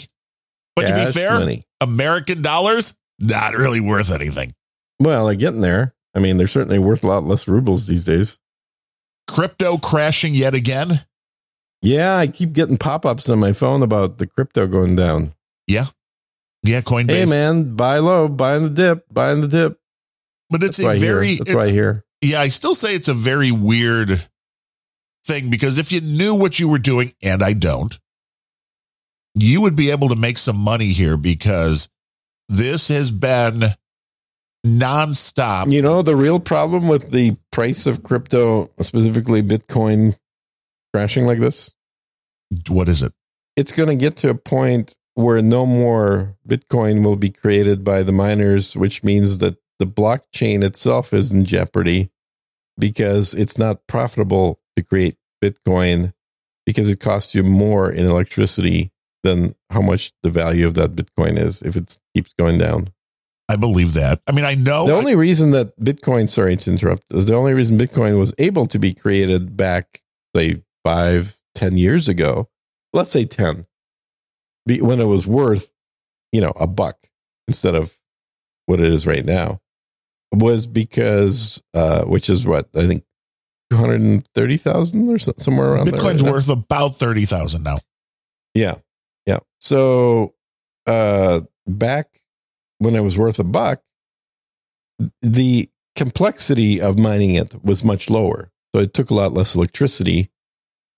[SPEAKER 2] But to be
[SPEAKER 1] cash
[SPEAKER 2] fair,
[SPEAKER 1] money.
[SPEAKER 2] American dollars, not really worth anything.
[SPEAKER 1] well, they're getting there. I mean, they're certainly worth a lot less rubles these days.
[SPEAKER 2] Crypto crashing yet again.
[SPEAKER 1] Yeah, I keep getting pop ups on my phone about the crypto going down.
[SPEAKER 2] Yeah, Coinbase.
[SPEAKER 1] Hey, man, buy low, buy in the dip, buy in the dip.
[SPEAKER 2] But it's
[SPEAKER 1] That's what I
[SPEAKER 2] a
[SPEAKER 1] hear.
[SPEAKER 2] very,
[SPEAKER 1] That's what I hear.
[SPEAKER 2] yeah, I still say it's a very weird thing because if you knew what you were doing, and I don't, you would be able to make some money here because this has been nonstop.
[SPEAKER 1] You know, the real problem with the price of crypto, specifically Bitcoin, crashing like this,
[SPEAKER 2] What is it?
[SPEAKER 1] it's going to get to a point where no more Bitcoin will be created by the miners, which means that the blockchain itself is in jeopardy because it's not profitable to create Bitcoin because it costs you more in electricity than how much the value of that Bitcoin is if it keeps going down.
[SPEAKER 2] I believe that. I mean, I know
[SPEAKER 1] the only reason that Bitcoin, sorry to interrupt, is the only reason Bitcoin was able to be created back, say, five, ten years ago, let's say 10, be- when it was worth, you know, a buck instead of what it is right now, was because, uh, which is what, I think 230,000 or so, somewhere around there.
[SPEAKER 2] Bitcoin's
[SPEAKER 1] right now.
[SPEAKER 2] worth about 30,000 now.
[SPEAKER 1] Yeah. Yeah. So uh back when it was worth a buck, the complexity of mining it was much lower. So it took a lot less electricity.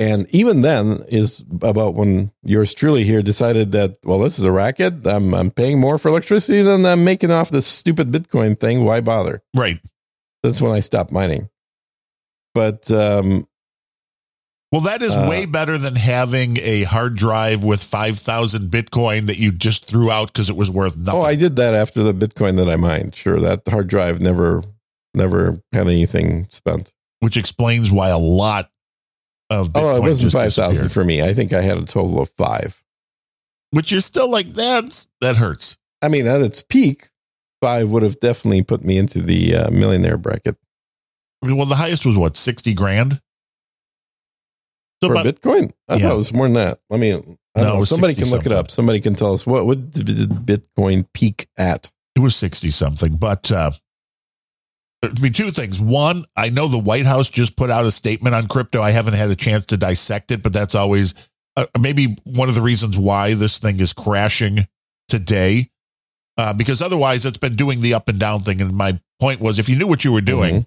[SPEAKER 1] And even then is about when yours truly here decided that, well, this is a racket. I'm I'm paying more for electricity than I'm making off this stupid Bitcoin thing. Why bother?
[SPEAKER 2] Right.
[SPEAKER 1] That's when I stopped mining. But um
[SPEAKER 2] Well, that is
[SPEAKER 1] Uh,
[SPEAKER 2] way better than having a hard drive with 5,000 Bitcoin that you just threw out because it was worth nothing.
[SPEAKER 1] Oh, I did that after the Bitcoin that I mined. Sure, that hard drive never, never had anything spent.
[SPEAKER 2] which explains why a lot of Bitcoin
[SPEAKER 1] Oh, it wasn't
[SPEAKER 2] just
[SPEAKER 1] five thousand
[SPEAKER 2] disappeared.
[SPEAKER 1] for me. I think I had a total of five.
[SPEAKER 2] Which you're still like that's that hurts.
[SPEAKER 1] I mean, at its peak, five would have definitely put me into the uh, millionaire bracket
[SPEAKER 2] I mean, well, the highest was what sixty grand. So
[SPEAKER 1] for
[SPEAKER 2] about,
[SPEAKER 1] Bitcoin. I
[SPEAKER 2] Yeah.
[SPEAKER 1] thought it was more than that. Let me I don't
[SPEAKER 2] No, it
[SPEAKER 1] know.
[SPEAKER 2] was
[SPEAKER 1] somebody can
[SPEAKER 2] 60
[SPEAKER 1] look it up. Somebody can tell us what what did Bitcoin peak at?
[SPEAKER 2] It was 60 something, but uh, I mean, two things. One, I know the White House just put out a statement on crypto. I haven't had a chance to dissect it, but that's always uh, maybe one of the reasons why this thing is crashing today. Uh, because otherwise, it's been doing the up and down thing. And my point was if you knew what you were doing,
[SPEAKER 1] Mm-hmm.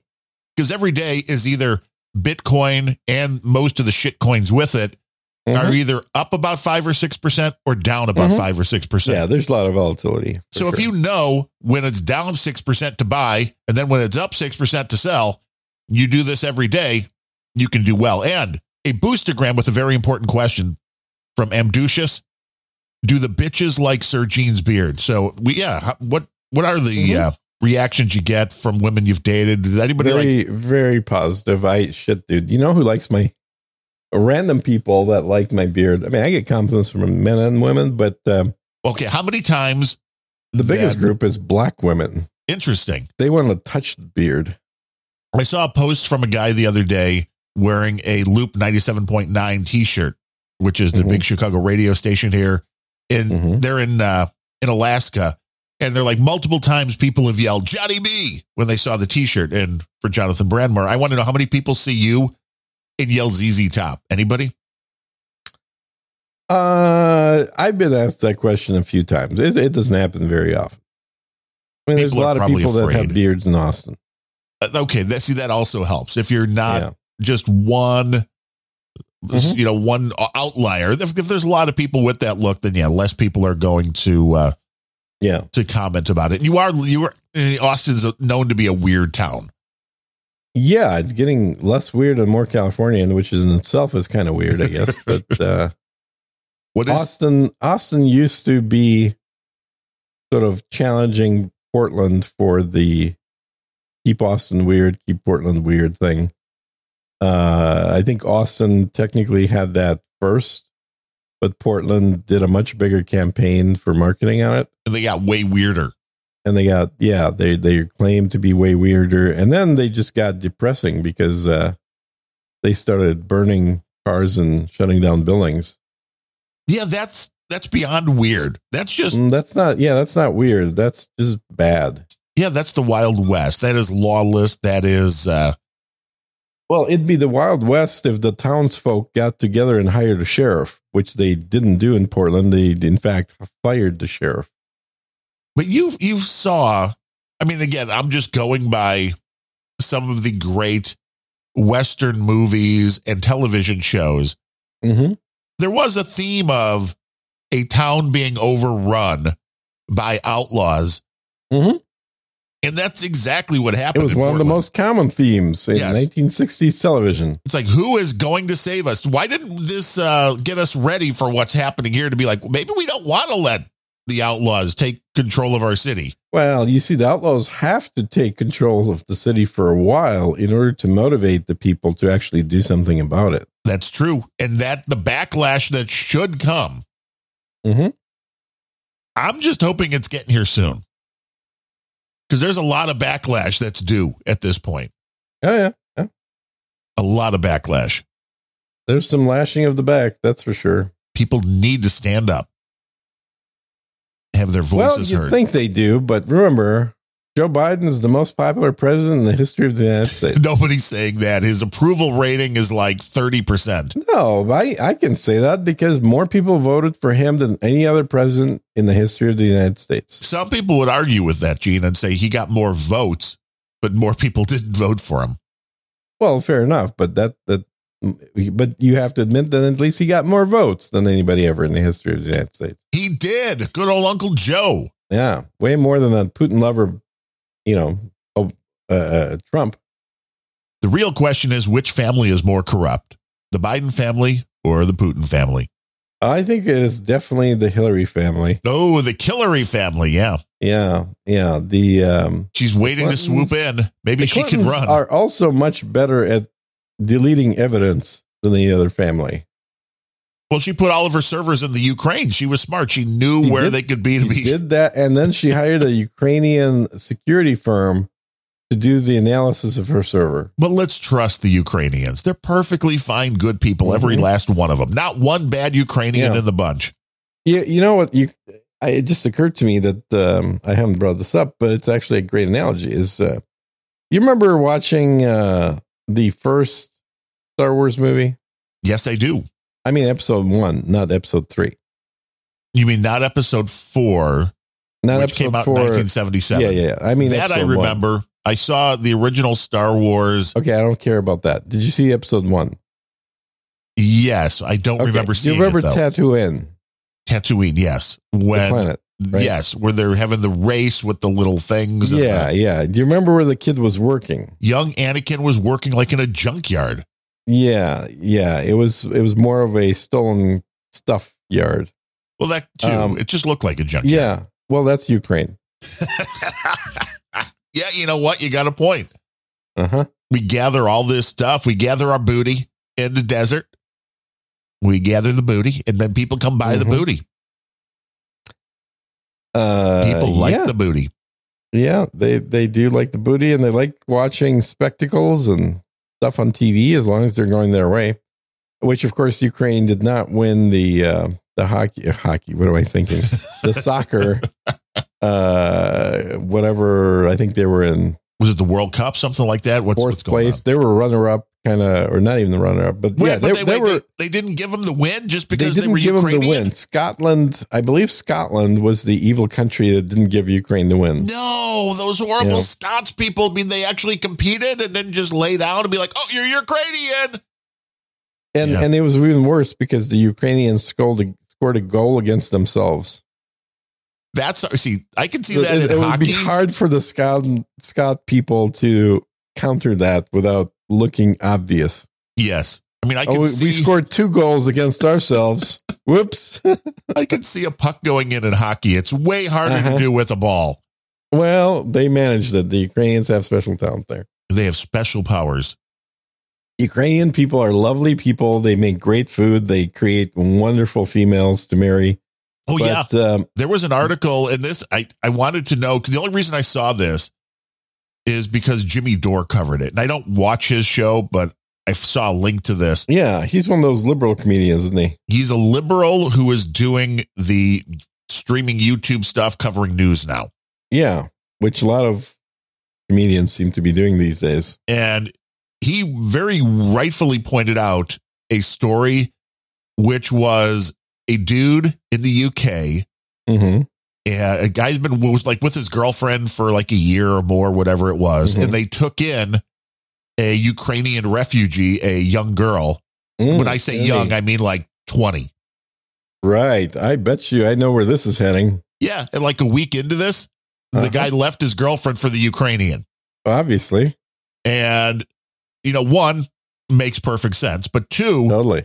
[SPEAKER 2] because every day is either Bitcoin and most of the shit coins with it are
[SPEAKER 1] Mhm.
[SPEAKER 2] either up about five or six percent or down about
[SPEAKER 1] Mhm.
[SPEAKER 2] five or six percent.
[SPEAKER 1] Yeah, there's a lot of volatility. for
[SPEAKER 2] So if
[SPEAKER 1] sure.
[SPEAKER 2] you know when it's down 6% to buy and then when it's up 6% to sell, you do this every day, you can do well. And a boostergram with a very important question from Amducius. Do the bitches like Sir Jean's beard? So we yeah, how- what what are the
[SPEAKER 1] Mhm.
[SPEAKER 2] uh, reactions you get from women you've dated? Does anybody like
[SPEAKER 1] very very positive. I shit, dude. You know who likes my random people that like my beard? I mean, I get compliments from men and women, but um,
[SPEAKER 2] Okay, how many times
[SPEAKER 1] the biggest
[SPEAKER 2] that-
[SPEAKER 1] group is black women.
[SPEAKER 2] Interesting.
[SPEAKER 1] They want to touch the beard.
[SPEAKER 2] I saw a post from a guy the other day wearing a Loop 97.9 t-shirt, which is the
[SPEAKER 1] Mhm.
[SPEAKER 2] big Chicago radio station here. And
[SPEAKER 1] Mhm.
[SPEAKER 2] they're in uh, in Alaska. And they're like multiple times people have yelled Johnny B when they saw the t-shirt. And for Jonathan Brandmar, I want to know how many people see you and yell ZZ Top. Anybody?
[SPEAKER 1] Uh, I've been asked that question a few times. It, it doesn't happen very often. I mean, there's a
[SPEAKER 2] People are
[SPEAKER 1] lot of
[SPEAKER 2] probably
[SPEAKER 1] people that have
[SPEAKER 2] afraid.
[SPEAKER 1] beards in Austin.
[SPEAKER 2] Uh, Okay, that see that also helps. If you're not
[SPEAKER 1] Yeah.
[SPEAKER 2] just one
[SPEAKER 1] Mhm.
[SPEAKER 2] you know one outlier if, if there's a lot of people with that look then yeah less people are going to uh
[SPEAKER 1] Yeah.
[SPEAKER 2] to comment about it you are you are eh, austin's known to be a weird town
[SPEAKER 1] Yeah, it's getting less weird and more Californian, which is in itself is kind of weird, I guess.
[SPEAKER 2] <laughs>
[SPEAKER 1] But uh,
[SPEAKER 2] what is
[SPEAKER 1] Austin, Austin used to be sort of challenging Portland for the keep Austin weird, keep Portland weird thing. Uh, I think Austin technically had that first, but Portland did a much bigger campaign for marketing on it
[SPEAKER 2] they got way weirder
[SPEAKER 1] and they got yeah they they claimed to be way weirder and then they just got depressing because uh they started burning cars and shutting down buildings
[SPEAKER 2] yeah that's that's beyond weird that's just
[SPEAKER 1] Mm, that's not yeah that's not weird that's just bad
[SPEAKER 2] yeah that's the wild west that is lawless that is uh
[SPEAKER 1] well it'd be the wild west if the townsfolk got together and hired a sheriff which they didn't do in portland they in fact fired the sheriff
[SPEAKER 2] But you you saw, I mean, again, I'm just going by some of the great Western movies and television shows.
[SPEAKER 1] mm-hmm.
[SPEAKER 2] There was a theme of a town being overrun by outlaws,
[SPEAKER 1] Mhm.
[SPEAKER 2] and that's exactly what
[SPEAKER 1] it
[SPEAKER 2] happened.
[SPEAKER 1] was
[SPEAKER 2] in
[SPEAKER 1] one of the
[SPEAKER 2] Portland.
[SPEAKER 1] most common themes in
[SPEAKER 2] Yes.
[SPEAKER 1] 1960s television
[SPEAKER 2] It's like, who is going to save us? Why didn't this uh, get us ready for what's happening here? To be like, maybe we don't want to let the outlaws take control of our city.
[SPEAKER 1] Well, you see, the outlaws have to take control of the city for a while in order to motivate the people to actually do something about it.
[SPEAKER 2] That's true. And that the backlash that should come.
[SPEAKER 1] Mhm.
[SPEAKER 2] I'm just hoping it's getting here soon. Because there's a lot of backlash that's due at this point.
[SPEAKER 1] Oh, yeah.
[SPEAKER 2] A lot of backlash.
[SPEAKER 1] There's some lashing of the back, that's for sure.
[SPEAKER 2] People need to stand up, have their
[SPEAKER 1] well,
[SPEAKER 2] voices
[SPEAKER 1] you
[SPEAKER 2] heard.
[SPEAKER 1] think they do, but remember, Joe Biden is the most popular president in the history of the United States.
[SPEAKER 2] <laughs> <laughs> Nobody's saying that. His approval rating is like 30%.
[SPEAKER 1] no, I, I can say that because more people voted for him than any other president in the history of the United States.
[SPEAKER 2] Some people would argue with that, Gene, and say he got more votes, but more people <laughs> didn't vote for him.
[SPEAKER 1] Well, fair enough, but that that but you have to admit that at least he got more votes than anybody ever in the history of the United States.
[SPEAKER 2] He did. Good old Uncle Joe.
[SPEAKER 1] Yeah, way more than that Putin lover, you know, of, uh, uh, Trump.
[SPEAKER 2] The real question is which family is more corrupt, the Biden family or the Putin family?
[SPEAKER 1] I think it is definitely the Hillary family.
[SPEAKER 2] Oh, the Killary family. Yeah.
[SPEAKER 1] Yeah, yeah. The um,
[SPEAKER 2] She's waiting to
[SPEAKER 1] Clintons-
[SPEAKER 2] swoop in. Maybe
[SPEAKER 1] the
[SPEAKER 2] she could
[SPEAKER 1] Clintons
[SPEAKER 2] run.
[SPEAKER 1] Are also much better at deleting evidence than the other family.
[SPEAKER 2] well, she put all of her servers in the Ukraine. She was smart. She knew
[SPEAKER 1] She
[SPEAKER 2] where
[SPEAKER 1] did-
[SPEAKER 2] they could be to
[SPEAKER 1] She
[SPEAKER 2] be.
[SPEAKER 1] did that, and then she hired a Ukrainian security firm to do the analysis of her server.
[SPEAKER 2] But let's trust the Ukrainians. They're perfectly fine, good people, every
[SPEAKER 1] Mhm.
[SPEAKER 2] last one of them. Not one bad Ukrainian
[SPEAKER 1] Yeah.
[SPEAKER 2] in the bunch.
[SPEAKER 1] Yeah, you know what? You, I, it just occurred to me that um, I haven't brought this up, but it's actually a great analogy. Is uh, you remember watching uh, the first Star Wars movie?
[SPEAKER 2] Yes, I do.
[SPEAKER 1] I mean, Episode One, not Episode Three,
[SPEAKER 2] You mean not episode four,
[SPEAKER 1] not
[SPEAKER 2] which
[SPEAKER 1] Episode
[SPEAKER 2] came out
[SPEAKER 1] Four.
[SPEAKER 2] in 1977?
[SPEAKER 1] yeah, yeah, yeah. I mean
[SPEAKER 2] that I
[SPEAKER 1] Episode One.
[SPEAKER 2] remember. I saw the original Star Wars.
[SPEAKER 1] Okay, I don't care about that. Did you see Episode One?
[SPEAKER 2] Yes, I don't
[SPEAKER 1] Okay.
[SPEAKER 2] remember
[SPEAKER 1] Do
[SPEAKER 2] seeing
[SPEAKER 1] you remember
[SPEAKER 2] it though.
[SPEAKER 1] Tatooine,
[SPEAKER 2] Tatooine. Yes,
[SPEAKER 1] the
[SPEAKER 2] when
[SPEAKER 1] planet? right?
[SPEAKER 2] yes, where they're having the race with the little things. and
[SPEAKER 1] Yeah,
[SPEAKER 2] the-
[SPEAKER 1] yeah. Do you remember where the kid was working?
[SPEAKER 2] young Anakin was working like in a junkyard.
[SPEAKER 1] Yeah, yeah. It was it was more of a stolen stuff yard.
[SPEAKER 2] Well, that too.
[SPEAKER 1] Um,
[SPEAKER 2] it just looked like a junkyard.
[SPEAKER 1] Yeah. Well, that's Ukraine.
[SPEAKER 2] yeah, you know what? You got a point.
[SPEAKER 1] Uh huh.
[SPEAKER 2] We gather all this stuff. We gather our booty in the desert. We gather the booty, and then people come buy
[SPEAKER 1] Mhm.
[SPEAKER 2] the booty.
[SPEAKER 1] Uh,
[SPEAKER 2] People like
[SPEAKER 1] yeah,
[SPEAKER 2] the booty.
[SPEAKER 1] yeah. They they do like the booty, and they like watching spectacles and stuff on TV as long as they're going their way. Which, of course, Ukraine did not win the uh, the hockey hockey. What am I thinking?
[SPEAKER 2] <laughs>
[SPEAKER 1] the soccer. Uh, whatever. I think they were in
[SPEAKER 2] Was it the World Cup, something like that? What's, what's
[SPEAKER 1] fourth
[SPEAKER 2] going
[SPEAKER 1] place.
[SPEAKER 2] on?
[SPEAKER 1] They were runner up, kind of, or not even the runner up, but
[SPEAKER 2] Wait,
[SPEAKER 1] yeah,
[SPEAKER 2] but
[SPEAKER 1] they,
[SPEAKER 2] they,
[SPEAKER 1] they
[SPEAKER 2] wait,
[SPEAKER 1] were.
[SPEAKER 2] they, they didn't give them the win just
[SPEAKER 1] They
[SPEAKER 2] because they,
[SPEAKER 1] didn't
[SPEAKER 2] were
[SPEAKER 1] give
[SPEAKER 2] Ukrainian.
[SPEAKER 1] them the win. Scotland, I believe Scotland was the evil country that didn't give Ukraine the win.
[SPEAKER 2] No, those horrible
[SPEAKER 1] Yeah.
[SPEAKER 2] Scots people. I mean, they actually competed and then just lay down and be like, "Oh, you're Ukrainian."
[SPEAKER 1] And
[SPEAKER 2] Yeah.
[SPEAKER 1] and it was even worse because the Ukrainians scored a, scored a goal against themselves.
[SPEAKER 2] That's see, I can see
[SPEAKER 1] So
[SPEAKER 2] that
[SPEAKER 1] it,
[SPEAKER 2] in
[SPEAKER 1] it would
[SPEAKER 2] hockey.
[SPEAKER 1] be hard for the Scot Scott people to counter that without looking obvious.
[SPEAKER 2] Yes, I mean, I can
[SPEAKER 1] Oh, we,
[SPEAKER 2] see.
[SPEAKER 1] we scored two goals against ourselves. <laughs> Whoops.
[SPEAKER 2] I can see a puck going in in hockey. It's way harder to
[SPEAKER 1] Uh-huh.
[SPEAKER 2] do with a ball.
[SPEAKER 1] well, they managed it. The Ukrainians have special talent there.
[SPEAKER 2] They have special powers.
[SPEAKER 1] Ukrainian people are lovely people. They make great food. They create wonderful females to marry.
[SPEAKER 2] Oh yeah,
[SPEAKER 1] but, um,
[SPEAKER 2] there was an article in this. I I wanted to know because the only reason I saw this is because Jimmy Dore covered it, and I don't watch his show, but I saw a link to this.
[SPEAKER 1] yeah, he's one of those liberal comedians, isn't he?
[SPEAKER 2] He's a liberal who is doing the streaming YouTube stuff covering news now.
[SPEAKER 1] Yeah, which a lot of comedians seem to be doing these days.
[SPEAKER 2] And he very rightfully pointed out a story which was a dude in the UK.
[SPEAKER 1] Mm-hmm.
[SPEAKER 2] And a guy's been was like with his girlfriend for like a year or more, whatever it was,
[SPEAKER 1] Mhm.
[SPEAKER 2] and they took in a Ukrainian refugee, a young girl.
[SPEAKER 1] Mm,
[SPEAKER 2] when I say young, I mean like twenty.
[SPEAKER 1] right? I bet you I know where this is heading.
[SPEAKER 2] Yeah, and like a week into this, the
[SPEAKER 1] Uh-huh.
[SPEAKER 2] guy left his girlfriend for the Ukrainian.
[SPEAKER 1] Obviously,
[SPEAKER 2] And, you know, one makes perfect sense. But two,
[SPEAKER 1] totally.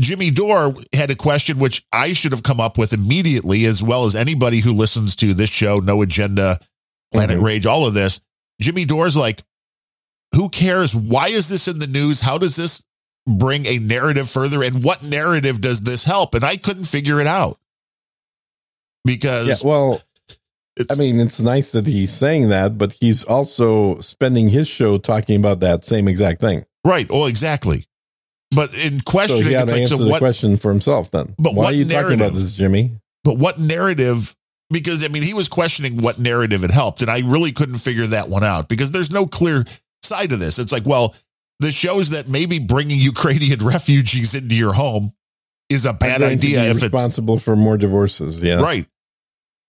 [SPEAKER 2] Jimmy Dore had a question which I should have come up with immediately, as well as anybody who listens to this show, No Agenda, Planet
[SPEAKER 1] Mhm.
[SPEAKER 2] Rage, all of this. Jimmy Dore's like, who cares? Why is this in the news? How does this bring a narrative further? And what narrative does this help? And I couldn't figure it out. Because
[SPEAKER 1] Yeah. Well, I
[SPEAKER 2] it's,
[SPEAKER 1] mean, it's nice that he's saying that, but he's also spending his show talking about that same exact thing.
[SPEAKER 2] right. Oh, exactly. But in
[SPEAKER 1] So
[SPEAKER 2] questioning,
[SPEAKER 1] he had
[SPEAKER 2] it's
[SPEAKER 1] to
[SPEAKER 2] like,
[SPEAKER 1] answer
[SPEAKER 2] so
[SPEAKER 1] the
[SPEAKER 2] what?
[SPEAKER 1] question for himself then.
[SPEAKER 2] But
[SPEAKER 1] why
[SPEAKER 2] what
[SPEAKER 1] are you talking
[SPEAKER 2] narrative?
[SPEAKER 1] about this, Jimmy?
[SPEAKER 2] but what narrative because i mean he was questioning what narrative it helped and i really couldn't figure that one out because there's no clear side to this it's like well this shows that maybe bringing <laughs> ukrainian refugees into your home is a
[SPEAKER 1] I'm
[SPEAKER 2] bad
[SPEAKER 1] going to
[SPEAKER 2] idea
[SPEAKER 1] be
[SPEAKER 2] if it's
[SPEAKER 1] responsible for more divorces. Yeah.
[SPEAKER 2] right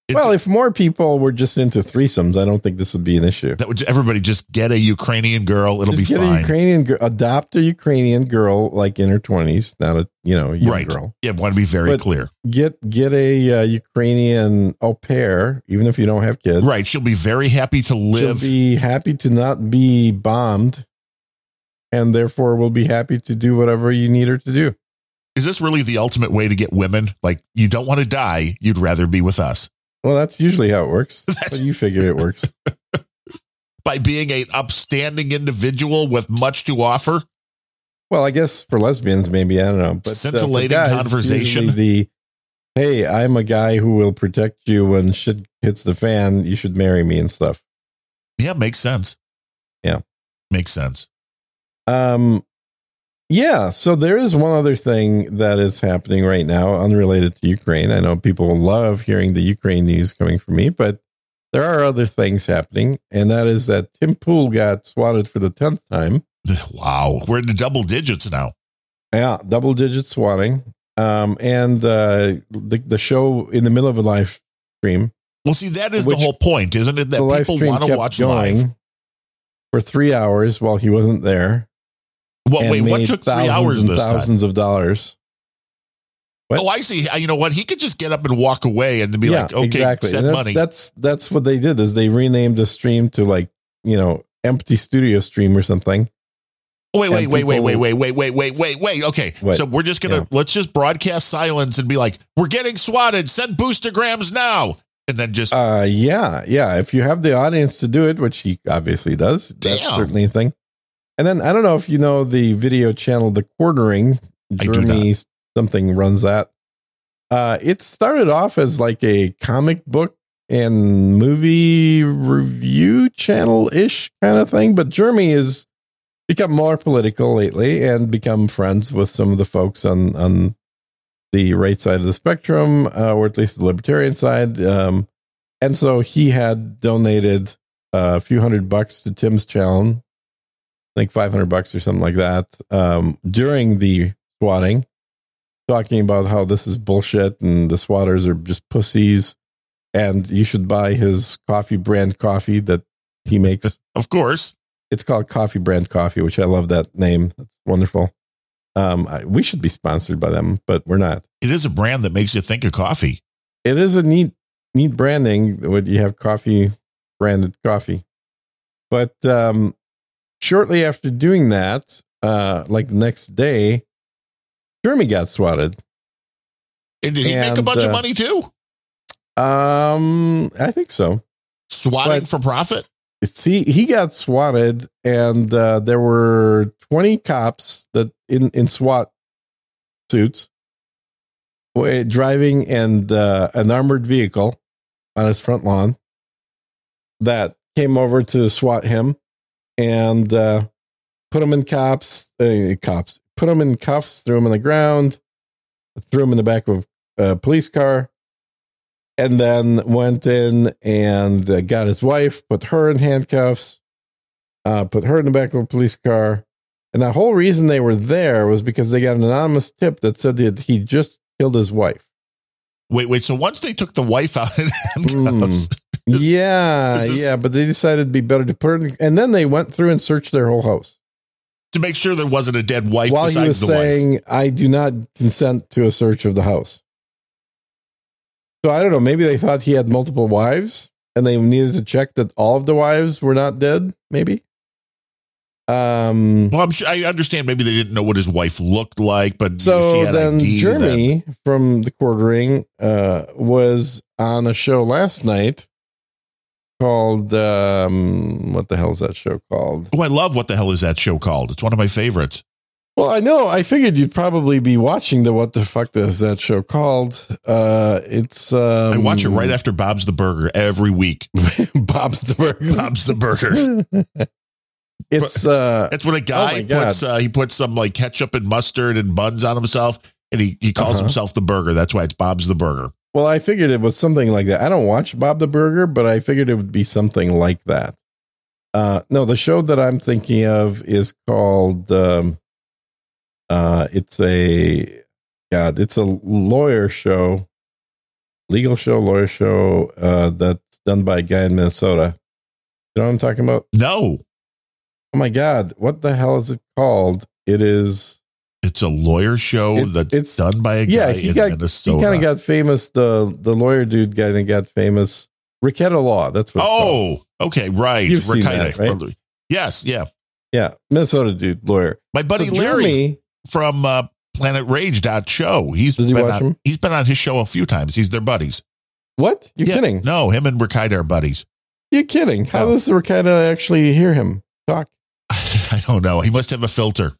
[SPEAKER 2] It's-
[SPEAKER 1] well, if more people were just into threesomes, I don't think this would be an issue.
[SPEAKER 2] that would everybody just get a ukrainian girl it'll
[SPEAKER 1] just
[SPEAKER 2] be
[SPEAKER 1] get a
[SPEAKER 2] fine
[SPEAKER 1] Ukrainian girl, adopt a Ukrainian girl like in her twenties, not a you know young
[SPEAKER 2] Right.
[SPEAKER 1] girl.
[SPEAKER 2] yeah want to be very
[SPEAKER 1] But-
[SPEAKER 2] clear
[SPEAKER 1] Get get a uh, Ukrainian au pair, even if you don't have kids.
[SPEAKER 2] right she'll be very happy to
[SPEAKER 1] She'll
[SPEAKER 2] live
[SPEAKER 1] be happy to not be bombed, and therefore will be happy to do whatever you need her to do.
[SPEAKER 2] is this really the ultimate way to get women like you don't want to die you'd rather be with us
[SPEAKER 1] Well, that's usually how it works.
[SPEAKER 2] <laughs> That's-
[SPEAKER 1] But you figure it works.
[SPEAKER 2] by being an upstanding individual with much to offer
[SPEAKER 1] Well, I guess for lesbians, maybe I don't know. But uh, for
[SPEAKER 2] Scintillating conversation.
[SPEAKER 1] usually The hey, I'm a guy who will protect you when shit hits the fan. You should marry me and stuff.
[SPEAKER 2] Yeah, makes sense.
[SPEAKER 1] Yeah.
[SPEAKER 2] Makes sense.
[SPEAKER 1] Um, yeah. So there is one other thing that is happening right now, unrelated to Ukraine. I know people love hearing the Ukraine news coming from me, but there are other things happening, and that is that Tim Pool got swatted for the tenth time.
[SPEAKER 2] Wow. We're in the double digits now.
[SPEAKER 1] Yeah, double digit swatting. Um, and uh, the the show in the middle of a live stream.
[SPEAKER 2] Well, see, that is
[SPEAKER 1] Which-
[SPEAKER 2] the whole point, isn't it? That
[SPEAKER 1] the live
[SPEAKER 2] people
[SPEAKER 1] stream
[SPEAKER 2] want to
[SPEAKER 1] kept
[SPEAKER 2] watch
[SPEAKER 1] going
[SPEAKER 2] live.
[SPEAKER 1] for three hours while he wasn't there.
[SPEAKER 2] What,
[SPEAKER 1] and
[SPEAKER 2] wait, what
[SPEAKER 1] made
[SPEAKER 2] took three
[SPEAKER 1] thousands
[SPEAKER 2] hours
[SPEAKER 1] and
[SPEAKER 2] this time?
[SPEAKER 1] Thousands of dollars. What?
[SPEAKER 2] Oh, I see. You know what? He could just get up and walk away and be like, okay,
[SPEAKER 1] And
[SPEAKER 2] send
[SPEAKER 1] that's,
[SPEAKER 2] money.
[SPEAKER 1] That's that's what they did is they renamed the stream to like you know empty studio stream or something.
[SPEAKER 2] Wait, wait,
[SPEAKER 1] and
[SPEAKER 2] wait, wait,
[SPEAKER 1] people-
[SPEAKER 2] wait, wait, wait, wait, wait, wait, wait. Okay.
[SPEAKER 1] Wait,
[SPEAKER 2] So we're just going to
[SPEAKER 1] yeah.
[SPEAKER 2] let's just broadcast silence and be like, we're getting swatted. Send boostergrams now. And then just,
[SPEAKER 1] Uh, yeah, yeah. If you have the audience to do it, which he obviously does, that's
[SPEAKER 2] Damn.
[SPEAKER 1] certainly a thing. And then I don't know if you know the video channel, the quartering
[SPEAKER 2] I do
[SPEAKER 1] journey something runs that. Uh, it started off as like a comic book and movie review channel ish kind of thing, but Jeremy has become more political lately and become friends with some of the folks on on the right side of the spectrum, uh, or at least the libertarian side. Um, and so he had donated uh, a few hundred bucks to Tim's channel, I think 500 bucks or something like that, um, during the swatting, talking about how this is bullshit and the swatters are just pussies. And you should buy his coffee brand coffee that he makes
[SPEAKER 2] of course,
[SPEAKER 1] it's called Coffee Brand Coffee, which I love that name. That's wonderful. Um, I, we should be sponsored by them, but we're not.
[SPEAKER 2] it is a brand that makes you think of coffee.
[SPEAKER 1] It is a neat, neat branding when you have coffee branded coffee. But um, shortly after doing that, uh, like the next day, Jeremy got swatted.
[SPEAKER 2] And did he make a
[SPEAKER 1] And,
[SPEAKER 2] bunch of
[SPEAKER 1] uh,
[SPEAKER 2] money too?
[SPEAKER 1] Um, I think so.
[SPEAKER 2] Swatting
[SPEAKER 1] but-
[SPEAKER 2] for profit?
[SPEAKER 1] See, he got swatted, and uh, there were twenty cops that in in SWAT suits, wa- driving and uh, an armored vehicle on his front lawn that came over to SWAT him and uh, put him in cops uh, cops put him in cuffs, threw him on the ground, threw him in the back of a police car and then went in and uh, got his wife, put her in handcuffs, uh, put her in the back of a police car. And the whole reason they were there was because they got an anonymous tip that said that he just killed his wife.
[SPEAKER 2] Wait, wait. So once they took the wife out and
[SPEAKER 1] Hmm.
[SPEAKER 2] handcuffs, Is-
[SPEAKER 1] yeah,
[SPEAKER 2] is this-
[SPEAKER 1] yeah, but they decided it'd be better to put her in. And then they went through and searched their whole house
[SPEAKER 2] to make sure there wasn't a dead wife
[SPEAKER 1] while he was
[SPEAKER 2] besides the wife.
[SPEAKER 1] saying, I do not consent to a search of the house. So I don't know. Maybe they thought he had multiple wives and they needed to check that all of the wives were not dead, maybe. Um,
[SPEAKER 2] Well, I'm sure I understand. Maybe they didn't know what his wife looked like, but if she
[SPEAKER 1] so
[SPEAKER 2] had
[SPEAKER 1] then
[SPEAKER 2] ID, then-
[SPEAKER 1] Jeremy from the quartering uh, was on a show last night called um, what the hell is that show called?
[SPEAKER 2] Oh, I love what the hell is that show called? It's one of my favorites.
[SPEAKER 1] Well, I know. I figured you'd probably be watching the what the fuck is that show called? Uh, it's um,
[SPEAKER 2] I watch it right after Bob's the Burger
[SPEAKER 1] <laughs>
[SPEAKER 2] every week.
[SPEAKER 1] Bob's the Burger.
[SPEAKER 2] Bob's the Burger.
[SPEAKER 1] <laughs> it's uh,
[SPEAKER 2] That's when a guy
[SPEAKER 1] my God.
[SPEAKER 2] puts uh, he puts some like ketchup and mustard and buns on himself, and he he calls
[SPEAKER 1] Uh-huh.
[SPEAKER 2] himself the Burger. That's why it's Bob's the Burger.
[SPEAKER 1] well, I figured it was something like that. I don't watch Bob the Burger, but I figured it would be something like that. Uh, no, the show that I'm thinking of is called. Um, uh, it's a God. It's a lawyer show, legal show, lawyer show. Uh, that's done by a guy in Minnesota. You know what I'm talking about?
[SPEAKER 2] No,
[SPEAKER 1] Oh my God! What the hell is it called? It is.
[SPEAKER 2] it's a lawyer show
[SPEAKER 1] It's-
[SPEAKER 2] Oh, that's
[SPEAKER 1] it's-
[SPEAKER 2] done by a guy
[SPEAKER 1] yeah, he
[SPEAKER 2] in
[SPEAKER 1] got-
[SPEAKER 2] Minnesota.
[SPEAKER 1] He kind of got famous. The the lawyer dude guy that got famous. Ricketta Law. That's what. it's called.
[SPEAKER 2] oh, okay, right.
[SPEAKER 1] You've seen
[SPEAKER 2] Rakita.
[SPEAKER 1] that, right?
[SPEAKER 2] Yes, yeah.
[SPEAKER 1] yeah, Minnesota dude lawyer.
[SPEAKER 2] My buddy
[SPEAKER 1] So
[SPEAKER 2] Larry
[SPEAKER 1] Jeremy-
[SPEAKER 2] from uh, Planet Rage dot show. He's
[SPEAKER 1] Does he
[SPEAKER 2] been
[SPEAKER 1] watch
[SPEAKER 2] on,
[SPEAKER 1] him?
[SPEAKER 2] he's been on his show a few times. He's their buddies.
[SPEAKER 1] what? You're
[SPEAKER 2] Yeah,
[SPEAKER 1] kidding?
[SPEAKER 2] No, him and Rakita are buddies. <laughs>
[SPEAKER 1] You're kidding? How
[SPEAKER 2] No.
[SPEAKER 1] does Ricketta actually hear him talk?
[SPEAKER 2] I don't know. He must have a filter.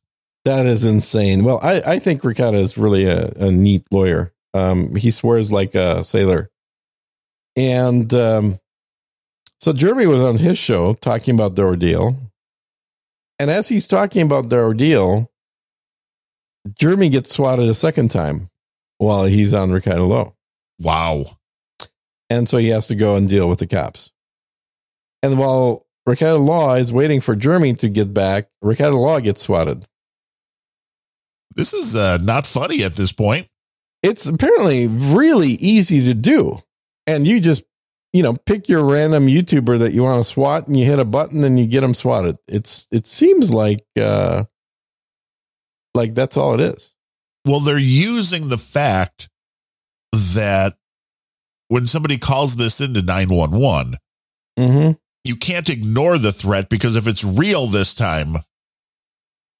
[SPEAKER 1] That is insane. Well, I I think Ricketta is really a, a neat lawyer. Um, he swears like a sailor, and um, so Jeremy was on his show talking about the ordeal. And as he's talking about their ordeal, Jeremy gets swatted a second time while he's on Ricardo Low.
[SPEAKER 2] Wow.
[SPEAKER 1] And so he has to go and deal with the cops. And while Ricardo Law is waiting for Jeremy to get back, Ricardo Law gets swatted.
[SPEAKER 2] This is uh, not funny at this point.
[SPEAKER 1] It's apparently really easy to do. And you just, you know, pick your random YouTuber that you want to swat and you hit a button and you get them swatted. It's it seems like uh like that's all it is.
[SPEAKER 2] Well, they're using the fact that when somebody calls this into 911,
[SPEAKER 1] Mm-hmm.
[SPEAKER 2] you can't ignore the threat because if it's real this time,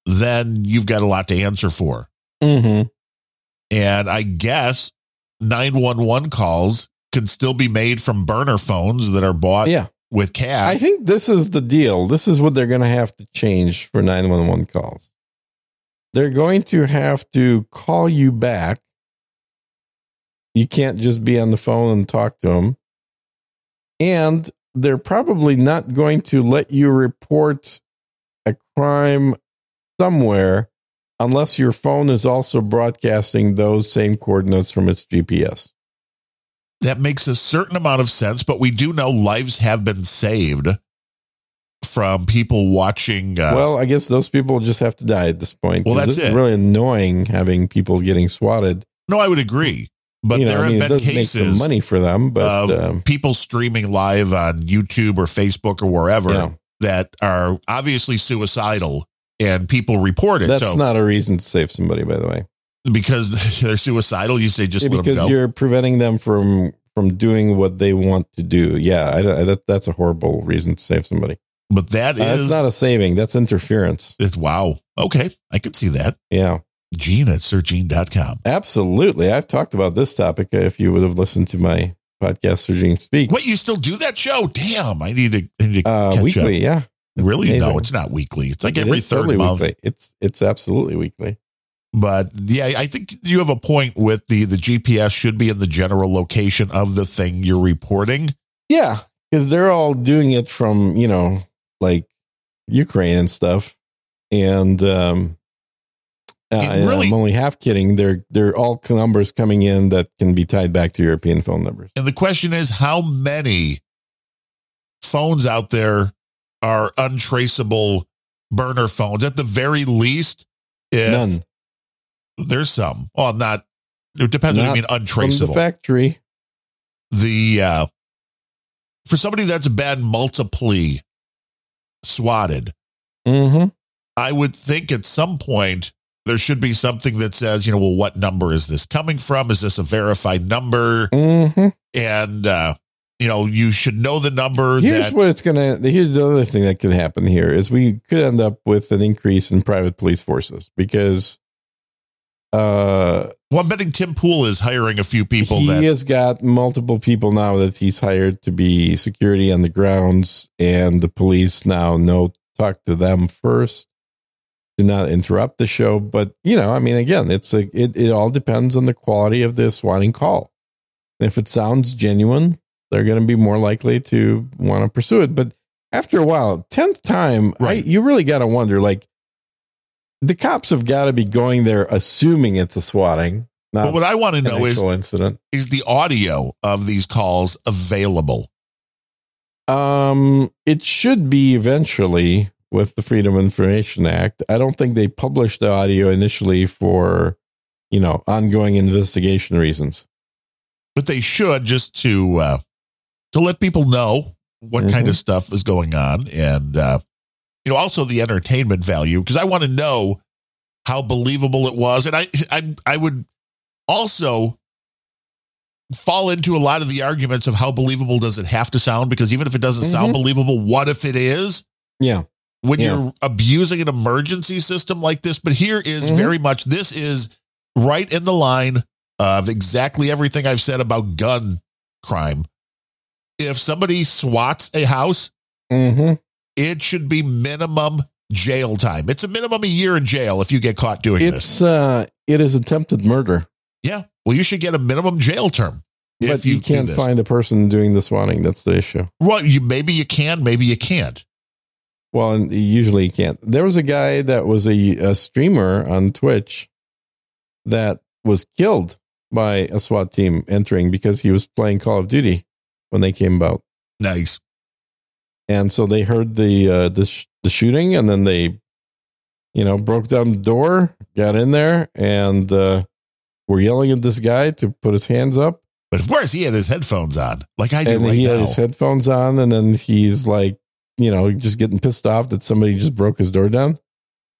[SPEAKER 2] then you've got a lot to answer for.
[SPEAKER 1] Mm-hmm.
[SPEAKER 2] And I guess 911 calls can still be made from burner phones that are bought
[SPEAKER 1] yeah.
[SPEAKER 2] with cash.
[SPEAKER 1] I think this is the deal. This is what they're going to have to change for 911 calls. They're going to have to call you back. You can't just be on the phone and talk to them. And they're probably not going to let you report a crime somewhere unless your phone is also broadcasting those same coordinates from its GPS.
[SPEAKER 2] that makes a certain amount of sense, but we do know lives have been saved from people watching. Uh,
[SPEAKER 1] Well, I guess those people just have to die at this point.
[SPEAKER 2] Well,
[SPEAKER 1] 'cause
[SPEAKER 2] that's
[SPEAKER 1] this is
[SPEAKER 2] it.
[SPEAKER 1] really annoying having people getting swatted.
[SPEAKER 2] no, I would agree, but
[SPEAKER 1] You know,
[SPEAKER 2] there
[SPEAKER 1] I mean,
[SPEAKER 2] have
[SPEAKER 1] it
[SPEAKER 2] been
[SPEAKER 1] does make some
[SPEAKER 2] cases
[SPEAKER 1] money for them, but
[SPEAKER 2] of
[SPEAKER 1] um,
[SPEAKER 2] people streaming live on YouTube or Facebook or wherever
[SPEAKER 1] you know,
[SPEAKER 2] that are obviously suicidal, and people report it.
[SPEAKER 1] that's
[SPEAKER 2] so
[SPEAKER 1] not a reason to save somebody, by the way,
[SPEAKER 2] because <laughs> they're suicidal, you say just
[SPEAKER 1] Yeah,
[SPEAKER 2] let them
[SPEAKER 1] because
[SPEAKER 2] go.
[SPEAKER 1] you're preventing them from from doing what they want to do. Yeah, I, don't- I, that, that's a horrible reason to save somebody.
[SPEAKER 2] But that
[SPEAKER 1] Uh, that's
[SPEAKER 2] is
[SPEAKER 1] not a saving. That's interference.
[SPEAKER 2] it's, wow. Okay, I can see that.
[SPEAKER 1] Yeah,
[SPEAKER 2] Gene at searchgene.com.
[SPEAKER 1] absolutely. I've talked about this topic. Uh, If you would have listened to my podcast, Sir Gene Speak,
[SPEAKER 2] What you still do that show? Damn, I need to, I need to
[SPEAKER 1] uh,
[SPEAKER 2] catch up.
[SPEAKER 1] weekly, yeah,
[SPEAKER 2] Really?
[SPEAKER 1] amazing.
[SPEAKER 2] No, it's not weekly. It's like
[SPEAKER 1] It
[SPEAKER 2] every
[SPEAKER 1] is
[SPEAKER 2] third
[SPEAKER 1] totally
[SPEAKER 2] month.
[SPEAKER 1] Weekly. It's it's absolutely weekly.
[SPEAKER 2] But yeah, I think you have a point with the the GPS should be in the general location of the thing you're reporting.
[SPEAKER 1] Yeah, because they're all doing it from you know like Ukraine and stuff, and um, I-
[SPEAKER 2] really-
[SPEAKER 1] I'm only half kidding. They're they're all numbers coming in that can be tied back to European phone numbers.
[SPEAKER 2] And the question is how many phones out there are untraceable burner phones at the very least? If
[SPEAKER 1] None
[SPEAKER 2] there's some. Well, not it depends
[SPEAKER 1] Not
[SPEAKER 2] what you mean
[SPEAKER 1] from the
[SPEAKER 2] untraceable.
[SPEAKER 1] factory.
[SPEAKER 2] the uh for somebody that's been multiply swatted
[SPEAKER 1] hmm
[SPEAKER 2] I would think at some point there should be something that says, you know, well, what number is this coming from? Is this a verified number?
[SPEAKER 1] hmm
[SPEAKER 2] And, uh, you know, you should know the number
[SPEAKER 1] Here's
[SPEAKER 2] that
[SPEAKER 1] what it's gonna. Here's the other thing that could happen. Here is we could end up with an increase in private police forces because. Uh,
[SPEAKER 2] well, I'm betting Tim Pool is hiring a few people
[SPEAKER 1] he
[SPEAKER 2] that
[SPEAKER 1] has got multiple people now that he's hired to be security on the grounds and the police now know talk to them first do not interrupt the show but you know i mean again it's a it, it all depends on the quality of the swatting call and if it sounds genuine they're going to be more likely to want to pursue it but after a while 10th time I-
[SPEAKER 2] Right.
[SPEAKER 1] you really got to wonder like the cops have got to be going there assuming it's a swatting
[SPEAKER 2] but
[SPEAKER 1] not
[SPEAKER 2] what I want to
[SPEAKER 1] an
[SPEAKER 2] know is
[SPEAKER 1] actual incident
[SPEAKER 2] is the audio of these calls available?
[SPEAKER 1] Um, it should be eventually with the Freedom of Information Act. I don't think they published the audio initially for, you know, ongoing investigation reasons.
[SPEAKER 2] But they should just to uh to let people know what kind
[SPEAKER 1] Mhm.
[SPEAKER 2] of stuff is going on and uh you know also the entertainment value because I want to know how believable it was and I I I would also fall into a lot of the arguments of how believable does it have to sound because even if it doesn't sound
[SPEAKER 1] Mm-hmm.
[SPEAKER 2] believable what if it is
[SPEAKER 1] Yeah.
[SPEAKER 2] when
[SPEAKER 1] Yeah.
[SPEAKER 2] you're abusing an emergency system like this but here is
[SPEAKER 1] Mhm.
[SPEAKER 2] very much this is right in the line of exactly everything I've said about gun crime if somebody swats a house
[SPEAKER 1] Mm-hmm.
[SPEAKER 2] it should be minimum jail time it's a minimum a year in jail if you get caught doing this
[SPEAKER 1] It's uh, it is attempted murder,
[SPEAKER 2] yeah well you should get a minimum jail term
[SPEAKER 1] but you,
[SPEAKER 2] do
[SPEAKER 1] can't
[SPEAKER 2] this.
[SPEAKER 1] find the person doing the swatting. That's the issue.
[SPEAKER 2] well you maybe you can maybe you can't
[SPEAKER 1] Well, and you usually you can't. There was a guy that was a, a streamer on Twitch that was killed by a SWAT team entering because he was playing Call of Duty when they came about,
[SPEAKER 2] Nice.
[SPEAKER 1] and so they heard the uh, the sh- the shooting, and then they, you know, broke down the door, got in there, and uh, were yelling at this guy to put his hands up,
[SPEAKER 2] But of course, he had his headphones on, like I do
[SPEAKER 1] and
[SPEAKER 2] right
[SPEAKER 1] he had
[SPEAKER 2] now.
[SPEAKER 1] his headphones on, and then he's like, you know, just getting pissed off that somebody just broke his door down.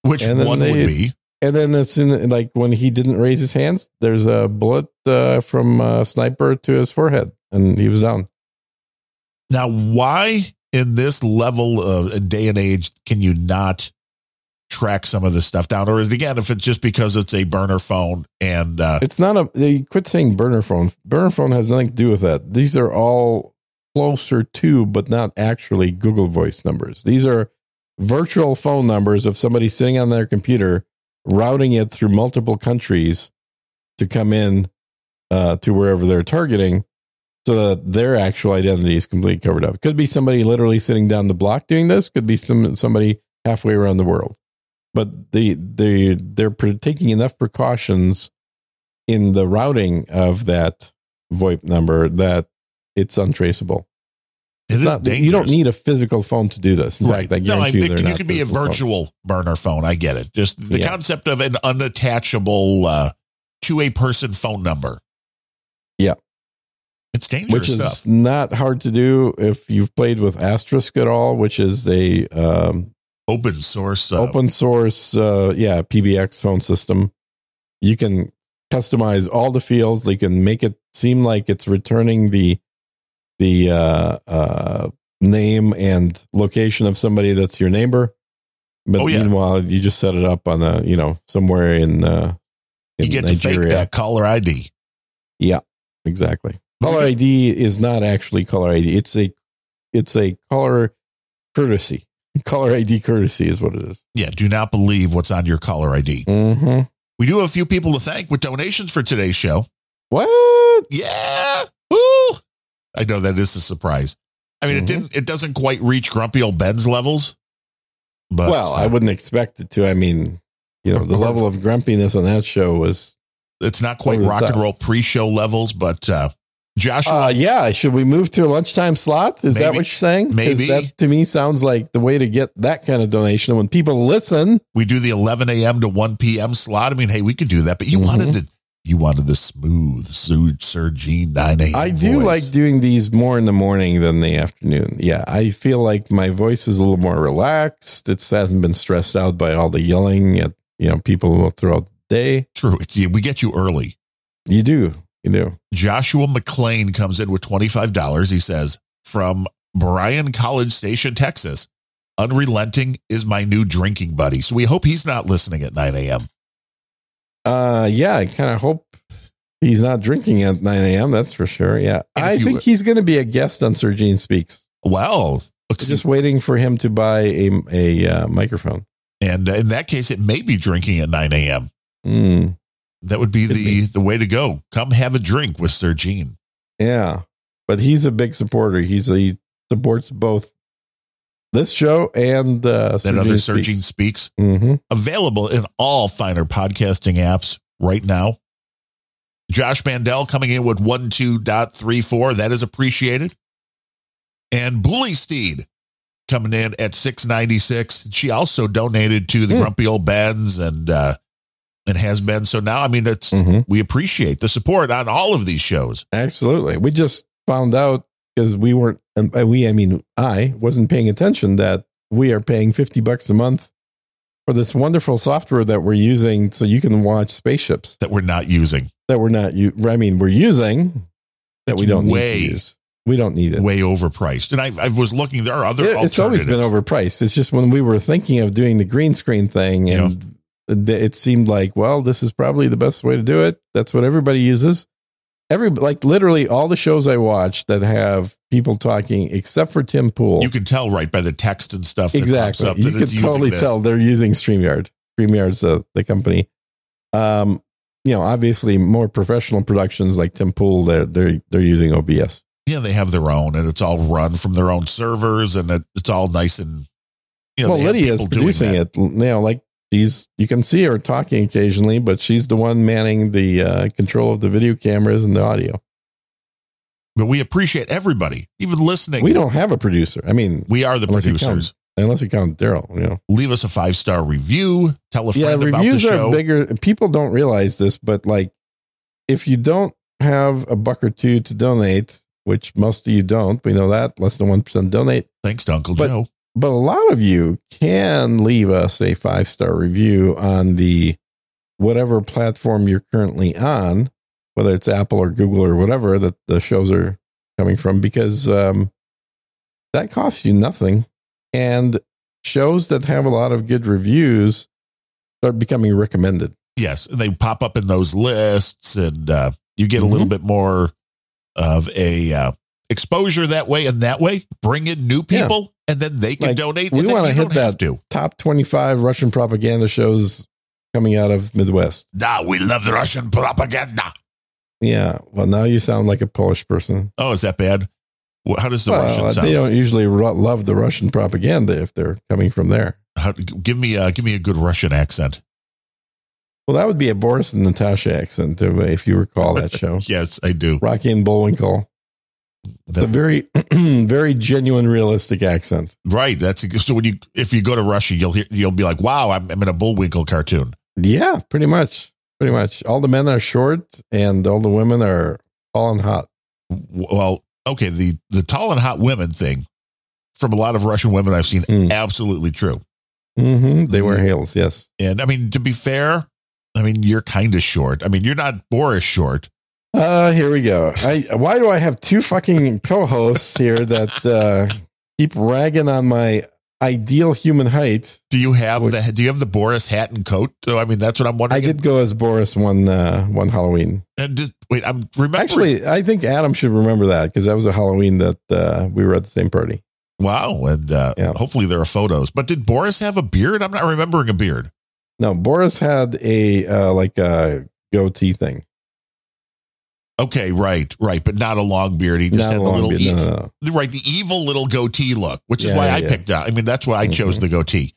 [SPEAKER 2] Which
[SPEAKER 1] and then
[SPEAKER 2] one
[SPEAKER 1] they-
[SPEAKER 2] would be?
[SPEAKER 1] And then as soon like when he didn't raise his hands, there's a bullet uh, from a sniper to his forehead, and he was down.
[SPEAKER 2] Now, why in this level of and day and age can you not track some of this stuff down? Or is it again, if it's just because it's a burner phone and uh,
[SPEAKER 1] It's not a. They quit saying burner phone. Burner phone has nothing to do with that. These are all closer to, but not actually Google Voice numbers. These are virtual phone numbers of somebody sitting on their computer routing it through multiple countries to come in uh, to wherever they're targeting so that their actual identity is completely covered up. Could be somebody literally sitting down the block doing this, could be some somebody halfway around the world. But they they they're pre- taking enough precautions in the routing of that VoIP number that it's untraceable.
[SPEAKER 2] it is
[SPEAKER 1] Not-
[SPEAKER 2] dangerous.
[SPEAKER 1] you don't need a physical phone to do this. In fact, I
[SPEAKER 2] no,
[SPEAKER 1] guarantee
[SPEAKER 2] I think
[SPEAKER 1] they're
[SPEAKER 2] you
[SPEAKER 1] not
[SPEAKER 2] can be a
[SPEAKER 1] physical phones.
[SPEAKER 2] virtual burner phone. I get it. Just the
[SPEAKER 1] Yeah.
[SPEAKER 2] concept of an unattachable uh, to a person phone number.
[SPEAKER 1] Yeah.
[SPEAKER 2] It's dangerous
[SPEAKER 1] which is
[SPEAKER 2] stuff.
[SPEAKER 1] not hard to do if you've played with Asterisk at all, which is a um,
[SPEAKER 2] Open source. Uh,
[SPEAKER 1] open source, uh, yeah, PBX phone system. You can customize all the fields. They can make it seem like it's returning the the uh, uh, name and location of somebody that's your neighbor. But
[SPEAKER 2] Oh, yeah.
[SPEAKER 1] meanwhile, you just set it up on a you know somewhere in uh, in
[SPEAKER 2] you get to fake
[SPEAKER 1] Nigeria.
[SPEAKER 2] that caller ID.
[SPEAKER 1] Exactly. Caller ID is not actually caller ID. It's a it's a caller courtesy. <laughs> Caller ID courtesy is what it is.
[SPEAKER 2] Yeah. Do not believe what's on your caller ID.
[SPEAKER 1] Mm-hmm.
[SPEAKER 2] We do have a few people to thank with donations for today's show.
[SPEAKER 1] What?
[SPEAKER 2] Yeah. Woo. I know that is a surprise. I mean,
[SPEAKER 1] Mhm.
[SPEAKER 2] it didn't it doesn't quite reach grumpy old Ben's levels. But
[SPEAKER 1] well, I
[SPEAKER 2] uh,
[SPEAKER 1] wouldn't expect it to. I mean, you know, the level of grumpiness on that show was.
[SPEAKER 2] it's not quite
[SPEAKER 1] Over the
[SPEAKER 2] rock and
[SPEAKER 1] top.
[SPEAKER 2] roll pre-show levels, but uh Joshua
[SPEAKER 1] Uh, yeah, should we move to a lunchtime slot? Is that
[SPEAKER 2] Maybe.
[SPEAKER 1] what you're saying? 'Cause
[SPEAKER 2] Maybe.
[SPEAKER 1] that to me sounds like the way to get that kind of donation. When people listen,
[SPEAKER 2] we do the 11 a.m. to 1 p.m. slot. I mean, hey, we could do that, but you
[SPEAKER 1] Mhm.
[SPEAKER 2] wanted the you wanted the smooth Sue Surgene 9 a.m.
[SPEAKER 1] I do
[SPEAKER 2] voice.
[SPEAKER 1] like doing these more in the morning than the afternoon. Yeah, I feel like my voice is a little more relaxed. It hasn't been stressed out by all the yelling at you know people throughout the day.
[SPEAKER 2] true. It's, yeah, we get you early.
[SPEAKER 1] You do, you do.
[SPEAKER 2] Joshua McLean comes in with $25. He says, from Bryan College Station, Texas, unrelenting is my new drinking buddy. So we hope he's not listening at 9 a.m.
[SPEAKER 1] Uh, yeah, I kind of hope he's not drinking at nine a.m. That's for sure. Yeah,
[SPEAKER 2] And if
[SPEAKER 1] I
[SPEAKER 2] you-
[SPEAKER 1] think he's going to be a guest on Sir Gene Speaks.
[SPEAKER 2] Well,
[SPEAKER 1] Just waiting for him to buy a a uh, microphone.
[SPEAKER 2] and uh, in that case, it may be drinking at 9 a.m.
[SPEAKER 1] Mm,
[SPEAKER 2] That would be
[SPEAKER 1] Could
[SPEAKER 2] the,
[SPEAKER 1] be.
[SPEAKER 2] the way to go. Come have a drink with Sir Gene.
[SPEAKER 1] yeah, but he's a big supporter. He's a, he supports both this show and uh,
[SPEAKER 2] That other Sir Gene speaks.
[SPEAKER 1] Mm-hmm.
[SPEAKER 2] available in all finer podcasting apps right now. Josh Mandel coming in with 12.34. That is appreciated. And Bully Steed coming in at 696. She also donated to the
[SPEAKER 1] Hmm.
[SPEAKER 2] Grumpy Old Bens and uh and has been. So now I mean that's
[SPEAKER 1] Mm-hmm.
[SPEAKER 2] we appreciate the support on all of these shows.
[SPEAKER 1] Absolutely. We just found out because we weren't, and by we, I mean, I wasn't paying attention that we are paying 50 bucks a month for this wonderful software that we're using so you can watch spaceships
[SPEAKER 2] That we're not using.
[SPEAKER 1] that we're not, u- I mean, we're using that we
[SPEAKER 2] It's
[SPEAKER 1] don't
[SPEAKER 2] way,
[SPEAKER 1] need to use. We don't need it.
[SPEAKER 2] Way overpriced. And I, I was looking, there are other
[SPEAKER 1] It- it's always been
[SPEAKER 2] alternatives.
[SPEAKER 1] overpriced. It's just when we were thinking of doing the green screen thing, and th- it seemed like, well, this is probably the best way to do it. That's what everybody uses. Every like literally all the shows I watch that have people talking, except for Tim Pool.
[SPEAKER 2] You can tell right by the text and stuff that
[SPEAKER 1] exactly.
[SPEAKER 2] pops up
[SPEAKER 1] you
[SPEAKER 2] that
[SPEAKER 1] can
[SPEAKER 2] it's using
[SPEAKER 1] totally
[SPEAKER 2] this.
[SPEAKER 1] tell they're using Streamyard. Streamyard's the the company. Um, you know, obviously more professional productions like Tim Pool, they're they're they're using OBS.
[SPEAKER 2] yeah, they have their own, and it's all run from their own servers, and it, it's all nice and you know,
[SPEAKER 1] well,
[SPEAKER 2] they have
[SPEAKER 1] Lydia is
[SPEAKER 2] people doing
[SPEAKER 1] producing
[SPEAKER 2] that.
[SPEAKER 1] it you now. Like she's, you can see her talking occasionally, but she's the one manning the uh, control of the video cameras and the audio.
[SPEAKER 2] But we appreciate everybody, even listening.
[SPEAKER 1] We don't have a producer. I mean,
[SPEAKER 2] We are the
[SPEAKER 1] Unless you
[SPEAKER 2] producers.
[SPEAKER 1] unless you count Daryl. You know,
[SPEAKER 2] Leave us a five star review. Tell a friend about the
[SPEAKER 1] reviews
[SPEAKER 2] show.
[SPEAKER 1] are bigger. People don't realize this, but like, if you don't have a buck or two to donate, which most of you don't, we know that less than one percent donate.
[SPEAKER 2] Thanks to Uncle
[SPEAKER 1] But-
[SPEAKER 2] Joe.
[SPEAKER 1] but a lot of you can leave us a five star review on the whatever platform you're currently on, whether it's Apple or Google or whatever that the shows are coming from, because um, that costs you nothing. And shows that have a lot of good reviews start becoming recommended.
[SPEAKER 2] Yes, and they pop up in those lists, and uh, you get a little
[SPEAKER 1] Mm-hmm.
[SPEAKER 2] bit more of a uh, exposure that way. And that way, bring in new
[SPEAKER 1] Yeah.
[SPEAKER 2] people, and then they can
[SPEAKER 1] Like,
[SPEAKER 2] donate.
[SPEAKER 1] we
[SPEAKER 2] and then
[SPEAKER 1] wanna
[SPEAKER 2] you
[SPEAKER 1] hit
[SPEAKER 2] don't
[SPEAKER 1] that.
[SPEAKER 2] have To.
[SPEAKER 1] Top 25 Russian propaganda shows coming out of Midwest.
[SPEAKER 2] Nah, we love the Russian propaganda.
[SPEAKER 1] Yeah. Well, now you sound like a Polish person.
[SPEAKER 2] Oh, is that bad? Wh- How does the Russian
[SPEAKER 1] Well, uh,
[SPEAKER 2] sound?
[SPEAKER 1] they don't usually ru- love the Russian propaganda if they're coming from there.
[SPEAKER 2] How, g- give me a give me a good Russian accent.
[SPEAKER 1] Well, that would be a Boris and Natasha accent, uh, if you recall <laughs> that show.
[SPEAKER 2] Yes, I do.
[SPEAKER 1] Rocky and Bullwinkle. It's a
[SPEAKER 2] That-
[SPEAKER 1] very, <clears throat> very genuine, realistic accent.
[SPEAKER 2] right. That's so. When you if you go to Russia, you'll hear you'll be like, "Wow, I'm, I'm in a Bullwinkle cartoon."
[SPEAKER 1] Yeah, pretty much. Pretty much. All the men are short and all the women are tall and hot.
[SPEAKER 2] W- Well, okay. The the tall and hot women thing from a lot of Russian women I've seen
[SPEAKER 1] Mm.
[SPEAKER 2] absolutely true.
[SPEAKER 1] hmm They wear heels, yes.
[SPEAKER 2] And I mean, to be fair, I mean you're kind of short. I mean you're not Boris short.
[SPEAKER 1] Uh, here we go. I why do I have two fucking co-hosts here that uh, keep ragging on my ideal human height?
[SPEAKER 2] Do you have the Do you have the Boris hat and coat? So I mean that's what I'm
[SPEAKER 1] I
[SPEAKER 2] wondering.
[SPEAKER 1] did go as Boris one uh, one Halloween.
[SPEAKER 2] And just- wait, I'm remembering.
[SPEAKER 1] Actually, I think Adam should remember that because that was a Halloween that uh, we were at the same party.
[SPEAKER 2] Wow, and uh,
[SPEAKER 1] Yeah.
[SPEAKER 2] hopefully there are photos. But did Boris have a beard? I'm not remembering a beard.
[SPEAKER 1] No, Boris had a uh, like a goatee thing.
[SPEAKER 2] Okay, right, right, but not a long beard. He just
[SPEAKER 1] Not
[SPEAKER 2] had
[SPEAKER 1] a
[SPEAKER 2] the
[SPEAKER 1] long
[SPEAKER 2] little,
[SPEAKER 1] beard,
[SPEAKER 2] e-
[SPEAKER 1] no, no, no.
[SPEAKER 2] right, the evil little goatee look, which is
[SPEAKER 1] Yeah,
[SPEAKER 2] why
[SPEAKER 1] yeah,
[SPEAKER 2] I
[SPEAKER 1] yeah.
[SPEAKER 2] picked out. I mean, that's why I chose
[SPEAKER 1] Mhm.
[SPEAKER 2] the goatee.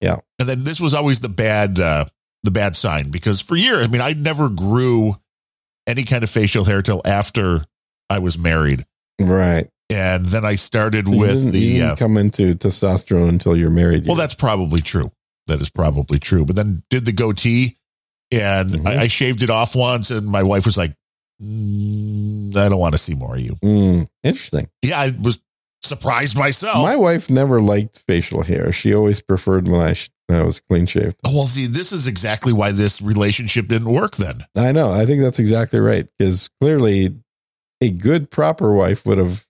[SPEAKER 1] Yeah.
[SPEAKER 2] and then this was always the bad, uh, the bad sign because for years, I mean, I never grew any kind of facial hair till after I was married,
[SPEAKER 1] Right.
[SPEAKER 2] and then I started
[SPEAKER 1] You
[SPEAKER 2] with
[SPEAKER 1] didn't-
[SPEAKER 2] the.
[SPEAKER 1] you didn't
[SPEAKER 2] uh,
[SPEAKER 1] come into testosterone until you're married.
[SPEAKER 2] Well,
[SPEAKER 1] yet.
[SPEAKER 2] that's probably true. That is probably true. But then did the goatee, and
[SPEAKER 1] Mhm.
[SPEAKER 2] I, I shaved it off once, and my wife was like, "Mm, "I don't want to see more of you."
[SPEAKER 1] Mm, interesting.
[SPEAKER 2] Yeah, I was surprised myself.
[SPEAKER 1] My wife never liked facial hair. She always preferred when I sh- when I was clean shaved.
[SPEAKER 2] oh, well, see, this is exactly why this relationship didn't work. Then
[SPEAKER 1] I know. I think that's exactly right because clearly, a good proper wife would have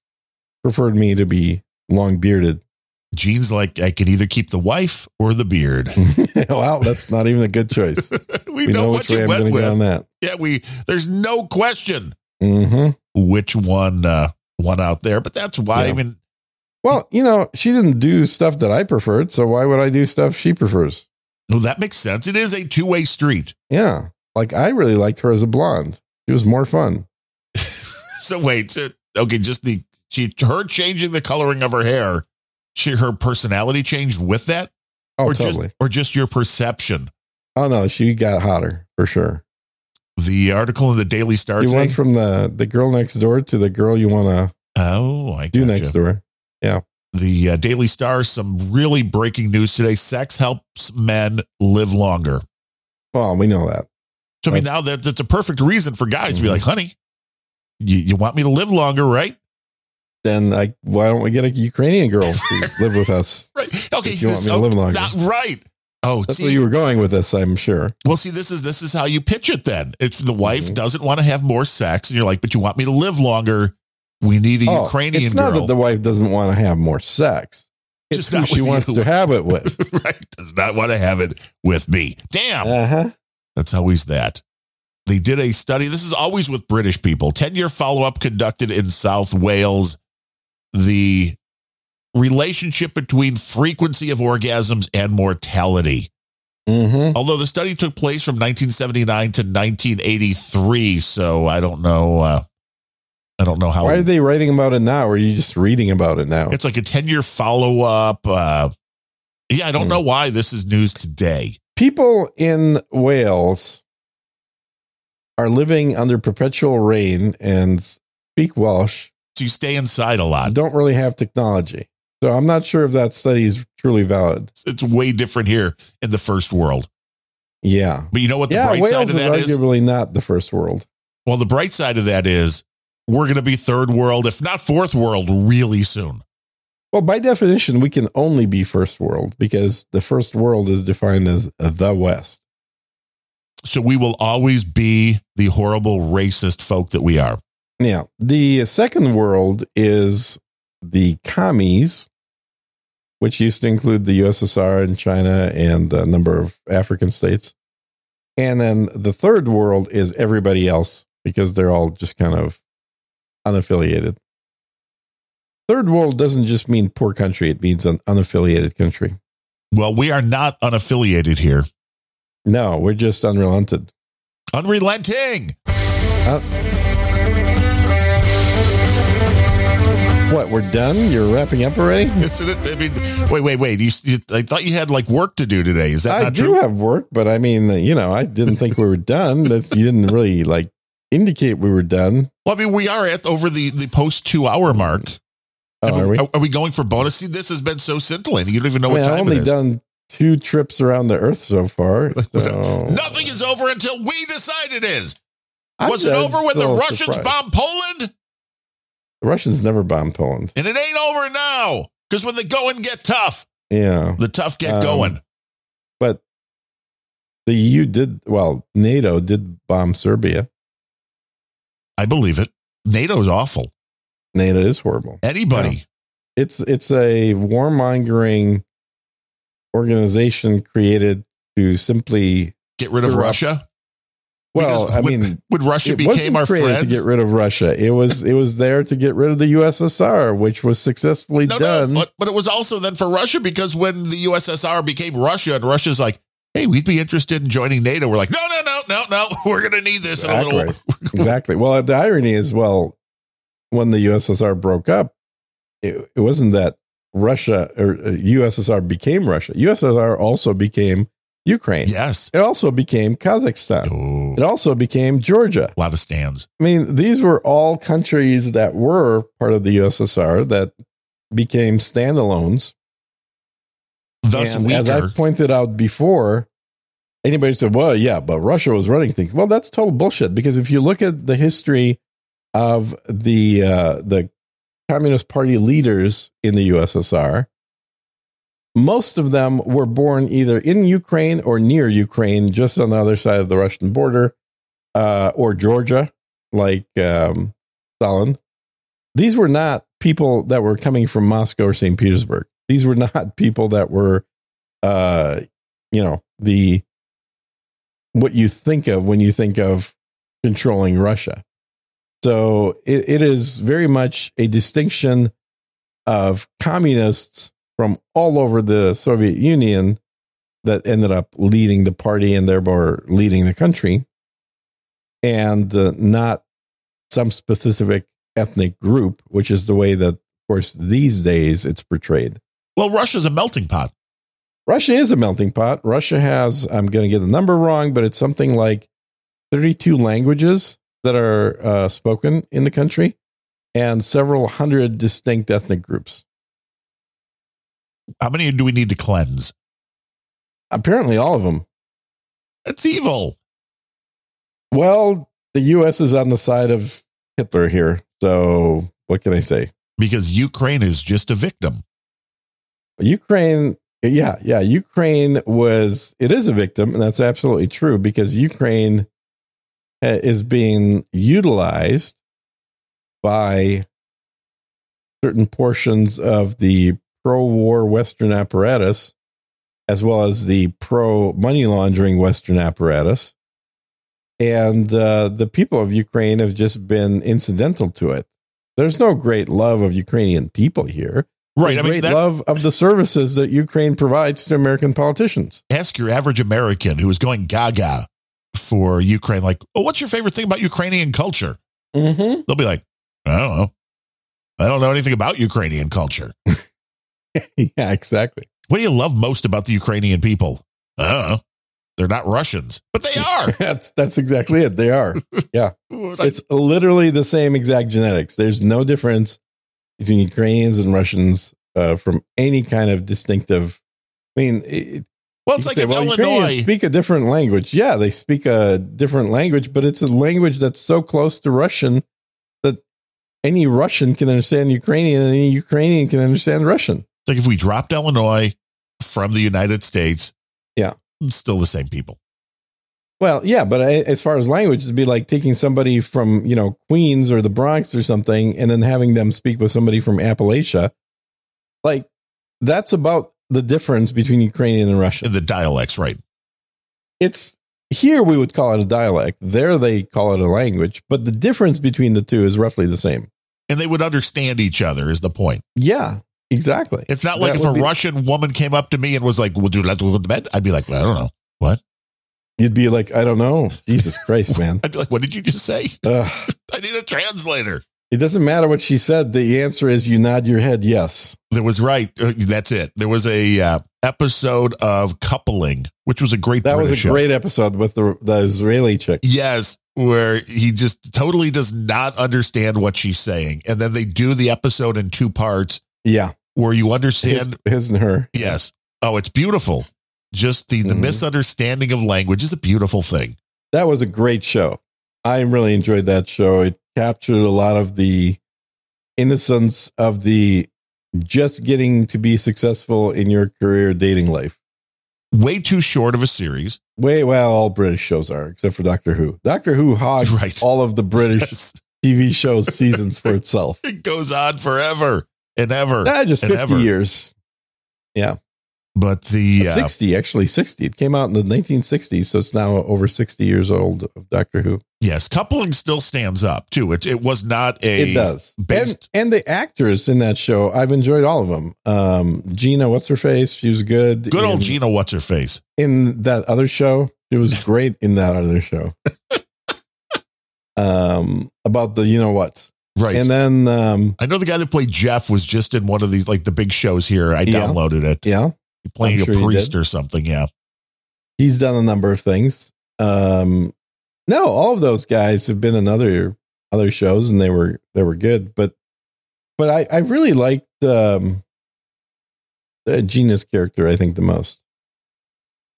[SPEAKER 1] preferred me to be long bearded.
[SPEAKER 2] Gene's like, "I could either keep the wife or the beard."
[SPEAKER 1] <laughs>
[SPEAKER 2] <laughs>
[SPEAKER 1] well, that's not even a good choice.
[SPEAKER 2] we,
[SPEAKER 1] We,
[SPEAKER 2] know, what
[SPEAKER 1] which way
[SPEAKER 2] <laughs> you
[SPEAKER 1] I'm
[SPEAKER 2] went
[SPEAKER 1] going to
[SPEAKER 2] with.
[SPEAKER 1] go on that.
[SPEAKER 2] Yeah, we. There's no question
[SPEAKER 1] hmm
[SPEAKER 2] which one uh, won out there. But that's why. I
[SPEAKER 1] Yeah.
[SPEAKER 2] mean,
[SPEAKER 1] Well, you know, she didn't do stuff that I preferred, so why would I do stuff she prefers?
[SPEAKER 2] well, that makes sense. It is a two way street.
[SPEAKER 1] Yeah, like I really liked her as a blonde. She was more fun.
[SPEAKER 2] So wait, so, okay, just the she her changing the coloring of her hair, she her personality changed with that,
[SPEAKER 1] Oh,
[SPEAKER 2] or
[SPEAKER 1] totally.
[SPEAKER 2] just or just your perception.
[SPEAKER 1] oh no, she got hotter for sure.
[SPEAKER 2] The article in the Daily Star
[SPEAKER 1] You
[SPEAKER 2] today.
[SPEAKER 1] went from the the girl next door to the girl you want to
[SPEAKER 2] oh, I
[SPEAKER 1] do
[SPEAKER 2] gotcha.
[SPEAKER 1] next door.
[SPEAKER 2] The uh, Daily Star some really breaking news today. Sex helps men live longer.
[SPEAKER 1] Well, we know that.
[SPEAKER 2] So I mean, now that that's a perfect reason for guys to be
[SPEAKER 1] Mhm.
[SPEAKER 2] like, honey, you, you want me to live longer, right?
[SPEAKER 1] Then I why don't we get a Ukrainian girl
[SPEAKER 2] <laughs>
[SPEAKER 1] to live with us?
[SPEAKER 2] Right. Okay.
[SPEAKER 1] If you want
[SPEAKER 2] this-
[SPEAKER 1] me to live longer.
[SPEAKER 2] Not right. Oh,
[SPEAKER 1] That's
[SPEAKER 2] see,
[SPEAKER 1] where you were going with this, I'm sure.
[SPEAKER 2] Well, see, this is this is how you pitch it. Then it's the wife
[SPEAKER 1] Mhm.
[SPEAKER 2] doesn't want to have more sex, and you're like, "But you want me to live longer? We need a
[SPEAKER 1] Oh,
[SPEAKER 2] Ukrainian
[SPEAKER 1] It's not
[SPEAKER 2] girl."
[SPEAKER 1] that the wife doesn't want to have more sex. It's
[SPEAKER 2] Just
[SPEAKER 1] who
[SPEAKER 2] not
[SPEAKER 1] she
[SPEAKER 2] with
[SPEAKER 1] wants
[SPEAKER 2] you.
[SPEAKER 1] to have it
[SPEAKER 2] <laughs>
[SPEAKER 1] with.
[SPEAKER 2] <laughs> right? Does not want to have it with me. Damn,
[SPEAKER 1] Uh-huh.
[SPEAKER 2] that's always that. They did a study. This is always with British people. Ten year follow up conducted in South Wales. The relationship between frequency of orgasms and mortality.
[SPEAKER 1] Mm-hmm.
[SPEAKER 2] Although the study took place from 1979 to 1983, so I don't know. Uh, I don't know how.
[SPEAKER 1] Why are they writing about it now? Or are you just reading about it now?
[SPEAKER 2] It's like a 10 year follow up. Uh, Yeah, I don't
[SPEAKER 1] Hmm.
[SPEAKER 2] know why this is news today.
[SPEAKER 1] people in Wales are living under perpetual rain and speak Welsh,
[SPEAKER 2] So you stay inside a lot.
[SPEAKER 1] don't really have technology. So I'm not sure if that study is truly valid.
[SPEAKER 2] It's way different here in the first world.
[SPEAKER 1] Yeah.
[SPEAKER 2] But you know what the
[SPEAKER 1] yeah,
[SPEAKER 2] bright side
[SPEAKER 1] Wales
[SPEAKER 2] of
[SPEAKER 1] is
[SPEAKER 2] that is?
[SPEAKER 1] arguably not the first world.
[SPEAKER 2] Well, the bright side of that is we're going to be third world, if not fourth world, really soon.
[SPEAKER 1] Well, by definition, we can only be first world because the first world is defined as the West.
[SPEAKER 2] So we will always be the horrible racist folk that we are.
[SPEAKER 1] Now, the second world is the commies, which used to include the USSR and China and a number of African states. And then the third world is everybody else because they're all just kind of unaffiliated. Third world doesn't just mean poor country, it means an unaffiliated country.
[SPEAKER 2] Well, we are not unaffiliated here.
[SPEAKER 1] No, we're just unrelented.
[SPEAKER 2] Unrelenting.
[SPEAKER 1] What, we're done? You're wrapping up already?
[SPEAKER 2] Isn't it? I mean, wait, wait, wait. You, you, I thought you had like work to do today. Is that
[SPEAKER 1] I
[SPEAKER 2] not
[SPEAKER 1] do
[SPEAKER 2] true?
[SPEAKER 1] have work, but I mean, uh, you know, I didn't think we were
[SPEAKER 2] <laughs>
[SPEAKER 1] done. That's you didn't really like indicate we were done.
[SPEAKER 2] Well, I mean, we are at over the, the post two hour mark.
[SPEAKER 1] Oh, are we?
[SPEAKER 2] Are, we going for bonus? See, this has been so scintillating. You don't even know
[SPEAKER 1] I mean,
[SPEAKER 2] what
[SPEAKER 1] I've
[SPEAKER 2] time it
[SPEAKER 1] only
[SPEAKER 2] is.
[SPEAKER 1] done two trips around the Earth so far. So
[SPEAKER 2] <laughs> Nothing is over until we decide it is.
[SPEAKER 1] I'm
[SPEAKER 2] Was it
[SPEAKER 1] just
[SPEAKER 2] over when the
[SPEAKER 1] still
[SPEAKER 2] Russians
[SPEAKER 1] surprised.
[SPEAKER 2] bombed Poland?
[SPEAKER 1] The Russians never bombed Poland.
[SPEAKER 2] And it ain't over now. Because when the going get tough,
[SPEAKER 1] Yeah,
[SPEAKER 2] the tough get
[SPEAKER 1] Um,
[SPEAKER 2] going.
[SPEAKER 1] but the EU did well. NATO did bomb Serbia.
[SPEAKER 2] I believe it. NATO's awful.
[SPEAKER 1] NATO is horrible.
[SPEAKER 2] Anybody.
[SPEAKER 1] It's it's a warmongering organization created to simply
[SPEAKER 2] Get rid of
[SPEAKER 1] Corrupt.
[SPEAKER 2] Russia.
[SPEAKER 1] well,
[SPEAKER 2] Because
[SPEAKER 1] I
[SPEAKER 2] when-
[SPEAKER 1] mean,
[SPEAKER 2] when Russia
[SPEAKER 1] it wasn't
[SPEAKER 2] became our
[SPEAKER 1] created to
[SPEAKER 2] friends.
[SPEAKER 1] get rid of Russia. It was it was there to get rid of the USSR, which was successfully
[SPEAKER 2] no,
[SPEAKER 1] done.
[SPEAKER 2] no, but, but it was also then for Russia because when the USSR became Russia and Russia's like, hey, we'd be interested in joining NATO. We're like, no, no, no, no, no. <laughs> We're going to need this in a little
[SPEAKER 1] Exactly. exactly. Well, the irony is, well, when the USSR broke up, it, it wasn't that Russia or uh, USSR became Russia. USSR also became Ukraine.
[SPEAKER 2] <laughs> Yes.
[SPEAKER 1] It also became Kazakhstan.
[SPEAKER 2] Oh,
[SPEAKER 1] It also became Georgia.
[SPEAKER 2] a lot of stands.
[SPEAKER 1] I mean, these were all countries that were part of the USSR that became standalones.
[SPEAKER 2] Thus
[SPEAKER 1] And
[SPEAKER 2] weaker.
[SPEAKER 1] As I've pointed out before, anybody said, well, yeah, but Russia was running things. Well, that's total bullshit because if you look at the history of the uh, the Communist Party leaders in the USSR, most of them were born either in Ukraine or near Ukraine, just on the other side of the Russian border, uh, or Georgia, like um, Stalin. These were not people that were coming from Moscow or St. Petersburg. These were not <laughs> people that were, uh, you know, the what you think of when you think of controlling Russia. So it, it is very much a distinction of communists from all over the Soviet Union that ended up leading the party and thereby leading the country, and uh, not some specific ethnic group, which is the way that, of course, these days it's portrayed.
[SPEAKER 2] well, Russia's a melting pot.
[SPEAKER 1] Russia is a melting pot. Russia has, I'm going to get the number wrong, but it's something like 32 languages that are uh, spoken in the country and several hundred distinct ethnic groups.
[SPEAKER 2] How many do we need to cleanse?
[SPEAKER 1] Apparently, all of them.
[SPEAKER 2] That's evil.
[SPEAKER 1] Well, the U.S. is on the side of Hitler here. So what can I say?
[SPEAKER 2] Because Ukraine is just a victim.
[SPEAKER 1] Ukraine, yeah, yeah. Ukraine was, it is a victim, and that's absolutely true because Ukraine uh, is being utilized by certain portions of the pro war Western apparatus, as well as the pro money laundering Western apparatus. And uh, the people of Ukraine have just been incidental to it. There's no great love of Ukrainian people here
[SPEAKER 2] Right.
[SPEAKER 1] is
[SPEAKER 2] I mean,
[SPEAKER 1] great
[SPEAKER 2] that,
[SPEAKER 1] love of the services that Ukraine provides to American politicians.
[SPEAKER 2] ask your average American who is going gaga for Ukraine, like, oh, what's your favorite thing about Ukrainian culture?
[SPEAKER 1] Mm-hmm.
[SPEAKER 2] They'll be like, I don't know. I don't know anything about Ukrainian culture.
[SPEAKER 1] <laughs> yeah, exactly.
[SPEAKER 2] What do you love most about the Ukrainian people? I don't know. They're not Russians, but they
[SPEAKER 1] <laughs>
[SPEAKER 2] are.
[SPEAKER 1] That's that's exactly it. They are.
[SPEAKER 2] <laughs> It's like,
[SPEAKER 1] It's literally the same exact genetics. There's no difference between Ukrainians and Russians uh, from any kind of distinctive. I mean, it,
[SPEAKER 2] well, it's like
[SPEAKER 1] you
[SPEAKER 2] if
[SPEAKER 1] say, well,
[SPEAKER 2] Illinois.
[SPEAKER 1] Ukrainians speak a different language. Yeah, they speak a different language, but it's a language that's so close to Russian that any Russian can understand Ukrainian and any Ukrainian can understand Russian.
[SPEAKER 2] It's like if we dropped Illinois from the United States.
[SPEAKER 1] Yeah.
[SPEAKER 2] it's still the same people.
[SPEAKER 1] Well, yeah, but I, as far as language, it'd be like taking somebody from you know Queens or the Bronx or something, and then having them speak with somebody from Appalachia. Like that's about the difference between Ukrainian and Russian.
[SPEAKER 2] The dialects, right?
[SPEAKER 1] It's here we would call it a dialect. There they call it a language, but the difference between the two is roughly the same.
[SPEAKER 2] And they would understand each other is the point.
[SPEAKER 1] Yeah, exactly.
[SPEAKER 2] It's not like
[SPEAKER 1] That
[SPEAKER 2] if a
[SPEAKER 1] would be-
[SPEAKER 2] Russian woman came up to me and was like, "Would you like to go to bed?" I'd be like, "I don't know."
[SPEAKER 1] You'd be like, I don't know, Jesus Christ, man.
[SPEAKER 2] <laughs> I'd be like, "What did you just say?" <laughs>
[SPEAKER 1] Ugh.
[SPEAKER 2] I need a translator.
[SPEAKER 1] It doesn't matter what she said. The answer is you nod your head yes.
[SPEAKER 2] That was right. Uh, That's it. There was a uh, episode of Coupling, which was a great.
[SPEAKER 1] That was
[SPEAKER 2] British
[SPEAKER 1] a
[SPEAKER 2] show.
[SPEAKER 1] great episode with the, the Israeli chick.
[SPEAKER 2] Yes, where he just totally does not understand what she's saying, and then they do the episode in two parts
[SPEAKER 1] Yeah.
[SPEAKER 2] where you
[SPEAKER 1] his,
[SPEAKER 2] understand.
[SPEAKER 1] his and her.
[SPEAKER 2] yes. Oh, it's beautiful. Just the the
[SPEAKER 1] Mhm.
[SPEAKER 2] misunderstanding of language is a beautiful thing.
[SPEAKER 1] That was a great show. I really enjoyed that show. It captured a lot of the innocence of the just getting to be successful in your career dating life.
[SPEAKER 2] Way too short of a series,
[SPEAKER 1] Way well, all British shows are except for Doctor Who. Doctor Who hogs
[SPEAKER 2] <laughs> right?
[SPEAKER 1] all of the
[SPEAKER 2] <laughs>
[SPEAKER 1] British
[SPEAKER 2] Yes.
[SPEAKER 1] TV shows seasons for itself.
[SPEAKER 2] It goes on forever and ever.
[SPEAKER 1] Ah, just
[SPEAKER 2] And
[SPEAKER 1] fifty
[SPEAKER 2] ever.
[SPEAKER 1] years,
[SPEAKER 2] But the uh,
[SPEAKER 1] sixty actually sixty. It came out in the nineteen sixties, so it's now over sixty years old of Doctor Who.
[SPEAKER 2] Yes, coupling still stands up too. It it was not a
[SPEAKER 1] it does
[SPEAKER 2] based-
[SPEAKER 1] and and the actors in that show i've enjoyed all of them um gina what's her face she was good
[SPEAKER 2] good old
[SPEAKER 1] in,
[SPEAKER 2] Gina. What's her face?
[SPEAKER 1] in that other show it was great in that other
[SPEAKER 2] <laughs>
[SPEAKER 1] show um about the you know what
[SPEAKER 2] Right.
[SPEAKER 1] and then um
[SPEAKER 2] I know the guy that played Jeff was just in one of these like the big shows here. I
[SPEAKER 1] Yeah.
[SPEAKER 2] downloaded it.
[SPEAKER 1] yeah
[SPEAKER 2] He playing
[SPEAKER 1] I'm sure
[SPEAKER 2] a
[SPEAKER 1] he
[SPEAKER 2] priest
[SPEAKER 1] did.
[SPEAKER 2] or something. Yeah.
[SPEAKER 1] he's done a number of things um no all of those guys have been in other other shows and they were they were good but but i i really liked um uh, gina's character i think the most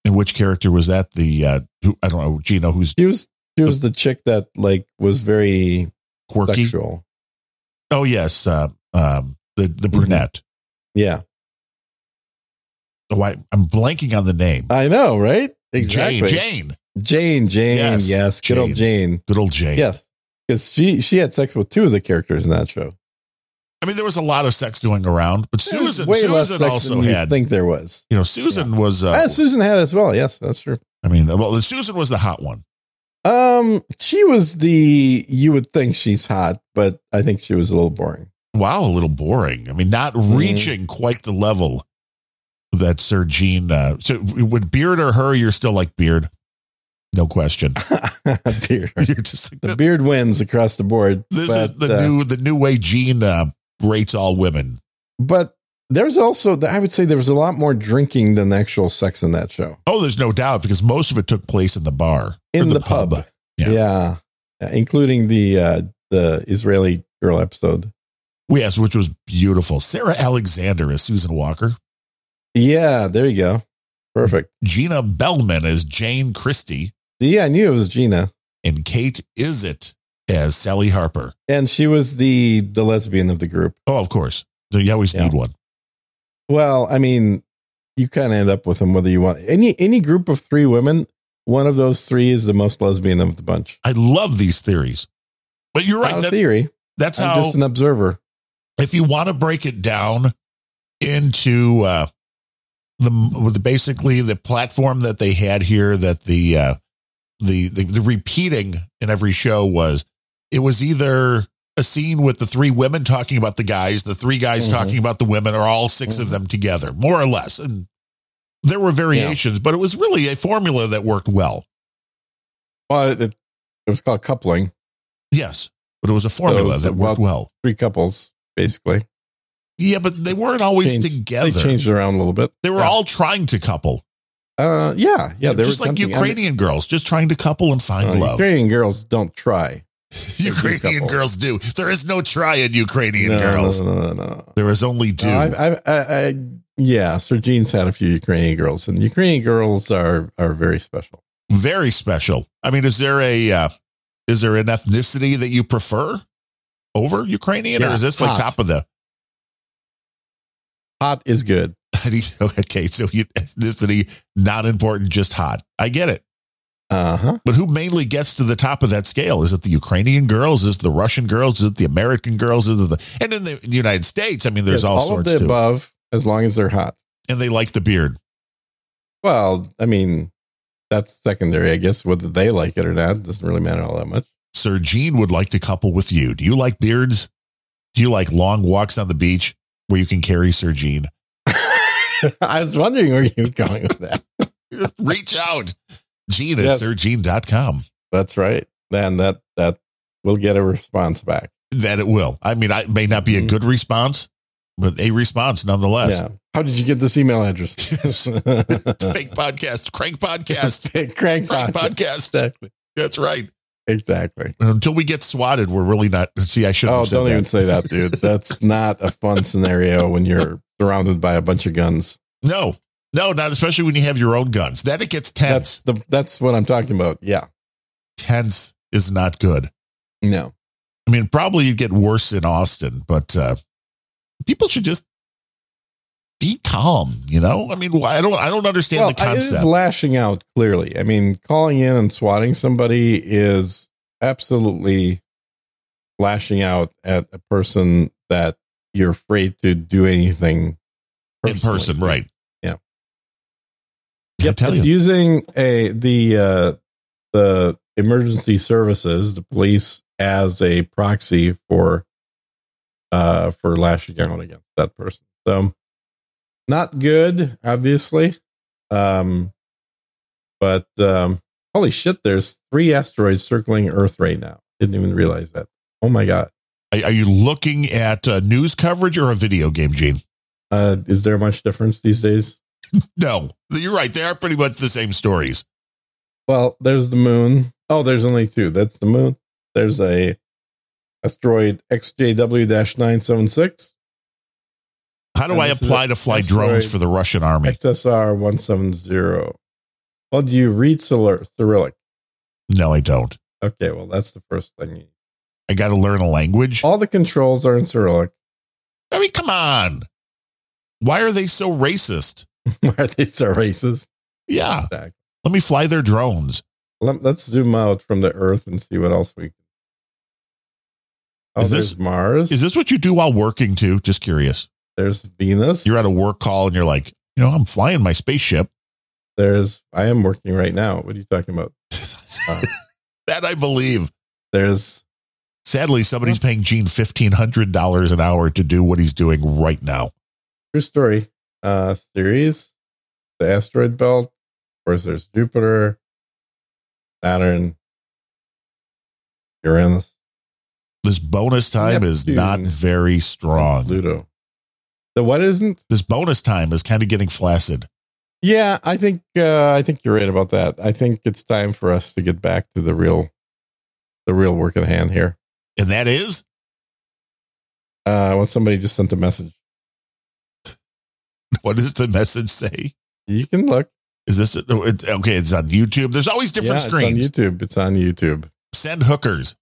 [SPEAKER 2] And which character was that? The uh who I don't know, Gina who's
[SPEAKER 1] She was she was the chick that like was very
[SPEAKER 2] quirky.
[SPEAKER 1] sexual.
[SPEAKER 2] Oh yes. Uh, um the the
[SPEAKER 1] Mm-hmm.
[SPEAKER 2] brunette.
[SPEAKER 1] Yeah,
[SPEAKER 2] Oh, I, I'm blanking on the name.
[SPEAKER 1] I know, right? Jane,
[SPEAKER 2] Jane. Jane.
[SPEAKER 1] Jane, Jane,
[SPEAKER 2] Yes,
[SPEAKER 1] yes, good old Jane,
[SPEAKER 2] Good old Jane.
[SPEAKER 1] yes, because she she had sex with two of the characters in that show.
[SPEAKER 2] I mean there was a lot of sex going around, but
[SPEAKER 1] There was
[SPEAKER 2] Susan
[SPEAKER 1] way less
[SPEAKER 2] Susan
[SPEAKER 1] sex
[SPEAKER 2] also
[SPEAKER 1] than you'd
[SPEAKER 2] had
[SPEAKER 1] think there was.
[SPEAKER 2] you know, Susan was uh,
[SPEAKER 1] Ah, Susan had as well. Yes, that's true.
[SPEAKER 2] I mean well Susan was the hot one.
[SPEAKER 1] Um, she was the you would think she's hot, but I think she was a little boring. <laughs>
[SPEAKER 2] wow, a little boring. I mean, not
[SPEAKER 1] Mm-hmm.
[SPEAKER 2] reaching quite the level that Sir Gene. Uh, so, with Beard or her, you're still like Beard, no
[SPEAKER 1] <laughs>
[SPEAKER 2] question.
[SPEAKER 1] beard.
[SPEAKER 2] You're just like
[SPEAKER 1] The
[SPEAKER 2] this.
[SPEAKER 1] beard wins across the board.
[SPEAKER 2] this is
[SPEAKER 1] but,
[SPEAKER 2] the
[SPEAKER 1] uh,
[SPEAKER 2] new the new way Gene uh, rates all women.
[SPEAKER 1] but there's also I would say there was a lot more drinking than actual sex in that show.
[SPEAKER 2] Oh, there's no doubt because most of it took place in the bar, or
[SPEAKER 1] in the, pub.
[SPEAKER 2] Yeah.
[SPEAKER 1] Yeah. Yeah, including the uh, the Israeli girl episode.
[SPEAKER 2] Yes, which was beautiful. Sarah Alexander is Susan Walker.
[SPEAKER 1] Yeah, there you go. Perfect.
[SPEAKER 2] Gina Bellman is Jane Christie,
[SPEAKER 1] Yeah, I knew it was Gina,
[SPEAKER 2] and Kate Isitt as Sally Harper.
[SPEAKER 1] and she was the the lesbian of the group.
[SPEAKER 2] Oh, of course, you always
[SPEAKER 1] Yeah.
[SPEAKER 2] need one.
[SPEAKER 1] Well, I mean, you kind of end up with them whether you want any any group of three women. One of those three is the most lesbian of the bunch.
[SPEAKER 2] I love these theories. But you're right.
[SPEAKER 1] Not a
[SPEAKER 2] That,
[SPEAKER 1] theory.
[SPEAKER 2] that's
[SPEAKER 1] I'm
[SPEAKER 2] how,
[SPEAKER 1] just an observer.
[SPEAKER 2] if you want to break it down into uh, the, with the basically the platform that they had here, that the, uh, the the the repeating in every show was it was either a scene with the three women talking about the guys, the three guys
[SPEAKER 1] Mhm.
[SPEAKER 2] talking about the women, or all 6 of
[SPEAKER 1] Mhm.
[SPEAKER 2] them together, more or less. And there were variations, but it was really a formula that worked well.
[SPEAKER 1] Well, it, it was called coupling.
[SPEAKER 2] Yes, but it was a formula
[SPEAKER 1] it's
[SPEAKER 2] that worked
[SPEAKER 1] about-
[SPEAKER 2] well.
[SPEAKER 1] Three couples, basically.
[SPEAKER 2] Yeah, but they weren't always
[SPEAKER 1] Changed-
[SPEAKER 2] together.
[SPEAKER 1] They
[SPEAKER 2] They,
[SPEAKER 1] changed around a little bit.
[SPEAKER 2] were
[SPEAKER 1] Yeah.
[SPEAKER 2] all trying to couple.
[SPEAKER 1] Uh, yeah, yeah. They
[SPEAKER 2] just
[SPEAKER 1] were
[SPEAKER 2] like
[SPEAKER 1] attempting- I mean,
[SPEAKER 2] Ukrainian girls, just trying to couple and find
[SPEAKER 1] uh,
[SPEAKER 2] love.
[SPEAKER 1] Ukrainian girls don't try.
[SPEAKER 2] Ukrainian
[SPEAKER 1] couple.
[SPEAKER 2] girls do. There is no try in Ukrainian
[SPEAKER 1] No,
[SPEAKER 2] girls.
[SPEAKER 1] No, no, no, no.
[SPEAKER 2] There is only do.
[SPEAKER 1] No, I've, I've, I, I, yeah, Sir Gene's had a few Ukrainian girls, and Ukrainian girls are are very special.
[SPEAKER 2] Very special. I mean, is there a uh, is there an ethnicity that you prefer over Ukrainian, or
[SPEAKER 1] Yeah,
[SPEAKER 2] is this like
[SPEAKER 1] hot.
[SPEAKER 2] top of the? <laughs>
[SPEAKER 1] Hot is good.
[SPEAKER 2] okay, so you, ethnicity not important, just hot. I get it.
[SPEAKER 1] Uh huh.
[SPEAKER 2] But who mainly gets to the top of that scale? Is it the Ukrainian girls? Is it the Russian girls? Is it the American girls? Is it the and in the, the United States? I mean, there's all,
[SPEAKER 1] of
[SPEAKER 2] sorts
[SPEAKER 1] the
[SPEAKER 2] too,
[SPEAKER 1] above, as long as they're hot.
[SPEAKER 2] and they like the beard.
[SPEAKER 1] Well, I mean, that's secondary, I guess. Whether they like it or not doesn't really matter all that much. <laughs>
[SPEAKER 2] Sir Gene would like to couple with you. Do you like beards? Do you like long walks on the beach where you can carry Sir Gene?
[SPEAKER 1] I was wondering where you were going with that.
[SPEAKER 2] Reach out, Gene at
[SPEAKER 1] Yes.
[SPEAKER 2] sirgene.com.
[SPEAKER 1] That's right. Then that that will get a response back.
[SPEAKER 2] That it will. I mean, I it may not be a
[SPEAKER 1] Mhm.
[SPEAKER 2] good response, but a response nonetheless.
[SPEAKER 1] Yeah. How did you get this email
[SPEAKER 2] <laughs>
[SPEAKER 1] address?
[SPEAKER 2] Fake podcast,
[SPEAKER 1] <laughs>
[SPEAKER 2] crank podcast,
[SPEAKER 1] Crank podcast.
[SPEAKER 2] crank podcast.
[SPEAKER 1] Exactly.
[SPEAKER 2] That's right.
[SPEAKER 1] Exactly.
[SPEAKER 2] until we get swatted, we're really not. See, I shouldn't
[SPEAKER 1] Oh,
[SPEAKER 2] have said
[SPEAKER 1] don't
[SPEAKER 2] that.
[SPEAKER 1] even say that,
[SPEAKER 2] <laughs>
[SPEAKER 1] dude. That's not a fun scenario when you're surrounded by a bunch of guns.
[SPEAKER 2] No, no, not especially when you have your own guns. Then it gets
[SPEAKER 1] That's
[SPEAKER 2] tense.
[SPEAKER 1] the that's what I'm talking about. Yeah.
[SPEAKER 2] tense is not good.
[SPEAKER 1] No.
[SPEAKER 2] I mean, probably you'd get worse in Austin, but uh, people should just be calm. You know, I mean, why I don't, I don't understand the
[SPEAKER 1] I- It is
[SPEAKER 2] concept.
[SPEAKER 1] lashing out clearly. I mean, calling in and swatting somebody is absolutely lashing out at a person that you're afraid to do anything
[SPEAKER 2] in person,
[SPEAKER 1] personally.
[SPEAKER 2] right?
[SPEAKER 1] Yeah.
[SPEAKER 2] I tell
[SPEAKER 1] it's
[SPEAKER 2] you,
[SPEAKER 1] using a the uh, the emergency services, the police, as a proxy for uh, for lashing out against that person. So not good, obviously. Um, but um, holy shit, there's three asteroids circling Earth right now. Didn't even realize that. Oh my god.
[SPEAKER 2] are, are you looking at uh, news coverage or a video game, Gene?
[SPEAKER 1] Uh, is there much difference these days?
[SPEAKER 2] No, you're right. They are pretty much the same stories.
[SPEAKER 1] Well, there's the moon. Oh, there's only two. That's the moon. There's a asteroid XJW-976,
[SPEAKER 2] How do
[SPEAKER 1] And
[SPEAKER 2] I
[SPEAKER 1] this is
[SPEAKER 2] apply
[SPEAKER 1] a-
[SPEAKER 2] to fly
[SPEAKER 1] that's right.
[SPEAKER 2] drones for the Russian army?
[SPEAKER 1] XSR-170. Well, do you read Cyr- Cyrillic?
[SPEAKER 2] No, I don't.
[SPEAKER 1] Okay, well, that's the first thing. you need.
[SPEAKER 2] I got to learn a language.
[SPEAKER 1] All the controls are in Cyrillic. <laughs>
[SPEAKER 2] I mean, come on. Why are they so racist?
[SPEAKER 1] Why these are racist?
[SPEAKER 2] Yeah,
[SPEAKER 1] Exactly.
[SPEAKER 2] let me fly their drones.
[SPEAKER 1] Let, let's zoom out from the Earth and see what else we can. Oh,
[SPEAKER 2] Is
[SPEAKER 1] there's
[SPEAKER 2] this-
[SPEAKER 1] Mars.
[SPEAKER 2] Is this what you do while working too? Just curious.
[SPEAKER 1] there's Venus.
[SPEAKER 2] You're at a work call and you're like, you know, I'm flying my spaceship.
[SPEAKER 1] There's. I am working right now. What are you talking about?
[SPEAKER 2] <laughs> that I believe.
[SPEAKER 1] There's
[SPEAKER 2] Sadly, somebody's paying Gene fifteen hundred dollars an hour to do what he's doing right now.
[SPEAKER 1] true story uh series the asteroid belt of course there's jupiter saturn uranus
[SPEAKER 2] This bonus time is
[SPEAKER 1] Neptune.
[SPEAKER 2] not very
[SPEAKER 1] and
[SPEAKER 2] strong.
[SPEAKER 1] pluto the what isn't
[SPEAKER 2] This bonus time is kind of getting flaccid.
[SPEAKER 1] yeah i think uh i think you're right about that i think it's time for us to get back to the real the real work at hand here
[SPEAKER 2] And that is <laughs>
[SPEAKER 1] uh well somebody just sent a message
[SPEAKER 2] what does the message say?
[SPEAKER 1] you can look
[SPEAKER 2] Is this oh, it's- okay? It's on YouTube. There's always different
[SPEAKER 1] Yeah,
[SPEAKER 2] screens.
[SPEAKER 1] it's on youtube it's on youtube
[SPEAKER 2] Send hookers.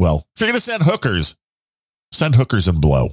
[SPEAKER 2] Well, if you're gonna send hookers, send hookers and blow.